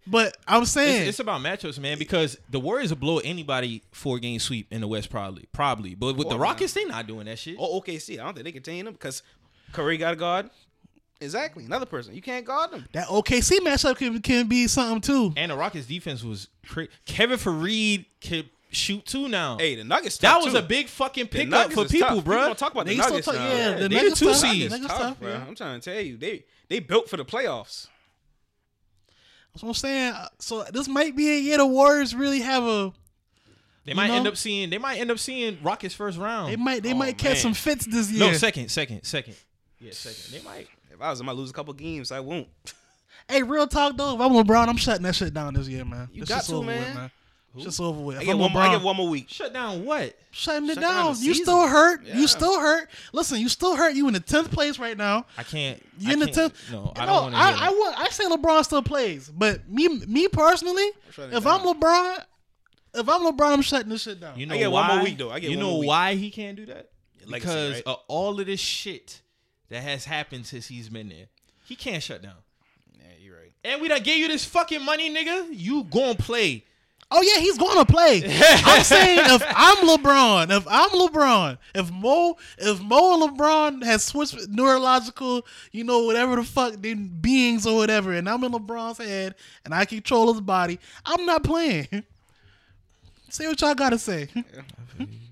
But I'm saying
It's, it's about matchups, man, because the Warriors will blow anybody four game sweep in the West, probably, probably. But with the
Well,
Rockets, they not doing that shit.
Oh, OKC. I don't think they contain him because Curry got a guard. Exactly. Another person. You can't guard them.
that OKC matchup can, can be something too.
And the Rockets defense was crazy. Kevin Fareed could shoot two now.
Hey, the Nuggets.
that
tough,
was
too.
a big fucking
The
pickup
Nuggets
for
is
people,
tough. People
bro.
don't talk about the
Niggas still
Nuggets
talk-
now.
yeah, the
They
Nuggets
the two
tough,
seeds.
Nuggets
tough,
tough,
bro.
yeah.
I'm trying to tell you, they they built for the playoffs.
That's what I'm saying. Uh, So this might be a year the Warriors really have a.
They might
You
end
know?
up seeing. They might end up seeing Rockets first round.
They might they
Oh,
might catch some
man.
fits this year.
No, second, second, second. Yeah, second. They might.
If I was, I might lose a couple games. I won't.
Hey, real talk though, if I'm LeBron, I'm shutting that shit down this year, man.
You
This
got
shit's
to,
over with,
man.
It's Just over with.
I
If
get,
I'm
one, more- I
LeBron,
get one more week.
Shut down what?
shutting it
shut
down.
down the
You
season.
still hurt.
Yeah.
You still hurt. Listen, you still hurt. You in the tenth place right now.
I can't.
You
I
in the
can't-
tenth?
No, I don't want to.
I, I, would- I say LeBron still plays, but me, me personally,
shutting it
if
down.
I'm LeBron, if I'm LeBron, I'm shutting this shit down.
You know
I get
why?
one more week, though. I get
you
one
know
more week.
why he can't do that?
Legacy,
because
right?
of all of this shit that has happened since he's been there, he can't shut down.
Yeah, you're right.
And we done gave you this fucking money, nigga. You gon' play.
Oh yeah, he's going to play. I'm saying if I'm LeBron, if I'm LeBron, if Mo, if Mo and LeBron has switched neurological, you know whatever the fuck they beings or whatever, and I'm in LeBron's head and I control his body, I'm not playing. Say what y'all gotta say.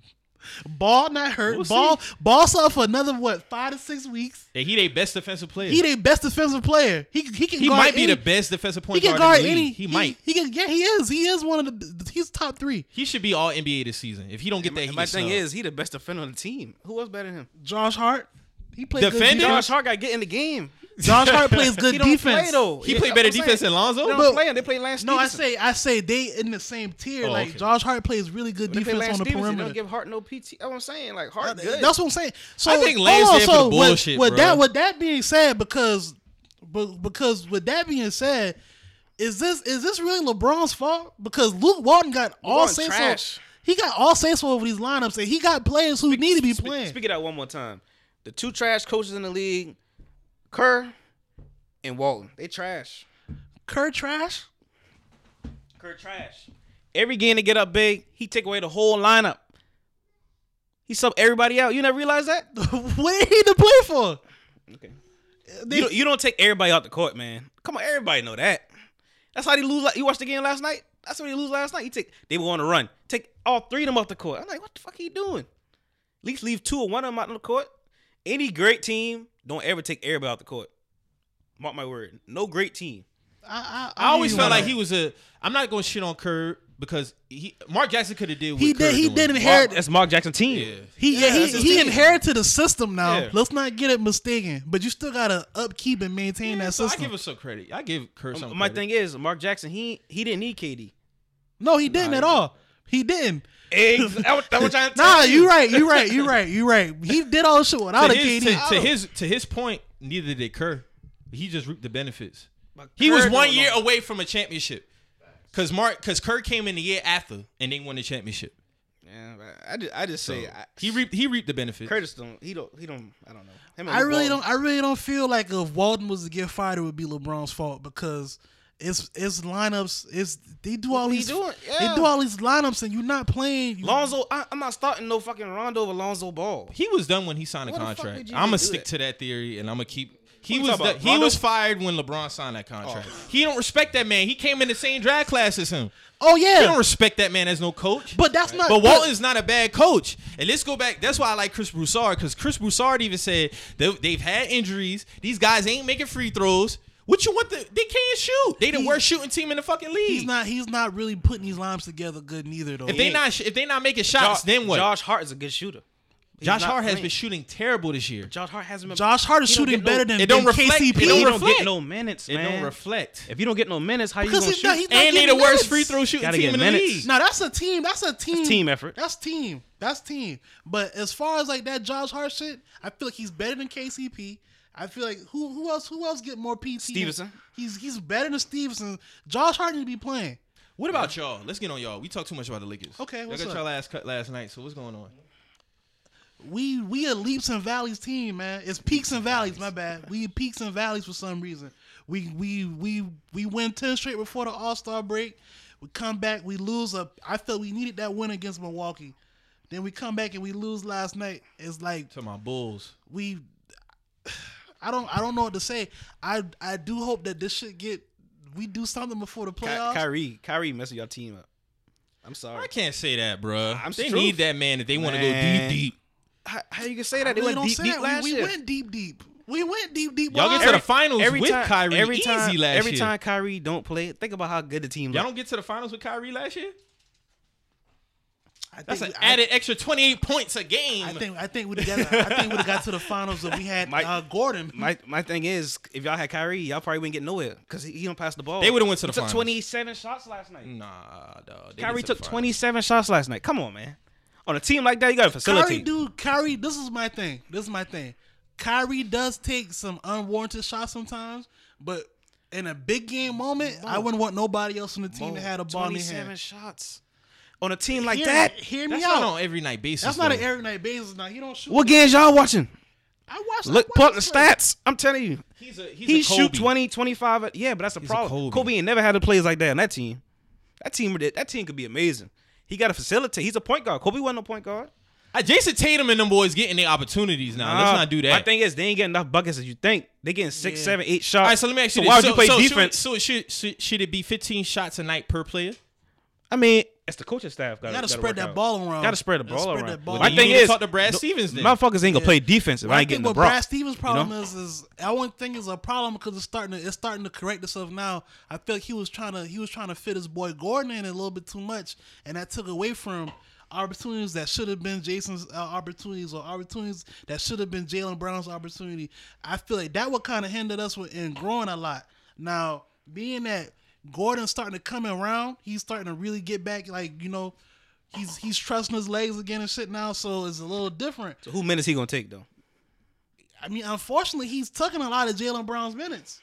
Ball not hurt.
We'll see.
ball ball suffer for another what five to six weeks.
And he they best defensive player.
He
He,
their best defensive player. He he can guard
might be
any-
the best defensive
he
point
can
guard in the
guard
league.
any.
He, might.
He can yeah he is he is one of the he's top three.
He should be all NBA this season. If he don't get that,
And
he
my
gets
thing
snubbed.
is, he the best defender on the team. Who else better than him?
Josh Hart. He played good
Defending?
Josh
defense.
Hart got to get in the game.
Josh Hart plays good
He don't
defense.
play though.
he
Yeah,
played better
I'm saying,
defense than Lonzo.
They
But-
don't play him. They play Lance.
No, I
Stevenson.
say I say they in the same tier.
Oh,
like
okay.
Josh Hart plays really good
They play
defense
Lance
on the
Stevenson. They
perimeter.
Don't give Hart no PT. That's what I'm saying. Like Hart, good.
That's what I'm saying. So
I think
hold
Lane's
on,
there for
so
the
with-
bullshit,
With,
bro.
that, with that being said, because, but because with that being said, is this is this really LeBron's fault? Because Luke Walton got all
LeBron
say
trash.
so. He got all say so over these lineups, and he got players who need to be
Spe-
playing.
Speak it out one more time. The two trash coaches in the league, Kerr and Walton, they trash.
Kerr trash.
Kerr trash. Every game they get up big, he take away the whole lineup. He sub everybody out. You never realize that?
what did he need to play for?
Okay.
They-
You don't, you don't take everybody out the court, man. Come on, everybody know that. That's how they lose. You watched the game last night. That's how they lose last night. You take they were on a run. Take all three of them off the court. I'm like, what the fuck are you doing? At least leave two or one of them out on the court. Any great team don't ever take everybody out the court. Mark my word. No great team.
I, I,
I always
mean,
felt
uh,
like he was a. I'm not going to shit on Kerr because he Mark Jackson could have did. What
He
Kerr
did. He
doing.
did inherit.
that's Mark Jackson team.
Yeah.
He yeah, he,
that's his
he
team.
inherited a system now.
Yeah.
Let's not get it mistaken. But you still gotta upkeep and maintain that
So I
system.
give him some credit. I give Kerr some.
Um, My
credit.
thing is, Mark Jackson, he he didn't need KD.
no, he didn't at all. He didn't.
Eggs.
Nah, you right. You right. You right. You right. He did all this shit without a
to his,
KD.
to, to his to his point, neither did Kerr. He just reaped the benefits. He was one year away from a championship. Cause Mark, cause Kerr came in the year after and they won the championship.
Yeah, but I just, I just
So
say I,
he reaped he reaped the benefits.
Curtis don't he don't he don't I don't know. Him and
I
Luke
really don't.
Walton.
I really don't feel like if Walden was to get fired, it would be LeBron's fault because it's it's lineups. It's they do all
he
these
doing?
they
Yeah.
do all these lineups and you're not playing. You,
Lonzo, I, I'm not starting no fucking Rondo with Lonzo Ball.
He was done when he signed a
Why the fuck
contract.
did you
I'm gonna
even do
stick
that?
to that theory and I'm gonna keep. He
you
was
talking
done-
about,
he
Rondo?
was fired when LeBron signed that contract. He don't respect that man. He came in the same draft class as him.
oh
He
yeah,
don't respect that man as no coach.
but that's not.
But Walton's not a bad coach. And let's go back. That's why I like Chris Broussard because Chris Broussard even said they, they've had injuries. These guys ain't making free throws. What you want? The, they can't shoot. They the
He-
worst shooting team in the fucking league.
He's not. He's not really putting these lineups together good neither though.
if they not sh- if they not making shots,
Josh-
then what?
Josh Hart is a good shooter. He's
Josh
not
Hart has
playing.
been shooting terrible this year.
Josh Hart hasn't been.
Josh Hart is
He don't
shooting
get no-
better than,
it don't
than
reflect-
KCP.
it
He don't
reflect.
get no minutes,
It
man.
don't reflect.
if you don't get no minutes, how
Because
you
he's
gonna
not-
shoot?
he's not
And they the
getting
worst
minutes.
free throw shooting
Gotta
team
get
in the
minutes.
league.
Now that's a team. That's a team.
team effort.
That's team. That's team. But as far as like that Josh Hart shit, I feel like he's better than KCP. I feel like who who else who else get more PT?
Stevenson.
He's he's better than Stevenson. Josh Hart need to be playing.
What about y'all? Let's get on y'all. We talked too much about the Lakers.
Okay,
Y'all
what's
got
up?
y'all last cut last night. So what's going on?
We we a leaps and valleys team, man. It's peaks and valleys. My bad. We peaks and valleys for some reason. We we we we win ten straight before the All Star break. We come back. We lose a. I felt we needed that win against Milwaukee. Then we come back and we lose last night. It's like
To my Bulls.
we I don't I don't know what to say. I I do hope that this should get we do something before the
Ky-
playoffs.
Kyrie, Kyrie messing your team up. I'm
I
sorry.
can't say that, bruh.
I'm
they
truth.
need that man if they want to go deep,
Man.
deep.
How, how you can say that?
I
They
really
went
don't
deep,
say
deep
that.
last
we,
year.
we went deep deep. We went deep deep.
Y'all get
Why?
to the finals
every
with
time,
Kyrie
every time,
easy last
every
year.
time Kyrie don't play, think about how good the team.
Y'all
Look.
don't get to the finals with Kyrie last year.
I think
That's an
we- I-
added extra twenty eight points a game.
I, think I think we'd have got I think we'd have got to the finals if we had
Mike-
uh, Gordon.
My my thing is, if y'all had Kyrie, y'all probably wouldn't get nowhere because he, he don't pass the ball.
They would've went to the
He took
finals.
27 shots last night.
nah, dog. They
Kyrie
get to the
took
finals.
27 shots last night. Come on, man. On a team like that, you gotta
Kyrie
facilitate.
dude, Kyrie, this is my thing. This is my thing. Kyrie does take some unwarranted shots sometimes, but in a big game moment, I wouldn't want nobody else on the team that had a ball in their
27
hand.
shots on a team like
Hear-
that.
hear me
That's
out.
not on every night basis.
That's not
though.
an every night basis. Now he don't shoot.
What games y'all watching?
I watched.
Look,
I
pull up the
watched this play.
stats. I'm telling you,
He's a he's
he
a
shoot
Kobe.
20, 25. Yeah, but that's a
a
problem.
Kobe.
Kobe. ain't never had a plays like that on that team. That team, that team could be amazing. He got to facilitate. He's a point guard. Kobe wasn't a point guard.
Uh, Jason Tatum and them boys getting their opportunities now. Let's
Nah,
not do that.
Uh, My thing is, they ain't getting enough buckets as you think. They getting six,
Yeah.
seven, eight
All
shots.
right, so let me ask you
So
this:
why would
so,
you play
so Should,
defense?
so should, should should it be 15 shots a night per player?
I mean, it's the coaching staff. Gotta,
You gotta
gotta
spread
work
that
out.
ball around.
Gotta spread the
Gotta
ball
spread
around.
that ball
My
around.
thing
You need to
is,
talk to Brad
th-
Stevens then.
Motherfuckers ain't gonna play defense if
Well,
I
I
ain't
think
getting the
what
ball.
Brad Stevens' problem
know?
is is I wouldn't think it's a problem because it's starting to it's starting to correct itself now. I feel like he was trying to he was trying to fit his boy Gordon in a little bit too much, and that took away from opportunities that should have been Jason's uh, opportunities or opportunities that should have been Jalen Brown's opportunity. I feel like that would kind of hindered us with, in growing a lot. Now being that Gordon's starting to come around, he's starting to really get back. Like you know. He's he's trusting his legs again and shit now, so it's a little different.
So who minutes he gonna take though?
I mean, unfortunately, he's taking a lot of Jalen Brown's minutes.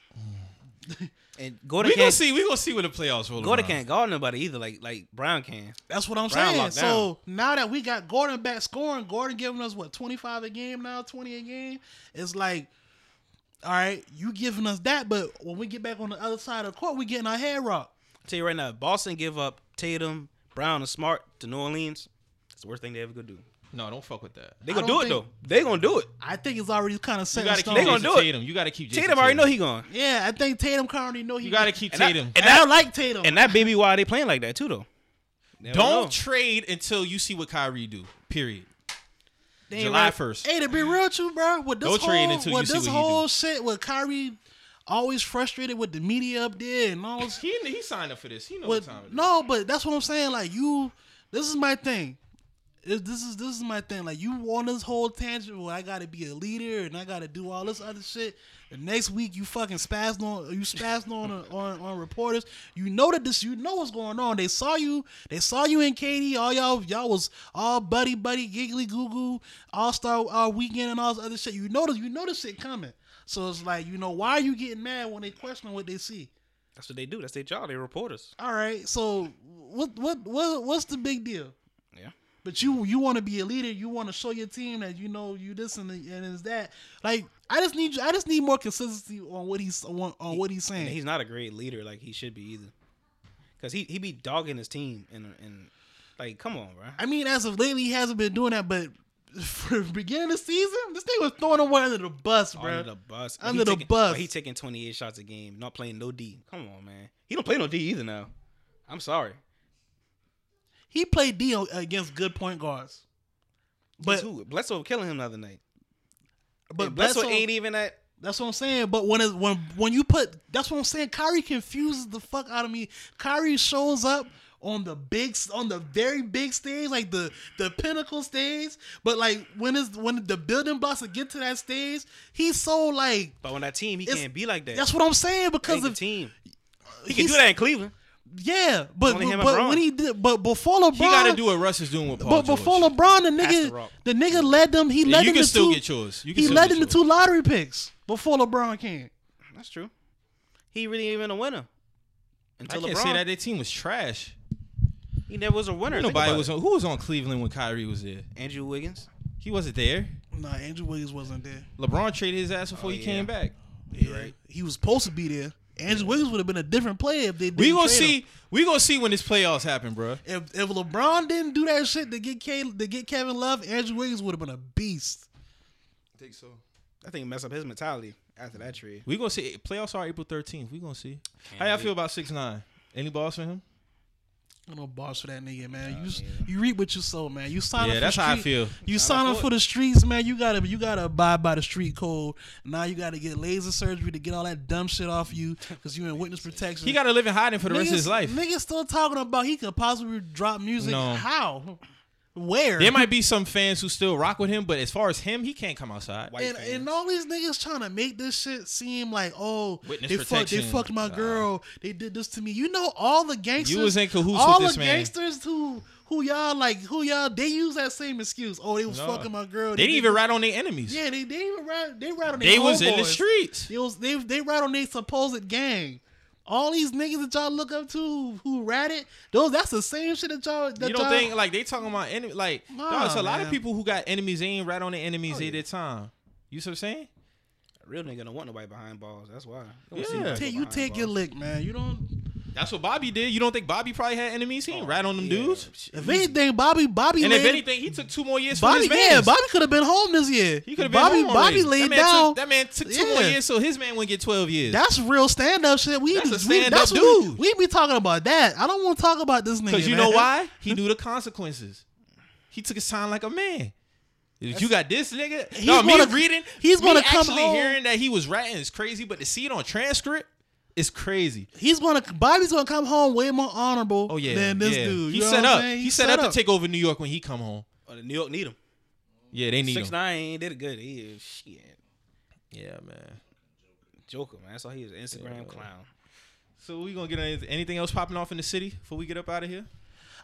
And Gordon
We gonna
can't.
see. We gonna see where the playoffs roll.
Gordon
around.
can't guard nobody either. Like like Brown can.
That's what I'm
Brown
saying.
locked
So now that we got Gordon back scoring, Gordon giving us what 25 a game now, 20 a game. It's like, all right, you giving us that, but when we get back on the other side of the court, we getting our head rocked.
I tell you right now, if Boston give up Tatum, Brown, and Smart to New Orleans. It's the worst thing they ever could do.
No, don't fuck with that.
They
I
gonna do
don't
it though.
think-
They gonna do it.
I think it's already kind of
You
set in
gotta
stone.
keep
They gonna
Jason
do it.
Tatum. You gotta keep Jason
Tatum already know he gone.
yeah, I think Tatum currently know he.
You gotta keep
And I-
Tatum.
And I like Tatum.
And that baby, why they playing like that too though? Never
Don't
know.
trade until you see what Kyrie do. Period.
They ain't
July
ready.
1st.
Hey, to be real with you, bro, with this
Don't
whole,
trade until you
with
see
this
what he
whole
do.
shit with Kyrie always frustrated with the media up there and all this
He he signed up for this. He knows
But
what time. it is.
no, but that's what I'm saying. Like you, this is my thing. It- This is this is my thing. Like you on this whole tangent where I gotta be a leader and I gotta do all this other shit. The next week you fucking spazzing on you spazzing on, uh, on on reporters. You know that this you know what's going on. They saw you. They saw you and Katie. All y'all y'all was all buddy buddy giggly goo goo all star uh, weekend and all this other shit. You know this you know this shit coming. So it's like you know why are you getting mad when they question what they see?
That's what they do. That's their job. They're reporters.
All right, so what what what what's the big deal?
Yeah.
But you you want to be a leader. You want to show your team that you know you this and and is that. Like I just need I just need more consistency on what he's on, on what he's
And
saying.
he's not a great leader like he should be either. Cause he, he be dogging his team and and like come on, bro.
I mean, as of lately, he hasn't been doing that. But for the beginning of the season, this thing was throwing him under the bus, bro.
Under the bus.
Under
he
the
taking,
bus.
but he taking 28 shots a game, not playing no D. Come on, man. He don't play no D either now. I'm sorry.
He played D on- against good point guards, but
But who? Bledsoe was killing him the other night.
but
and Bledsoe,
Bledsoe-
ain't even at.
That's what I'm saying. But when it, when when you put that's what I'm saying. Kyrie confuses the fuck out of me. Kyrie shows up on the big s- on the very big stage, like the the pinnacle stage. But like when is when the building blocks to get to that stage, he's so like
But on that team, he
It's-
can't be like that.
that's what I'm saying because
Ain't the
of
team. He can
he's-
do that in Cleveland.
Yeah, but
Only him and
but
Bron.
when he did, but before LeBron,
He got to do what Russ is doing with Paul
but
George.
before LeBron, the
That's
nigga,
the
the,
rock.
nigga led them. He
Yeah,
led
you
them
can
to
still
two,
get yours. You can
He
still
led
get
them to two
yours.
lottery picks before LeBron came.
That's true. He really ain't even a winner.
I
Until
can't
LeBron,
say that their team was trash.
he never was a winner. Think
Nobody
about
was
it.
on. Who was on Cleveland when Kyrie was there?
Andrew Wiggins.
He wasn't there.
Nah, Andrew Williams wasn't there.
LeBron traded his ass before
Oh,
he
yeah.
came back.
Yeah, he was supposed to be there. Andrew Williams would have been a different player if they didn't
We gonna
trade
see.
him.
We gonna see when this playoffs happen, bro.
If, if LeBron didn't do that shit to get K, to get Kevin Love, Andrew Williams would have been a beast.
I think so.
I think it messed up his mentality after
Mm.
that trade.
We gonna see. Playoffs are April thirteenth. We gonna see.
Can't
How y'all
wait.
feel about six nine? Any balls for him?
I'm no boss for that nigga, man. you you reap what you sow, man. You sign
Yeah,
up. for
that's
street,
how I feel.
You sign up for the streets, man. You gotta you gotta abide by the street code. Now you gotta get laser surgery to get all that dumb shit off you because you in witness protection.
He got to live in hiding for the rest of his life.
Mm. Niggas still talking about he could possibly drop music.
No.
How? Where?
There might be some fans who still rock with him, but as far as him, he can't come outside.
White
and,
fans.
and all these niggas trying to make this shit seem like oh
Witness
they fucked they
protection.
fucked my
Nah.
girl they did this to me you know all the gangsters
was in cahoots
all
with
the
this man.
gangsters who who y'all like who y'all they use that same excuse oh they was
No.
fucking my girl
They didn't
did
even rat on their enemies.
yeah they they even ride they ride on
they
their
was in the
homeboys.
streets.
They was they they rat on their supposed gang. All these niggas that y'all look up to who, who ratted, those that's the same shit that y'all. That
You don't
y'all,
think like they talking about enemy? Like
Nah,
dog, it's a lot of
man. Oh,
people who got enemies. They ain't right on their enemies. they did time. You see what I'm saying?
A real nigga don't want nobody behind balls. That's why. Don't
Yeah.
see nobody
Ta-
go
you
behind
take your
balls.
lick, man. You don't.
That's what Bobby did. You don't think Bobby probably had enemies?
Oh,
He ain't rat on them
Yeah.
dudes.
If anything, Bobby Bobby
And
laid,
if anything, he took two more years for
Bobby
his man.
yeah Bobby could have been home this year.
He could have been
Bobby
home
Bobby
already.
laid
that man
down.
Took, that man took two more
Yeah.
years, so his man wouldn't get twelve years.
that's real stand up shit. We
That's
be-
a
we,
stand-up
that's what we-
dude.
We, be talking about that. I don't want to talk about this nigga.
Because you
man.
know why? He knew the consequences. He took his time like a man. If you got this nigga,
He's
no, me
gonna-
reading,
he's
me
gonna come
actually
home-
hearing that he was ratting is crazy, but to see it on transcript is crazy.
He's gonna Bobby's gonna come home way more honorable.
Oh yeah,
than this
yeah.
dude.
He
You know
set
what I'm
up.
saying?
He set, up, to take over New York when he come home.
Oh, the New York need him.
Yeah, they need
Six
him.
nine ain't did it good. He is shit.
Yeah, man.
Joker, man. That's all he is. Instagram clown.
So we gonna get any- anything else popping off in the city before we get up out of here?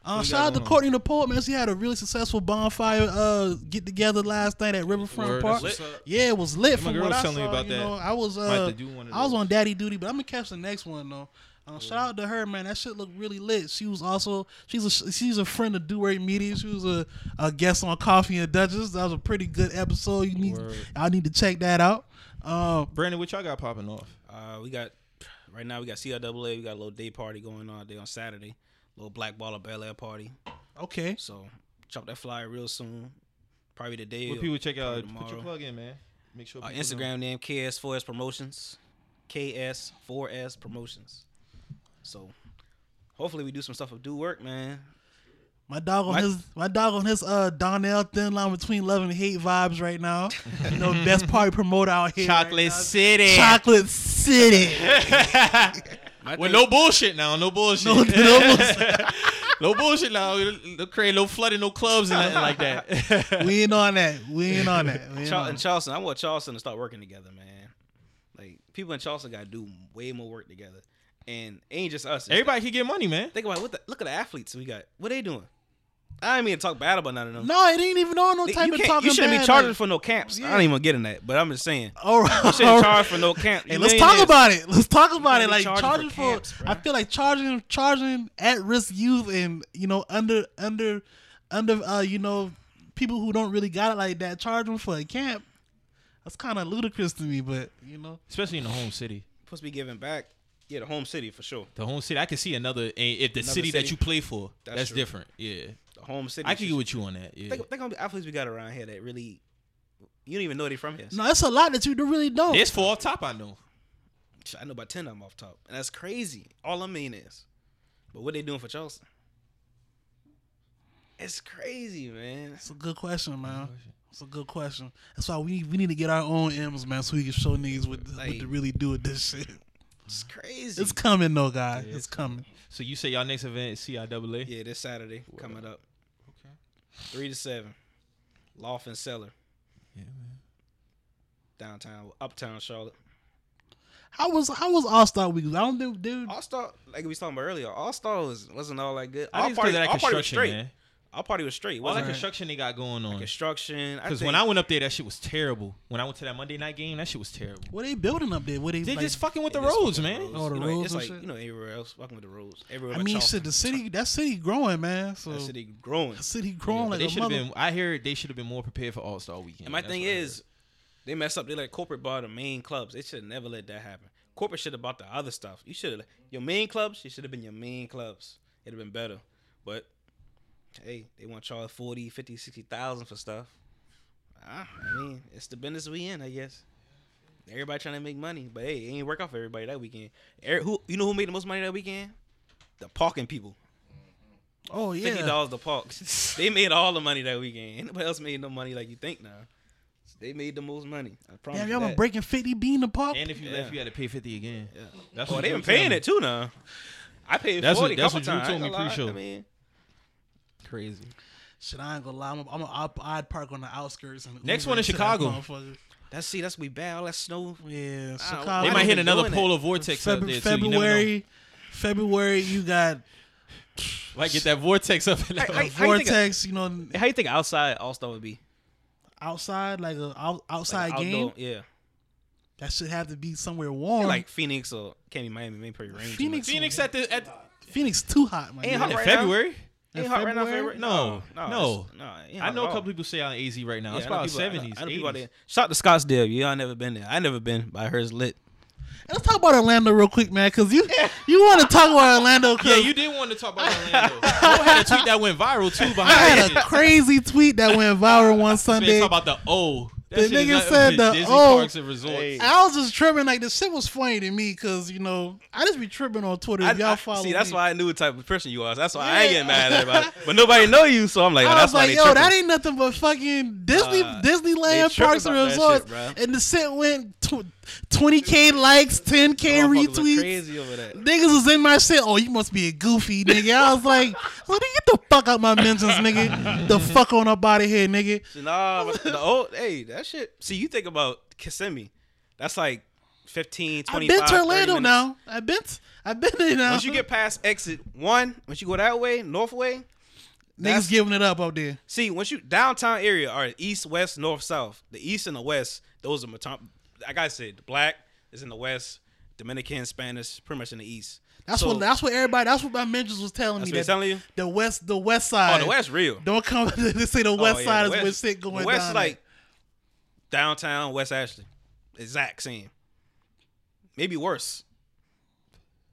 Uh,
we
shout
got
out to
going on?
Courtney the Poet, man. She had a really successful bonfire uh, get together last night at Riverfront
Word,
Park.
that's what's up.
Yeah, it was lit.
Yeah, my
From
girl
what
was
I
telling me
saw,
about
you
that.
know, I was
Might have
uh,
to do one of
I was
those.
on Daddy Duty, but I'm gonna catch the next one though. Uh, Shout out to her, man. That shit looked really lit. She was also she's a she's a friend of Do Right Media. She was a, a guest on Coffee and Duchess. That was a pretty good episode. You need
Word.
I need to check that out. Um,
Brandon, what y'all got popping off?
Uh, we got right now. We got CIAA. We got a little day party going on day on Saturday. Little Black Baller Bel Air party.
okay,
So chop that flyer real soon. Probably today.
What
or
people check out?
probably
Put your
tomorrow.
plug in, man. Make sure
Our
people know.
uh, Instagram name KS4S Promotions. KS4S Promotions. So hopefully we do some stuff of do work, man.
My dog on
My-
his my dog on his uh Donnell thin line between love and hate vibes right now. You know, best party promoter out here. right
Chocolate
now.
City.
Chocolate City.
My
Well,
thing-
no bullshit now. No bullshit.
No, no bullshit.
no bullshit now. No create no flooding, no clubs and nothing like that.
we ain't on that. We ain't on that. We ain't
Char-
on
in
that.
Charleston, I want Charleston to start working together, man. Like people in Charleston got to do way more work together, and it ain't just us. It's-
Everybody can get money, man.
think about it, what the look at the athletes we got. What they doing? I ain't mean to talk bad about none of them.
No, it ain't even on no
They-
type
you,
of
can't-
talking.
you shouldn't
bad,
be charging
like-
for no camps.
Yeah.
I don't even get in that, but I'm just saying.
all right.
You
all
shouldn't
right.
charge for no camp.
Hey,
You
let's
millionaires.
talk about it. Let's talk about
You
it.
gotta
Like
be
charging,
charging for
for,
camps, bruh.
I feel like charging charging at risk youth and you know under under under uh you know people who don't really got it like that charging for a camp. That's kind of ludicrous to me, but you know.
Especially in the home city.
Supposed to be giving back. Yeah, the home city for sure.
The home city. I can see another eh, if the
Another
city, that
city.
you play for. That's,
That's true.
different. Yeah.
The home city.
I can
should-
get with you on that. Yeah.
Think, think how many athletes we got around here that really you don't even know they from here.
No, it's a lot that you do- really
oh.
don't.
There's four off top I know.
I know about ten of them off top, and that's crazy. All I mean is, but what they doing for Charleston? It's crazy, man.
It's a good question,
Oh,
man. It's a good question. That's why we we need to get our own M's, man, so we can show niggas what, what
Like-
to really do with this shit.
It's crazy.
It's coming though, guys. it's coming.
So you say y'all next event is CIAA?
yeah, this Saturday coming up.
Okay.
Three to seven. Loft and Cellar,
Yeah, man.
downtown, uptown Charlotte.
How was how was All Star Week? I don't think dude.
All Star, like we was talking about earlier, All Star was wasn't all that good.
I
All
think it's 'cause
party,
of that
all party was
construction,
straight.
man.
All party was straight.
All that
Wasn't
construction they got going on.
construction.
Because
I
when
think-
I went up there, that shit was terrible. When I went to that Monday night game, that shit was terrible.
What they building up there? What they?
They
like-
just fucking with the
It is
roads,
fucking
man.
roads.
Oh, the
you know,
roads
It's
and
like
shit?
you know everywhere else, fucking with the roads. Everywhere.
I
but
mean,
Charleston.
shit. The city, that city growing, man. So
That city growing.
that city growing
But
like
they
a
should have
mother.
been. I heard they should have been more prepared for All Star Weekend.
And my
That's
thing
what I heard.
is, they mess up. They let corporate buy the main clubs. They should have never let that happen. Corporate should have bought the other stuff. You should have your main clubs. It should have been your main clubs. It'd have been better. But hey, they want to charge 40, 50, 60,000 for stuff. Ah, I mean, it's the business we in, I guess. Everybody trying to make money, but hey, it ain't work out for everybody that weekend. Er- who you know who made the most money that weekend? The parking people.
oh yeah.
Fifty dollars the park. they made all the money that weekend. Anybody else made no money like you think now. They made the most money. I promise.
Damn,
you
y'all been
that.
breaking fifty bean the park.
and if you
Yeah.
left, you had to pay fifty again. That's
Oh,
what
they
Drew
been paying
told me.
it too now. I paid
That's what-
forty.
that's
couple
what Drew
times.
told
I ain't
me
gonna lie.
pre-show.
I mean,
Crazy.
Shit, I ain't gonna lie. I'm, I'm, I'm I'd park on the outskirts. And
Next
Uber
one in
to that
Chicago.
motherfucker.
that's see, that's we bad. All that snow.
Yeah,
Ah,
Chicago.
They
I
might hit
even
another
doing it.
polar vortex up
Feb-
there too. You never know.
February. February, you got
Might get that vortex up. In that
Hey, hey. How you think
vortex. You know,
How you think outside All Star would be?
outside like a out, outside
Like an
game.
outdoor- Yeah,
That should have to be somewhere warm.
like Phoenix or can't be Miami. Maybe pretty rainy.
Phoenix,
Phoenix at the at
Phoenix too hot, man.
Ain't hot
in
right now?
February.
Ain't hot right now.
February?
February?
No, no.
it's- no it ain't
I
hot
know
at
a
all.
couple people say on AZ right now.
Yeah,
it's
I know
about
people- I know-
seventies,
I know people out
eighties.
there. Shout to Scottsdale. Y'all never been there. I never been, but I heard it's lit.
Let's talk about Orlando real quick, man, because you you want to talk about Orlando. 'cause
Yeah, you did want to talk about Orlando. Bo had a tweet that went viral too
I
behind
had
that
a crazy tweet that went viral one
shit. Man,
Sunday.
talk about the O. That
The
shit is
nigga
not-
said the
Disney
O.
parks and resorts.
Hey.
I was just tripping like the shit was funny to me because you know I just be tripping on Twitter. If y'all
I,
follow
see, that's
me.
why I knew what type of person you are. That's why I ain't
Yeah.
getting mad at everybody. But nobody know you, so I'm like, oh,
I
that's
was like,
why
yo,
they
that
tripping.
ain't nothing but fucking Disney,
Uh, they
Disneyland
tripping
parks and
about that shit,
resorts.
bruh.
and the shit went twenty k likes, ten k
Motherfuckers look
retweets.
Crazy over that.
Niggas was in my shit. Oh, you must be a goofy nigga. I was like, well, then get the fuck out my mentions, nigga. The fuck on up out of here, nigga.
Nah, but the old hey, that shit. See, you think about Kissimmee. That's like 15,
I've
25,
been to
30
Orlando
minutes.
now. I've been, t- I've been uh, there now.
Once you get past exit one, once you go that way, north way. that's-
niggas giving it up out there.
See, once you downtown area are east, west, north, south. The east and the west, those are my top. Like I said, the black is in the west, Dominican, Spanish, pretty much in the east.
That's
So-
what. That's what everybody. That's what my mentions was telling
That's
me.
what
that
they telling you?
the west, the west
Oh,
side.
the west real.
Don't come. they say the west
Oh, yeah,
side
the
is where shit going
the West
down.
is like downtown West Ashley. Exact same. Maybe worse.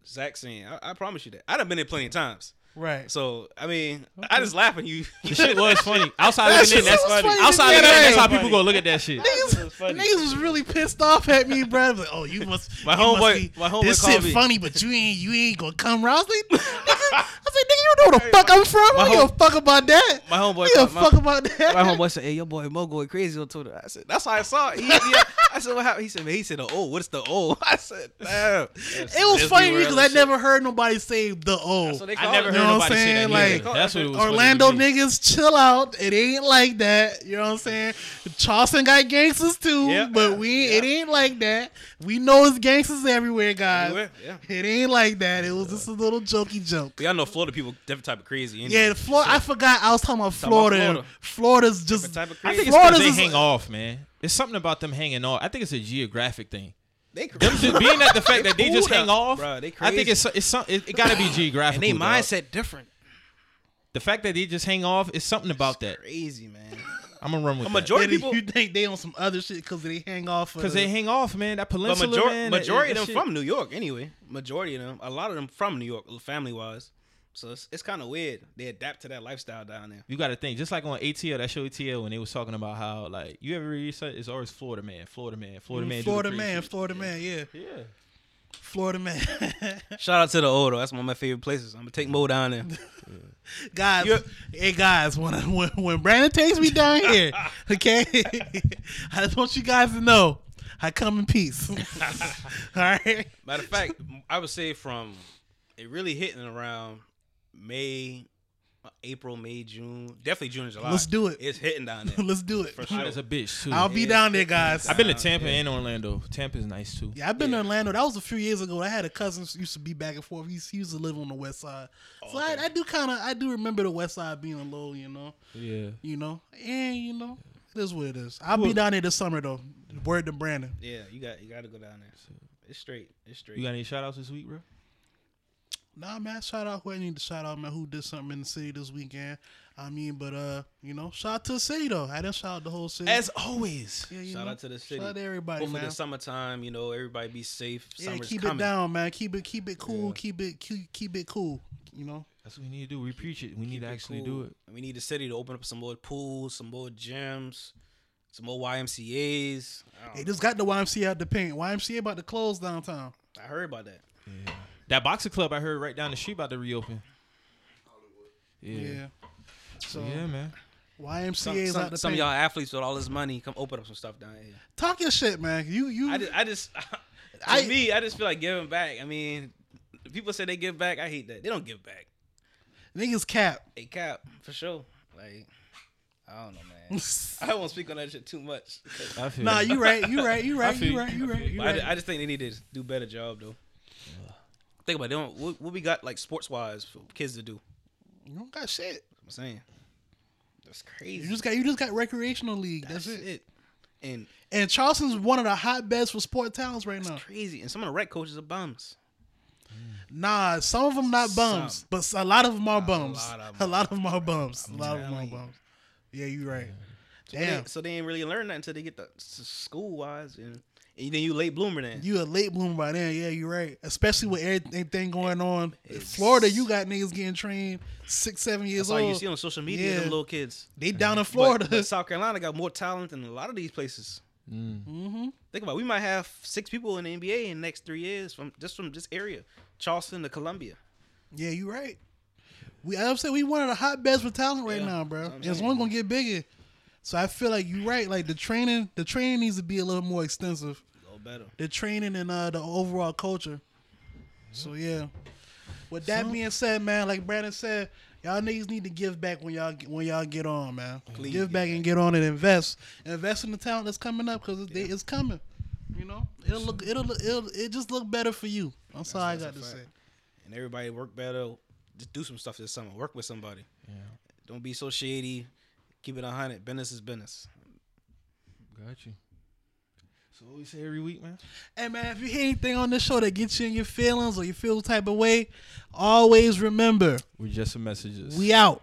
Exact same. I, I promise you that. I done been there plenty of times.
right.
So I mean, I just laugh when you.
The shit was funny. Outside looking in,
shit
that's
was
funny.
funny.
Outside
Yeah,
looking in,
that
that's
ain't
how
funny.
people go look at that shit.
Niggas,
was funny.
niggas was really pissed off at me, bro. I was Like, oh, you must.
My
you must
homeboy-
be-
my homeboy
This
called
shit
me.
funny, but you ain't. You ain't gonna come around. I was like, nigga, I was like, nigga, you know where the fuck I'm from. I don't give a fuck about that.
my homeboy
I don't give
called-
a
my-
fuck about that.
My homeboy said, "Hey, your boy Mo going crazy on Twitter." I said, "That's how I saw it." He, he, I said, "What happened?" He said, "Man, he said the O. What's the O?" I said, "Damn."
it was funny because I never heard nobody say the oh, O.
So they
I
call
never
it.
heard
You know what I'm
nobody say
saying?
that. either.
Like,
that's what it was. funny to
Orlando
me.
niggas, chill out. It ain't like that. You know what I'm saying? Charleston got gangsters too,
Yeah.
but we it ain't like that. We know it's gangsters everywhere, guys.
Everywhere, yeah.
It ain't like that. It was just a little jokey joke.
But y'all know Florida people different type of crazy. anyway.
Yeah, the Florida. I forgot I was talking about
Talking about
Florida.
Florida.
Florida's just.
Different type of
I
crazy.
think it's because
Florida's
they
is-
hang off, man. It's something about them hanging off. I think it's a geographic thing.
They
Them
crazy.
just being at the fact that they
cool
just
down,
hang off.
bruh. They
I think
crazy.
it's so- it's some, it, it got to be geographical.
and they
dog.
mindset different.
The fact that they just hang off is something about that.
Crazy man.
I'm gonna run with
A
that.
majority
and
people,
you think they on some other shit because they hang off?
because they hang off, man. That
but
peninsula,
major-
man, that-
majority
that
of them
shit-
from New York anyway. Majority of them, a lot of them from New York, family wise. So it's, it's kind of weird. They adapt to that lifestyle down there.
You got to think, just like on ATL, that show ATL, when they was talking about how like you ever read something, it's always Florida man, Florida man, Florida man, do
Mm,
the
Florida
crazy
man,
shit.
Florida man, yeah,
Yeah,
Florida man.
Shout out to the Odo. That's one of my favorite places. I'm gonna take Mo down there.
guys,
You're-
hey guys, when, when when Brandon takes me down here, okay, I just want you guys to know I come in peace. All right.
Matter of fact, I would say from it really hitting around May, uh, April, May, June, definitely June and July.
Let's do it.
It's hitting down there.
Let's do it.
For sure.
Hot as a bitch too.
I'll be
Yeah.
down there, guys.
I've been to Tampa and Orlando. Tampa's nice too.
Yeah, I've been to Orlando. That was a few years ago. I had a cousin who used to be back and forth. He used, he used to live on the west side, so I, I do kind of I do remember the west side being low. You know,
Yeah.
you know, and you know, it is what it is. I'll be down there this summer though. Word to Brandon.
Yeah, you got you got to go down there. It's straight. It's straight.
You got any shout outs this week, bro?
Nah, man, shout out who I need to shout out, man, who did something in the city this weekend. I mean, but uh, you know, shout out to the city though. I didn't shout out the whole city.
As always.
yeah, you
Shout
know,
out to the city.
Shout out to everybody,
Hopefully,
man.
the summertime, you know, everybody be safe.
Yeah,
Summer's
keep
coming.
it down, man. Keep it, keep it cool. Keep it, keep, keep it cool. You know.
That's what we need to do. We preach it. We need to
Keep
actually do
cool.
it.
We need the city to open up some more pools, some more gyms, some more YMCA's. I don't
They just got the YMCA out the paint. YMCA about to close downtown.
know. I heard about that.
That boxing club I heard right down the street about to reopen.
Yeah.
Yeah.
So
yeah, man.
YMCA
Some,
is
some,
out the
some of
paint.
y'all athletes with all this money, come open up some stuff down here.
Talk your shit, man. You you.
I just, I just, to
I-
me, I just feel like giving back. I mean, people say they give back. I hate that. They don't give back.
niggas cap.
They cap for sure. Like, I don't know, man. I won't speak on that shit too much. 'cause-
I feel
nah,
it.
you right. You right. You right.
feel
You
you.
right. You right. You
but I,
right.
ju- I just think they need to do better job though. Think about it. They don't- What, what we got like sports wise for kids to do.
You don't got shit.
I'm saying that's crazy.
You just got you just got recreational league.
that's
That's, it.
it. And
And Charleston's one of the hotbeds for sport talents right now.
it's crazy. And some of the rec coaches are bums.
Nah, some of them not bums,
Some.
but s- a lot of them are bums.
lot of 'em
A lot of them are bums. A lot of them are
telling you.
bums. Yeah, you right.
So they-
Damn,
so they ain't really learn nothing until they get the school wise, and, and then you late bloomer then.
you a late bloomer by then. Yeah, you right. Especially with
E-,
everything going on. In Florida, you got niggas getting trained six, seven years
that's all
old.
you see on social media.
yeah.
Them little kids.
They down in
But-
Florida.
but South Carolina got more talent than a lot of these places.
Mm,
hmm
Think about it, we might have six people in the NBA in the next three years from just from this area, Charleston to Columbia.
Yeah, you right. We I'm saying we one of the hotbeds for talent right
Yeah,
now, bro.
that's what I'm
And it's
saying.
only gonna get bigger. So I feel like you right. Like the training, the training needs to be a little more extensive.
Go better.
The training and uh, the overall culture. So yeah. With that being said, man, like Brandon said, y'all niggas need to give back when y'all when y'all get on, man.
Please
give
give
back and get on and invest. Invest in the talent that's coming up because it's coming. You know, it'll look it'll look- it'll it just look better for you. That's, all I got
that's
to
a
say.
fact. And everybody work better. Just do some stuff this summer. Work with somebody.
Yeah.
Don't be so shady. Keep it a hundred. Business is business.
Got you. So what we say every week, man.
Hey man, if you hear anything on this show that gets you in your feelings or you feel the type of way, always remember
We're just some messages.
we out.